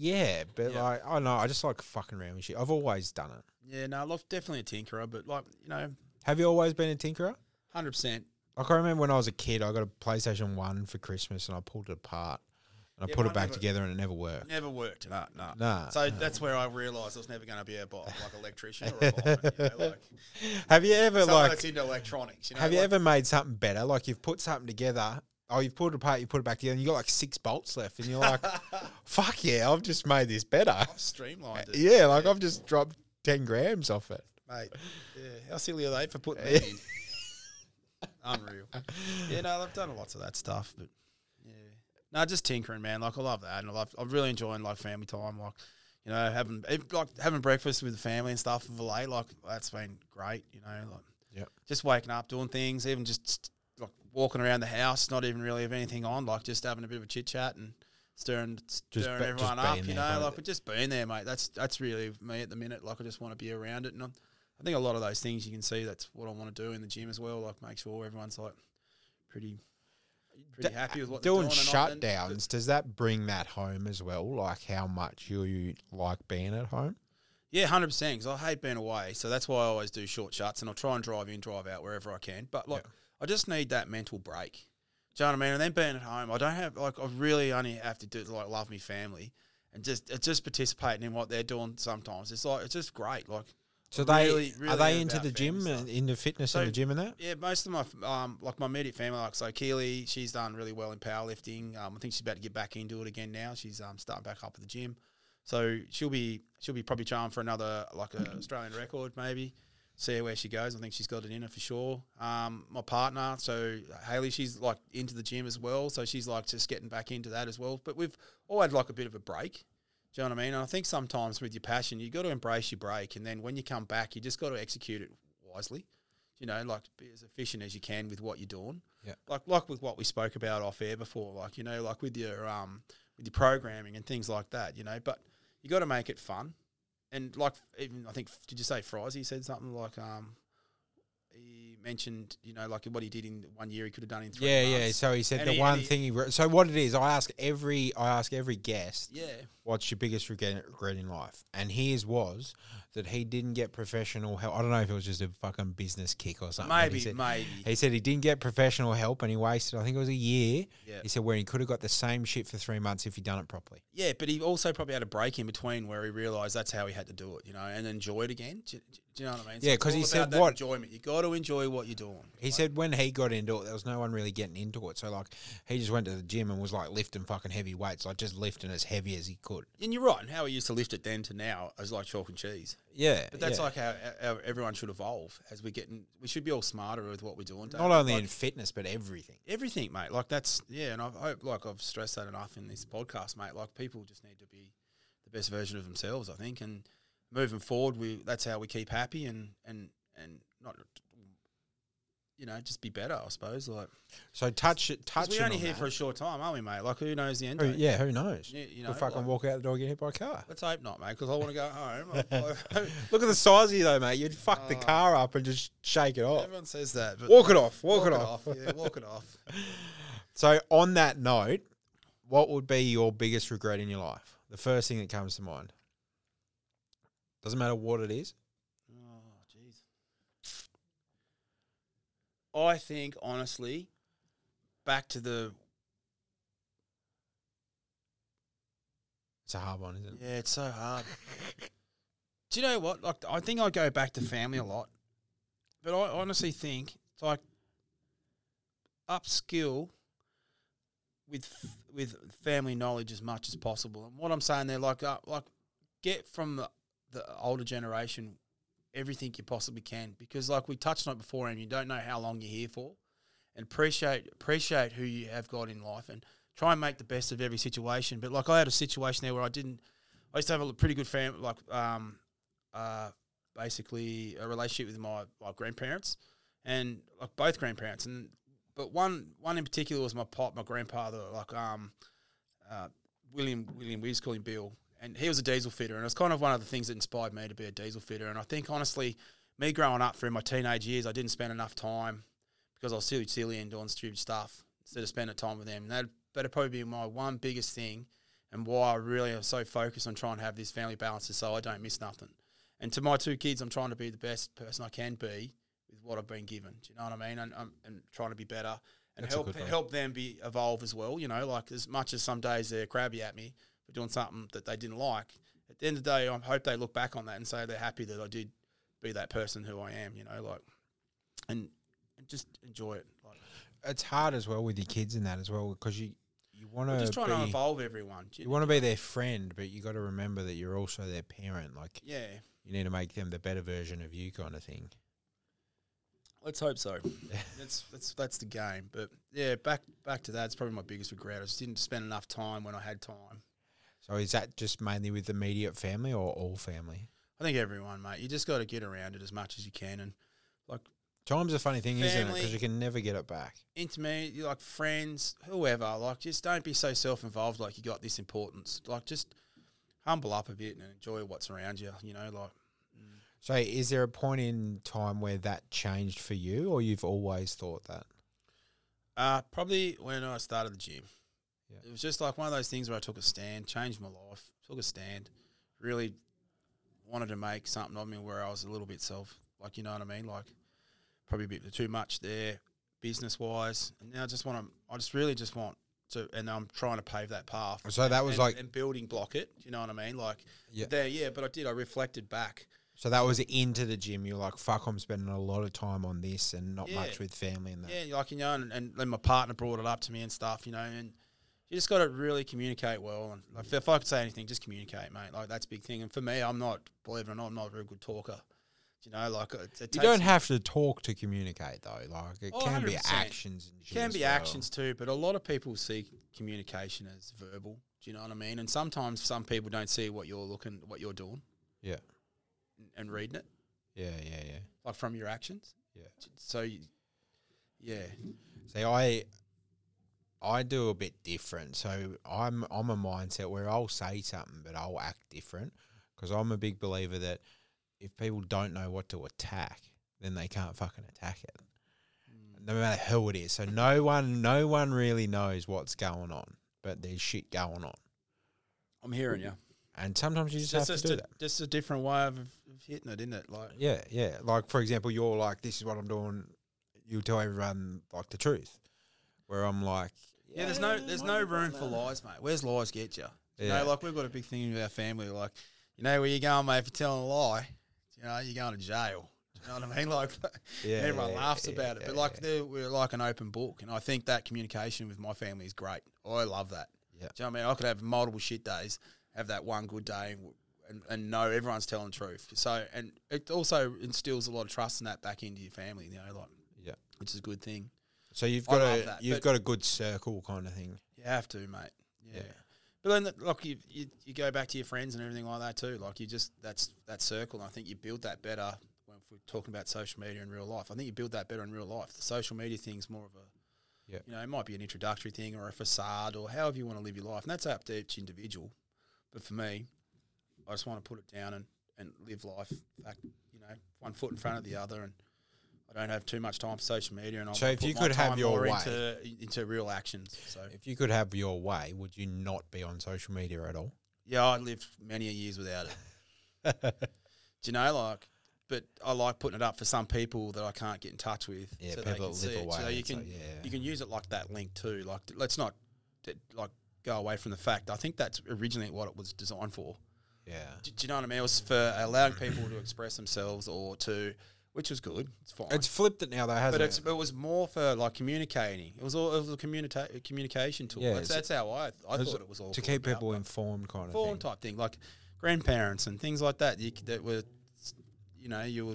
S2: Yeah, but
S1: Yeah.
S2: like, I don't know. I just like fucking around with shit. I've always done it.
S1: Yeah, no, look, definitely a tinkerer, but like you know,
S2: Have you always been a tinkerer?
S1: hundred percent.
S2: Like, I remember when I was a kid, I got a PlayStation 1 for Christmas and I pulled it apart and I
S1: Yeah,
S2: put it
S1: mine
S2: back
S1: never-
S2: together and it never worked.
S1: Never worked. No, no.
S2: Nah.
S1: So that's where I realised I was never going to be a bo- like electrician or a bomber, you know, like
S2: have you ever,
S1: someone
S2: like,
S1: that's into electronics. You know,
S2: Have you
S1: like-
S2: ever made something better? Like you've put something together, oh, you've pulled it apart, you put it back together, and you got like six bolts left, and you're like, "Fuck yeah, I've just made this better."
S1: I've streamlined it,
S2: Yeah, like I've just dropped ten grams off it.
S1: mate. Yeah, how silly are they for putting that in? Unreal. Yeah, no, I've done lots of that stuff, but yeah, no, just tinkering, man. Like I love that, and I love, I'm really enjoying like family time, like you know, having if- like having breakfast with the family and stuff in Valet, like that's been great. You know, like
S2: Yep.
S1: just waking up, doing things, even just like walking around the house, not even really have anything on, like just having a bit of a chit chat and stirring
S2: Just
S1: stirring
S2: be- just
S1: everyone up,
S2: being
S1: you know,
S2: there, mate.
S1: like just being there, mate. That's that's really me at the minute. Like I just want to be around it, and I'm, I think a lot of those things you can see. That's what I want to do in the gym as well. Like make sure everyone's like pretty. Pretty happy with what
S2: Doing
S1: they're doing and not- and-
S2: shutdowns, does that bring that home as well? Like how much you, you like being at home?
S1: Yeah, hundred percent. Because I hate being away, so that's why I always do short shuts, and I'll try and drive in, drive out wherever I can. But like, I just need that mental break. Do you know what I mean? And then being at home, I don't have like I really only have to do like love me family, and just it's just participating in what they're doing. Sometimes it's like it's just great. Like
S2: So
S1: Really-
S2: they
S1: really
S2: are they
S1: am
S2: into
S1: about
S2: the gym
S1: family
S2: and into fitness
S1: So-
S2: and the gym and that?
S1: yeah, most of my f- um like my immediate family, like so Keely, she's done really well in powerlifting. Um, I think she's about to get back into it again now. She's um starting back up at the gym, so she'll be she'll be probably trying for another like a Australian record maybe. See where she goes. I think she's got it in her for sure. Um, my partner, so Haley, she's like into the gym as well. So she's like just getting back into that as well. But we've all had like a bit of a break. Do you know what I mean? And I think sometimes with your passion, you got to embrace your break, and then when you come back, you just got to execute it wisely. You know, like be as efficient as you can with what you're doing.
S2: Yeah.
S1: Like like with what we spoke about off air before, like you know, like with your um with your programming and things like that. You know, but you got to make it fun. And like even I think did you say Fries? He said something like um he mentioned you know like what he did in one year he could have done in three
S2: Yeah, yeah.
S1: months.
S2: So he said
S1: And
S2: the
S1: he- and
S2: one
S1: he-
S2: thing he wrote. So what it is, I ask every I ask every guest
S1: yeah.
S2: what's your biggest regret, regret in life? And his was that he didn't get professional help. I don't know if it was just a fucking business kick or something. but
S1: Maybe,
S2: he said,
S1: maybe.
S2: He said he didn't get professional help and he wasted, I think it was a year.
S1: Yeah.
S2: He said where he could have got the same shit for three months if he'd done it properly.
S1: Yeah, but he also probably had a break in between where he realised that's how he had to do it, you know, and enjoy it again. Do, do- do Do you know what I mean?
S2: Yeah,
S1: it's
S2: 'cause he
S1: all
S2: said
S4: about that
S2: what-
S4: enjoyment.
S1: You got to enjoy what you're doing.
S2: He said when he got into it, there was no one really getting into it. So like, he just went to the gym and was like lifting fucking heavy weights, like just lifting as heavy as he could.
S1: And you're right. And how we used to lift it then to now is like chalk and cheese.
S2: Yeah,
S1: But that's
S2: yeah.
S1: like how, how everyone should evolve as we get. In, we should be all smarter with what we're doing. David.
S2: not only
S1: Like,
S2: in fitness but everything.
S1: everything, mate. Like that's yeah, and I hope like I've stressed that enough in this podcast, mate. Like people just need to be the best version of themselves, I think. And moving forward, we that's how we keep happy and and and not you know just be better, I suppose. Like
S2: So touch,
S1: 'cause
S2: touch.
S1: we're only here for a short time, aren't we, mate? Like who knows the end? date?
S2: Oh, yeah, who knows?
S1: You- you
S2: Could
S1: know,
S2: fucking
S1: like-
S2: walk out the door and get hit by a car.
S1: Let's hope not, mate, because I want to go home.
S2: Look at the size of you though, mate. You'd fuck
S1: Oh.
S2: the car up and just shake it off.
S1: Everyone says that, but
S2: Walk it off. Walk, it, off.
S1: Yeah, walk it off.
S2: So on that note, what would be your biggest regret in your life? The first thing that comes to mind. Doesn't matter what it is.
S1: Oh, jeez. I think honestly, back to the
S2: It's a hard one, isn't it?
S1: yeah, it's so hard. Do you know what? Like, I think I go back to family a lot, but I honestly think it's like upskill with f- with family knowledge as much as possible. And what I'm saying there, like, uh, like get from the, the older generation everything you possibly can because, like we touched on it before, and you don't know how long you're here for, and appreciate appreciate who you have got in life and try and make the best of every situation. But like I had a situation there where I didn't. I used to have a pretty good family, like um, uh, basically a relationship with my, my grandparents and like both grandparents, and but one one in particular was my pop, my grandfather, like um, uh, William William we just call him Bill, and he was a diesel fitter, and it was kind of one of the things that inspired me to be a diesel fitter. And I think honestly, me growing up through my teenage years, I didn't spend enough time because I was silly, silly and doing stupid stuff instead of spending time with them. And that'd, that'd probably be my one biggest thing and why I really am so focused on trying to have this family balance is so I don't miss nothing. And to my two kids, I'm trying to be the best person I can be with what I've been given. Do you know what I mean? And, I'm, and trying to be better and
S2: That's a
S1: help
S2: good one.
S1: help them be evolve as well. You know, like as much as some days they're crabby at me for doing something that they didn't like. At the end of the day, I hope they look back on that and say they're happy that I did be that person who I am. You know, like and, and just enjoy it. Like,
S2: It's hard as well with your kids and that as well because you you want
S1: we're
S2: to
S1: just trying to
S2: be
S1: involve everyone. do
S2: you want to be their friend, but you got to remember that you're also their parent. Like
S1: yeah,
S2: you need to make them the better version of you, kind of thing.
S1: let's hope so. that's that's that's the game. But yeah, back back to that. It's probably my biggest regret. I just didn't spend enough time when I had time.
S2: So is that just mainly with immediate family or all family?
S1: I think everyone, mate, you just got to get around it as much as you can. And
S2: Time's a funny thing, isn't it? Because
S1: Family.
S2: you can never get it back.
S1: intimate, you like friends, whoever, like just don't be so self involved. Like you got this importance. Like just humble up a bit and enjoy what's around you. You know, like
S2: So is there a point in time where that changed for you, or you've always thought that?
S1: Uh, probably when I started the gym.
S2: Yeah.
S1: It was just like one of those things where I took a stand, changed my life, took a stand, really wanted to make something of me where I was a little bit self, like, you know what I mean? Like, probably a bit too much there, business wise. And now I just want to, I just really just want to, and I'm trying to pave that path.
S2: So that was
S1: and,
S2: like-
S1: and building block it. You know what I mean? Like,
S2: Yeah.
S1: there, yeah, but I did. I reflected back.
S2: So that was into the gym. You're like, fuck, I'm spending a lot of time on this and not
S1: Yeah.
S2: much with family and that.
S1: Yeah, like you know, and, and then my partner brought it up to me and stuff, you know, and you just got to really communicate well. And like, if I could say anything, just communicate, mate. Like that's a big thing. And for me, I'm not, believe it or not, I'm not a real good talker. You know, like it, it
S2: You
S1: takes-
S2: don't have to talk to communicate though. Like it
S1: Oh,
S2: can be
S1: 100%.
S2: actions and
S1: It
S2: shit
S1: can
S2: as
S1: be
S2: well.
S1: actions too, but a lot of people see communication as verbal. Do you know what I mean? And sometimes some people don't see what you're looking, what you're doing,
S2: Yeah.
S1: and- and reading it
S2: Yeah, yeah, yeah.
S1: like from your actions.
S2: Yeah.
S1: So, you, yeah,
S2: See, I I do a bit different. So I'm I'm a mindset where I'll say something but I'll act different because I'm a big believer that if people don't know what to attack, then they can't fucking attack it. No matter who it is. So no one no one really knows what's going on, but there's shit going on.
S1: I'm hearing you.
S2: And sometimes you just
S1: It's
S2: have
S1: just
S2: to do
S1: a,
S2: that.
S1: just a different way of, of hitting it, isn't it? Like,
S2: Yeah, yeah. Like for example, you're like, this is what I'm doing. You tell everyone like the truth. Where I'm like,
S1: Yeah, there's no there's no room for lies, mate. Where's lies get you? You
S2: Yeah.
S1: know, like we've got a big thing with our family, like you know where you going, mate, for telling a lie. Do You know, you're going to jail. Do you know what I mean? Like
S2: Yeah,
S1: everyone
S2: yeah,
S1: laughs
S2: yeah,
S1: about it,
S2: yeah,
S1: but like
S2: yeah.
S1: they're- we're like an open book, and I think that communication with my family is great. I love that.
S2: Yeah.
S1: Do you know what I mean? I could have multiple shit days, have that one good day, and, and, and know everyone's telling the truth. So, and it also instills a lot of trust in that back into your family. You know, like
S2: Yeah.
S1: which is a good thing.
S2: So you've
S1: I
S2: got
S1: love
S2: a
S1: that,
S2: you've
S1: but-
S2: got a good circle kind of thing.
S1: You have to, mate. Yeah.
S2: Yeah.
S1: But then, look, you, you you go back to your friends and everything like that too. Like you just that's that circle. And I think you build that better when if we're talking about social media in real life. I think you build that better in real life. The social media thing's more of a,
S2: Yeah.
S1: you know, it might be an introductory thing or a facade or however you want to live your life, and that's up to each individual. But for me, I just want to put it down and and live life, fact, you know, one foot in front of the other, and I don't have too much time for social media. And I
S2: So
S1: wanna
S2: if
S1: put
S2: you
S1: my
S2: could have
S1: time
S2: your
S1: more
S2: way-
S1: into, into real actions, so.
S2: If you could have your way, would you not be on social media at all?
S1: Yeah, I lived many a years without it. Do you know, like, but I like putting it up for some people that I can't get in touch with.
S2: Yeah,
S1: so they
S2: people
S1: can
S2: that
S1: see
S2: live
S1: it.
S2: away.
S1: So you
S2: it's
S1: can
S2: like, yeah.
S1: you can use it like that link too. Like, th- let's not d- like go away from the fact. I think that's originally what it was designed for.
S2: yeah.
S1: Do, do you know what I mean? It was for allowing people to express themselves or to, which was good. It's fine.
S2: It's flipped it now though, hasn't
S1: but it's,
S2: it?
S1: it was more for like communicating. It was all it was a communica- communication tool.
S2: Yeah,
S1: that's,
S2: it's-
S1: that's how I I
S2: it was
S1: thought it was all
S2: to
S1: good
S2: keep
S1: about,
S2: people
S1: but-
S2: informed kind of
S1: Form
S2: thing.
S1: type thing, like grandparents and things like that. You, c- that were, you know, you were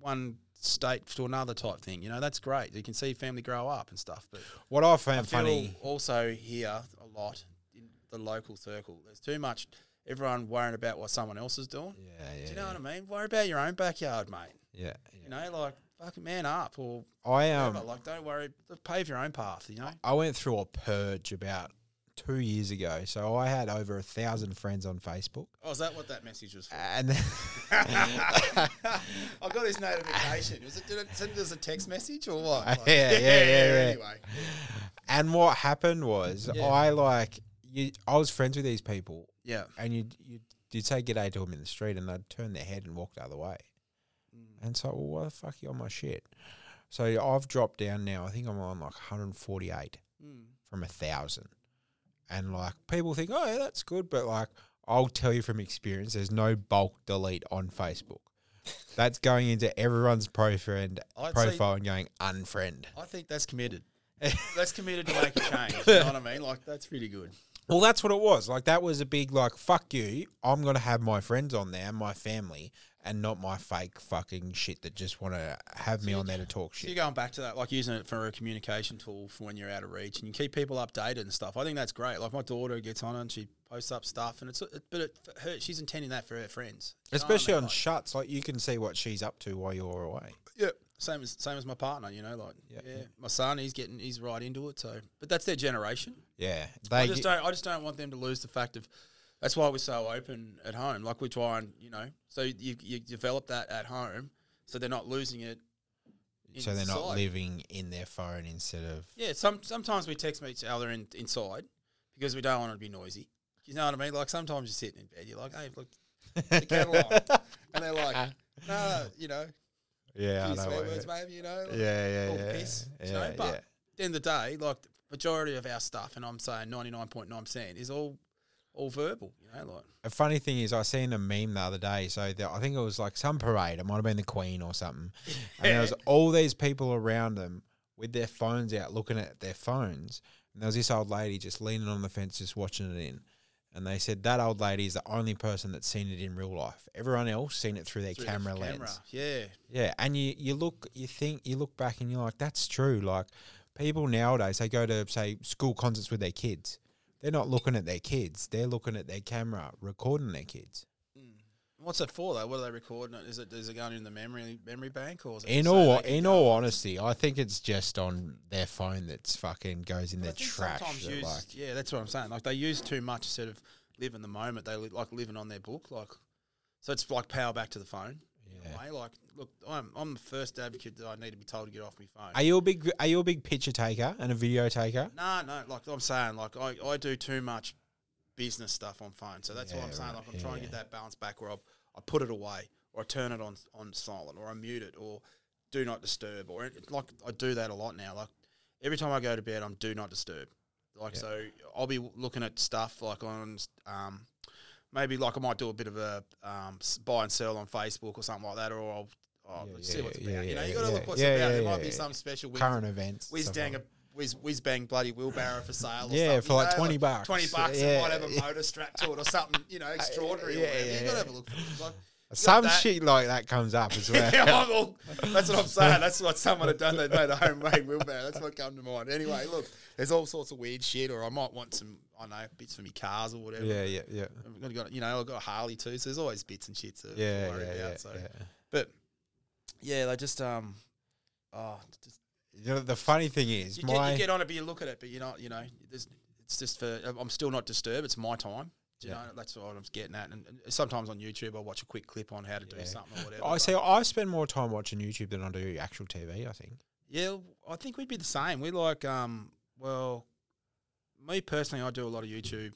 S1: one state to another type thing. You know, that's great. You can see family grow up and stuff. But
S2: What I found
S1: I feel
S2: funny,
S1: also here a lot in the local circle. There's too much everyone worrying about what someone else is doing.
S2: yeah, yeah,
S1: Do you know what I mean? Worry about your own backyard, mate.
S2: yeah,
S1: You know, like fucking man up or
S2: yeah. I
S1: whatever.
S2: um,
S1: like don't worry, pave your own path. You know.
S2: I went through a purge about two years ago, so I had over a thousand friends on Facebook,
S1: Oh, is that what that message was for?
S2: and then
S1: I got this notification. Was it, did it send us a text message or what? Like-
S2: Yeah, yeah, yeah, yeah.
S1: Anyway,
S2: and what happened was
S1: Yeah.
S2: I like you, I was friends with these people,
S1: yeah,
S2: and you you you'd say g'day to them in the street, and they'd turn their head and walk the other way.
S1: Mm.
S2: And so, well, why the fuck you on my shit? So I've dropped down now. I think I'm on like 148
S1: Mm.
S2: from a thousand, and like people think, oh, yeah, that's good, but like I'll tell you from experience, there's no bulk delete on Facebook. That's going into everyone's pro friend
S1: I'd say-
S2: profile and going unfriend.
S1: I think that's committed. that's committed to make a change. You know what I mean? Like that's pretty good.
S2: Well, that's what it was. Like that was a big like fuck you. I'm gonna have my friends on there, my family, and not my fake fucking shit that just want to have me on there to talk
S1: So you're
S2: shit.
S1: going back to that, like using it for a communication tool for when you're out of reach, and you keep people updated and stuff. I think that's great. Like my daughter gets on and she posts up stuff, and it's it, but it, for her she's intending that for her friends, You know what I
S2: Especially
S1: mean?
S2: on
S1: Like,
S2: shuts, like you can see what she's up to while you're away.
S1: Yeah, same as same as my partner. You know, like
S2: Yeah.
S1: yeah, my son he's getting he's right into it. So, but that's their generation.
S2: Yeah,
S1: I
S2: they
S1: just don't. I just don't want them to lose the fact of. That's why we're so open at home. Like we try and you know, so you, you develop that at home, so they're not losing it. in
S2: so they're not
S1: society.
S2: living in their phone instead of
S1: Yeah. Some sometimes we text each other in, inside because we don't want it to be noisy. You know what I mean? Like sometimes you're sitting in bed, you're like, hey, look, the kettle on, and they're like, no, you know,
S2: yeah,
S1: few
S2: I know
S1: swear
S2: what you
S1: words
S2: mean.
S1: maybe, you know, like,
S2: yeah,
S1: or
S2: yeah, yeah,
S1: piss.
S2: yeah,
S1: you know? But
S2: yeah.
S1: at the end of the day, like the majority of our stuff, and I'm saying ninety nine point nine percent is all all verbal. You know, like.
S2: A funny thing is, I seen a meme the other day. So the, I think it was like some parade. It might have been the Queen or something. And there was all these people around them with their phones out, looking at their phones. And there was this old lady just leaning on the fence, just watching it in. And they said that old lady is the only person that's seen it in real life. Everyone else seen it through their
S1: through the
S2: camera lens.
S1: Yeah.
S2: Yeah, and you you look, you think, you look back, and you're like, that's true. Like people nowadays, they go to say school concerts with their kids. They're not looking at their kids. They're looking at their camera, recording their kids.
S1: What's it for though? What are they recording? It? Is it is it going in the memory memory bank or is it
S2: In
S1: so
S2: all,
S1: they can
S2: in
S1: go-
S2: all honesty, I think it's just on their phone that's fucking goes in
S1: But I
S2: their
S1: think
S2: trash.
S1: sometimes
S2: that,
S1: use-
S2: like,
S1: yeah, that's what I'm saying. Like they use too much instead of live in the moment. They li- like living on their book. Like so, it's like power back to the phone. in a
S2: Yeah.
S1: way. Like look, I'm I'm the first advocate that I need to be told to get off my phone.
S2: are you a big are you a big picture taker and a video taker?
S1: No, no, like I'm saying, like I, I do too much business stuff on phone. So that's what
S2: Yeah,
S1: I'm saying.
S2: right,
S1: Like I'm trying to
S2: yeah.
S1: get that balance back where I, I put it away or I turn it on on silent or I mute it or do not disturb or it- like I do that a lot now. Like every time I go to bed, I'm do not disturb. Like
S2: Yeah.
S1: so, I'll be looking at stuff like on um, maybe like I might do a bit of a um, s- buy and sell on Facebook or something like that, or I'll, I'll
S2: Yeah,
S1: see
S2: yeah,
S1: what's
S2: yeah,
S1: about. you know,
S2: yeah,
S1: you got to
S2: yeah.
S1: look what's
S2: Yeah,
S1: about.
S2: yeah,
S1: there might
S2: yeah,
S1: be
S2: yeah.
S1: some special whiz,
S2: current events.
S1: whiz
S2: stuff
S1: dang
S2: like
S1: a whiz, whiz bang bloody wheelbarrow for sale. Or
S2: Yeah,
S1: something,
S2: for
S1: you
S2: like
S1: know,
S2: 20 bucks.
S1: Twenty bucks,
S2: Yeah,
S1: and might have a
S2: yeah. Uh,
S1: motor strapped to it or something. You know, extraordinary.
S2: yeah,
S1: or whatever.
S2: yeah,
S1: You got
S2: yeah.
S1: to have a look. For it.
S2: that. Some
S1: that-
S2: shit like that comes up as well.
S1: Like, yeah, I'm all- that's what I'm saying. That's what someone had done. They made a homemade wheelbarrow. That's what come to mind. Anyway, look, there's all sorts of weird shit, or I might want some. I don't know bits for me cars or whatever.
S2: yeah, yeah, yeah.
S1: I've got- got, you know, I've got a Harley too, so there's always bits and shit to
S2: Yeah,
S1: worry
S2: yeah,
S1: about.
S2: yeah,
S1: so,
S2: yeah.
S1: but yeah, they just um, oh, just,
S2: You know, the funny thing is,
S1: you,
S2: my
S1: get, you get on it, but you look at it, but you're not, you know, there's, it's just for. I'm still not disturbed. It's my time. Do you
S2: Yeah.
S1: know, that's what I'm getting at. And, and sometimes on YouTube, I watch a quick clip on how to do
S2: Yeah.
S1: something or whatever.
S2: I
S1: but-
S2: see. I spend more time watching YouTube than I do actual TV. I think.
S1: Yeah, I think we'd be the same. We like, um, well, me personally, I do a lot of YouTube.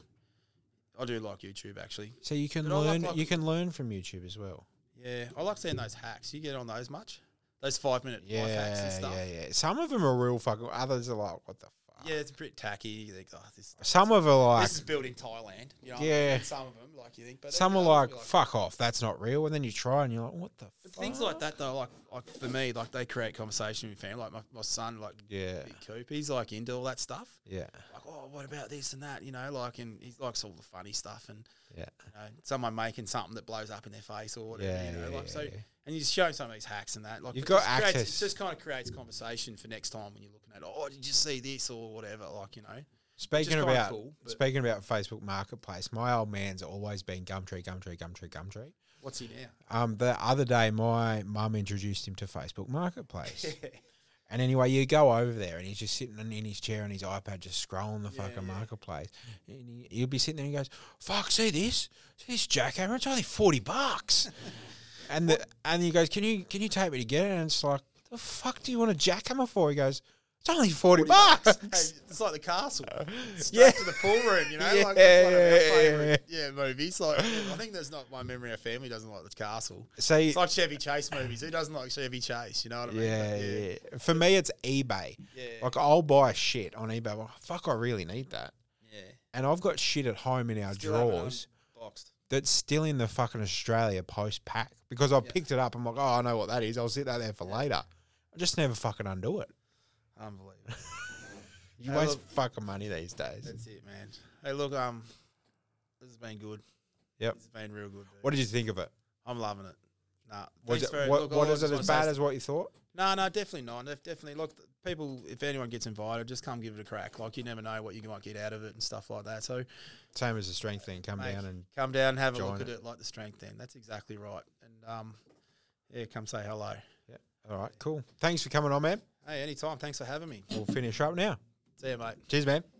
S1: I do like YouTube actually.
S2: So you can
S1: But I like-
S2: learn.
S1: like-
S2: you can learn from YouTube as well.
S1: Yeah, I like seeing those hacks. You get on those much? Those five minute
S2: Yeah,
S1: life hacks and stuff.
S2: yeah, yeah. Some of them are real fucking. Others are like, what the fuck.
S1: Yeah, it's a bit tacky. You think, oh, this,
S2: Some of them are like.
S1: this is built in Thailand. You know, what I
S2: Yeah.
S1: mean? some of them, like you think, but
S2: Some
S1: you
S2: are
S1: know,
S2: like,
S1: you're
S2: fuck off, that's not real. And then you try and you're like, what the
S1: But
S2: fuck?
S1: things like that though, like, like for me, like they create conversation with family. Like my, my son, like
S2: Yeah.
S1: Big Coop, he's like into all that stuff.
S2: Yeah.
S1: Like, oh, what about this and that? You know, like, and he likes all the funny stuff and
S2: Yeah.
S1: you know, someone making something that blows up in their face or whatever,
S2: Yeah,
S1: you know,
S2: yeah,
S1: like
S2: yeah,
S1: so.
S2: yeah.
S1: And you just show 'em some of these hacks and that. Like
S2: You've
S1: it
S2: got
S1: just creates-
S2: access.
S1: It just kind of creates conversation for next time when you're looking at. Oh, did you see this or whatever? Like you know.
S2: Speaking
S1: kinda
S2: about
S1: cool, but-
S2: speaking about Facebook Marketplace, my old man's always been Gumtree, Gumtree, Gumtree, Gumtree.
S1: What's he now?
S2: Um, the other day, my mum introduced him to Facebook Marketplace, and anyway, you go over there, and he's just sitting in in his chair on his iPad, just scrolling the fucking
S1: yeah.
S2: marketplace. And he, he'll be sitting there and he goes, "Fuck, see this? See this jackhammer? It's only forty bucks." and the, and he goes, "Can you can you take me to get it?" And it's like, "The fuck do you want a jackhammer for?" He goes, "It's only forty, bucks."
S1: Hey, it's like the castle. Straight
S2: Yeah.
S1: to the pool room, you know?
S2: Yeah,
S1: like that's one of our
S2: yeah,
S1: favourite yeah, movies. Like I think there's not my memory of family doesn't like the castle.
S2: So
S1: It's like Chevy Chase movies. Who doesn't like Chevy Chase? You know what I mean?
S2: Yeah,
S1: But,
S2: yeah, For me, it's eBay.
S1: Yeah.
S2: Like I'll buy shit on eBay. Well, fuck, I really need that.
S1: yeah.
S2: And I've got shit at home in our
S1: Still haven't
S2: drawers
S1: unboxed.
S2: that's still in the fucking Australia Post pack because I picked it up. I'm like, oh, I know what that is. I'll sit that there for later. I just never fucking undo it.
S1: Unbelievable.
S2: You
S1: Hey,
S2: waste
S1: look.
S2: fucking money these days.
S1: That's it, man. Hey, look, um, this has been good.
S2: Yep.
S1: It's been real good. dude.
S2: What did you think of it?
S1: I'm loving it. Nah,
S2: Was
S1: thanks
S2: it
S1: very-
S2: what,
S1: look,
S2: what
S1: all I
S2: is
S1: just
S2: it as
S1: wanna say
S2: bad
S1: is-
S2: as what you thought?
S1: No, no, definitely not. Def- Definitely, look, th- people. If anyone gets invited, just come give it a crack. Like you never know what you might get out of it and stuff like that. So
S2: Same as the strength thing. Come
S1: Mate.
S2: down and
S1: come down, have a
S2: Join
S1: look at it, like the strength. Then that's exactly right. And um, yeah, come say hello.
S2: all right, cool. Thanks for coming on, man.
S1: Hey, anytime. Thanks for having me.
S2: We'll finish up now.
S1: See you, mate.
S2: Cheers, man.